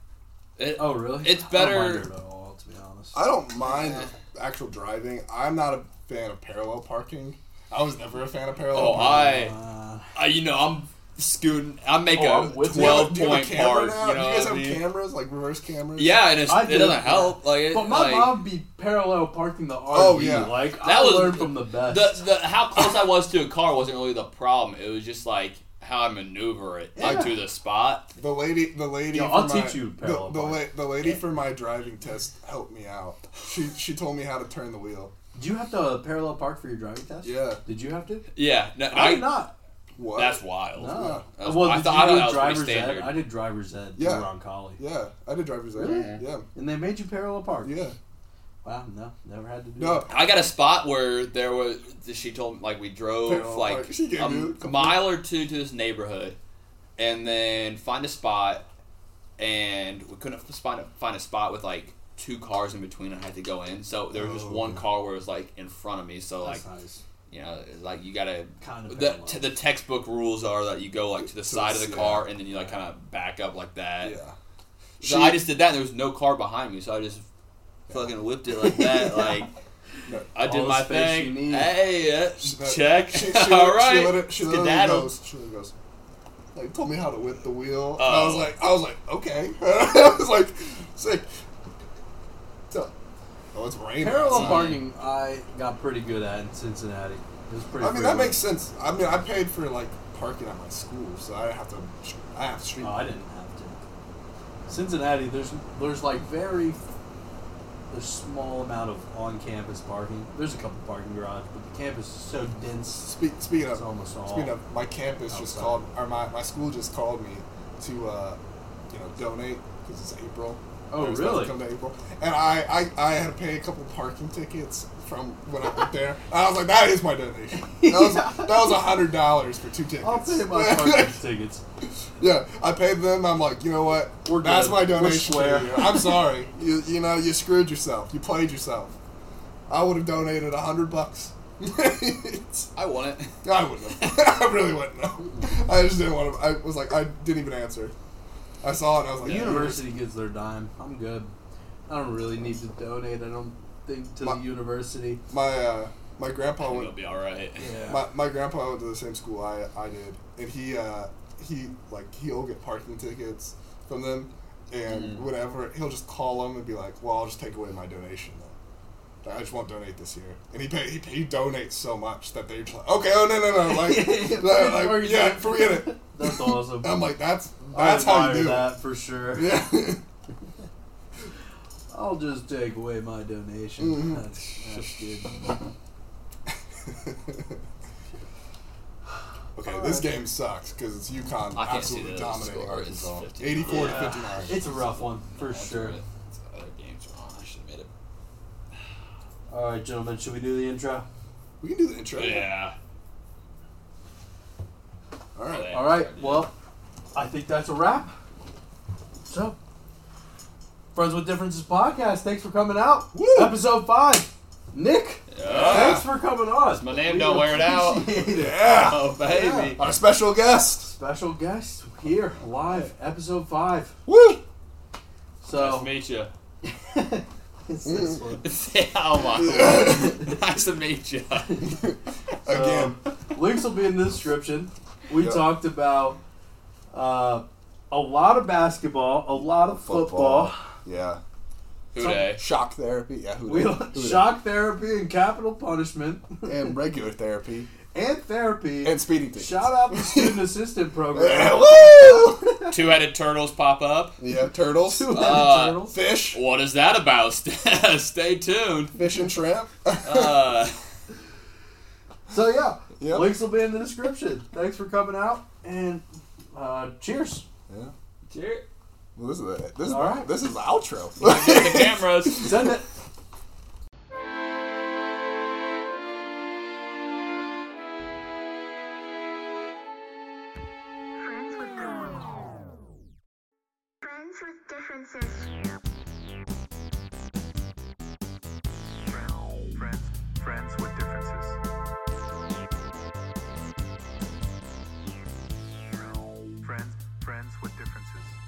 Speaker 5: It,
Speaker 4: Oh, really?
Speaker 5: It's
Speaker 4: I don't
Speaker 5: better-
Speaker 4: mind it at all, to be honest.
Speaker 6: I don't mind the actual driving. I'm not a fan of parallel parking. I was never a fan of parallel.
Speaker 5: Oh,
Speaker 6: parking.
Speaker 5: I,
Speaker 4: Uh,
Speaker 5: I, you know, I'm scooting. I make
Speaker 4: Oh,
Speaker 5: a
Speaker 4: I'm with you.
Speaker 6: Do you have a-
Speaker 5: twelve
Speaker 6: do you have a
Speaker 5: point
Speaker 6: camera
Speaker 5: park. You
Speaker 6: now? Do
Speaker 5: know
Speaker 6: you guys
Speaker 5: what I
Speaker 6: have
Speaker 5: mean?
Speaker 6: cameras like reverse cameras?
Speaker 5: Yeah, and it's,
Speaker 4: I
Speaker 5: it
Speaker 4: do,
Speaker 5: doesn't
Speaker 4: yeah.
Speaker 5: help. Like, it,
Speaker 4: but my
Speaker 5: like,
Speaker 4: mom be parallel parking the RV.
Speaker 6: Oh, yeah.
Speaker 4: Like, I
Speaker 5: That was-
Speaker 4: learned from the best.
Speaker 5: the, the how close I was to a car wasn't really the problem. It was just like how I maneuver it
Speaker 4: Yeah.
Speaker 5: into the spot.
Speaker 6: The lady, the lady.
Speaker 4: Yo, I'll
Speaker 6: for my-
Speaker 4: teach you
Speaker 6: The,
Speaker 4: parallel
Speaker 6: the, la-
Speaker 4: parking.
Speaker 6: the lady for my driving test helped me out. She she told me how to turn the wheel.
Speaker 4: Do you have to parallel park for your driving test?
Speaker 6: Yeah.
Speaker 4: Did you have to?
Speaker 5: Yeah, no,
Speaker 4: I,
Speaker 5: I,
Speaker 4: did not.
Speaker 6: What?
Speaker 5: that's wild.
Speaker 4: No.
Speaker 5: That's-
Speaker 4: well,
Speaker 5: I
Speaker 4: did
Speaker 5: thought- I
Speaker 4: you do
Speaker 5: thought that was
Speaker 4: driver's
Speaker 5: pretty
Speaker 4: ed?
Speaker 5: standard.
Speaker 4: I did driver's ed
Speaker 6: Yeah.
Speaker 4: through Ron Colley.
Speaker 6: yeah. I did driver's ed.
Speaker 4: Really?
Speaker 6: Yeah.
Speaker 4: And they made you parallel park.
Speaker 6: Yeah.
Speaker 4: Wow, no. Never had to do
Speaker 6: No,
Speaker 4: that.
Speaker 5: I got a spot where there was. She told me like we drove
Speaker 6: Parallel
Speaker 5: like
Speaker 6: park. She gave
Speaker 5: a
Speaker 6: you a couple-
Speaker 5: mile or two to this neighborhood, and then find a spot, and we couldn't find a, find a spot with like two cars in between. and I had to go in, so there was just
Speaker 6: Oh,
Speaker 5: one
Speaker 6: yeah.
Speaker 5: car where it was like in front of me. So like
Speaker 4: That's nice.
Speaker 5: you know, it's like you gotta.
Speaker 4: Kind of
Speaker 5: The,
Speaker 4: parallel.
Speaker 5: t- the textbook rules are that you go like to the
Speaker 6: To
Speaker 5: side of
Speaker 6: the-
Speaker 5: the car and then you like kind of back up like that.
Speaker 6: Yeah.
Speaker 5: So I just did that. and There was no car behind me, so I just fucking whipped it like that. Like
Speaker 6: No.
Speaker 5: I did
Speaker 4: All the
Speaker 5: my
Speaker 4: space you
Speaker 5: thing.
Speaker 4: need.
Speaker 5: Hey, uh,
Speaker 6: That-
Speaker 5: check.
Speaker 6: She, she,
Speaker 5: All
Speaker 6: She,
Speaker 5: right,
Speaker 6: literally, she literally
Speaker 5: skedaddle.
Speaker 6: goes. She literally goes. Like told me how to whip the wheel. And I
Speaker 5: Oh.
Speaker 6: was like, I was like, okay. I was like, sick. So, oh, it's raining.
Speaker 4: Parallel
Speaker 6: outside.
Speaker 4: parking, I got pretty good at in Cincinnati. It was pretty.
Speaker 6: I mean, that
Speaker 4: frequent.
Speaker 6: makes sense. I mean, I paid for like parking at my school, so I have to. I have to street.
Speaker 4: Oh, I didn't have to. Cincinnati, there's there's like very there's small amount of on-campus parking. There's a couple parking garages, but the campus is so dense.
Speaker 6: Speak, speaking
Speaker 4: It's
Speaker 6: of,
Speaker 4: almost all.
Speaker 6: speaking of, my campus just
Speaker 4: outside.
Speaker 6: called, or my, my school just called me to, uh, you know, donate because it's April.
Speaker 4: Oh,
Speaker 6: They're supposed to
Speaker 4: really?
Speaker 6: Come to April, and I, I, I had to pay a couple parking tickets from when I went there. And I was like, that is my donation. That was that was a hundred dollars for two tickets.
Speaker 4: I'll pay my parking tickets.
Speaker 6: yeah, I paid them. I'm like, you know what?
Speaker 4: We're
Speaker 6: That's
Speaker 4: good.
Speaker 6: my
Speaker 4: We're
Speaker 6: donation. to
Speaker 4: square."
Speaker 6: you. I'm sorry. You, you know, you screwed yourself. You played yourself. I would have donated a hundred bucks.
Speaker 5: I won it.
Speaker 6: I wouldn't have. I really wouldn't have. I just didn't want to. I was like, I didn't even answer. I saw it and I was
Speaker 4: The
Speaker 6: like,
Speaker 4: university gets their dime. I'm good. I don't really need to donate. I don't think to
Speaker 6: My-
Speaker 4: the university.
Speaker 6: My uh, my grandpa
Speaker 5: It'll
Speaker 6: went.
Speaker 5: be all right.
Speaker 4: Yeah.
Speaker 6: My, my grandpa went to the same school I, I did, and he uh, he like he'll get parking tickets from them, and
Speaker 4: Mm.
Speaker 6: whatever he'll just call them and be like, well, I'll just take away my donation. Then. I just won't donate this year, and he pay, he, he donates so much that they're just like, okay, oh no no no, like, like,
Speaker 4: Or he's
Speaker 6: yeah,
Speaker 4: like-
Speaker 6: forget it.
Speaker 4: That's awesome.
Speaker 6: I'm like, that's
Speaker 4: I
Speaker 6: that's how
Speaker 4: admire
Speaker 6: you do
Speaker 4: that for sure.
Speaker 6: it. Yeah.
Speaker 4: I'll just take away my donation.
Speaker 6: Mhm.
Speaker 4: That's, that's good.
Speaker 6: Okay, this game sucks because it's UConn
Speaker 5: I can't see
Speaker 6: absolutely
Speaker 5: the
Speaker 6: dominating
Speaker 5: score. It's
Speaker 6: Arkansas,
Speaker 5: 59.
Speaker 6: eighty-four
Speaker 4: Yeah.
Speaker 6: to fifty-nine.
Speaker 4: It's a rough one for
Speaker 5: That's
Speaker 4: sure.
Speaker 5: what it- that's what Other games are on. I should have made it.
Speaker 4: All right, gentlemen, should we do the intro?
Speaker 6: We can do the intro.
Speaker 5: Yeah.
Speaker 6: All right.
Speaker 4: All right. Well, I think that's a wrap. So, friends with differences podcast. Thanks for coming out.
Speaker 6: Woo!
Speaker 4: Episode five. Nick,
Speaker 5: Yeah.
Speaker 4: thanks for coming on.
Speaker 5: Ah. My name don't wear it out.
Speaker 4: appreciate it.
Speaker 6: Yeah.
Speaker 5: Oh baby.
Speaker 6: Our special guest.
Speaker 4: Special guest here live, episode five.
Speaker 6: Woo.
Speaker 5: Nice to
Speaker 4: So
Speaker 5: meet you.
Speaker 4: it's this one.
Speaker 5: oh my. God. nice to meet you.
Speaker 6: Again.
Speaker 4: links will be in the description. We
Speaker 6: Yep.
Speaker 4: talked about uh, a lot of basketball, a lot of football.
Speaker 6: Yeah.
Speaker 5: Who day?
Speaker 6: Shock therapy. Yeah. Who
Speaker 4: We
Speaker 6: dat? Who dat?
Speaker 4: shock therapy and capital punishment
Speaker 6: and regular therapy
Speaker 4: and therapy.
Speaker 6: and speeding tickets.
Speaker 4: Shout out the student assistant
Speaker 6: Yeah,
Speaker 4: program.
Speaker 6: woo!
Speaker 5: Two-headed turtles pop up.
Speaker 6: yeah. Turtles.
Speaker 5: Uh,
Speaker 4: Turtles.
Speaker 6: Fish.
Speaker 5: What is that about? Stay tuned.
Speaker 6: Fish and shrimp.
Speaker 5: Uh,
Speaker 4: So yeah,
Speaker 6: Yep.
Speaker 4: links will be in the description. Thanks for coming out and uh, cheers.
Speaker 6: yeah.
Speaker 5: cheer.
Speaker 6: Well, this is the, this is
Speaker 4: All right.
Speaker 6: this is the outro.
Speaker 5: The cameras.
Speaker 4: Send it.
Speaker 3: Friends with Friends with differences.
Speaker 7: Friends, friends, friends with differences. Friends, friends with differences.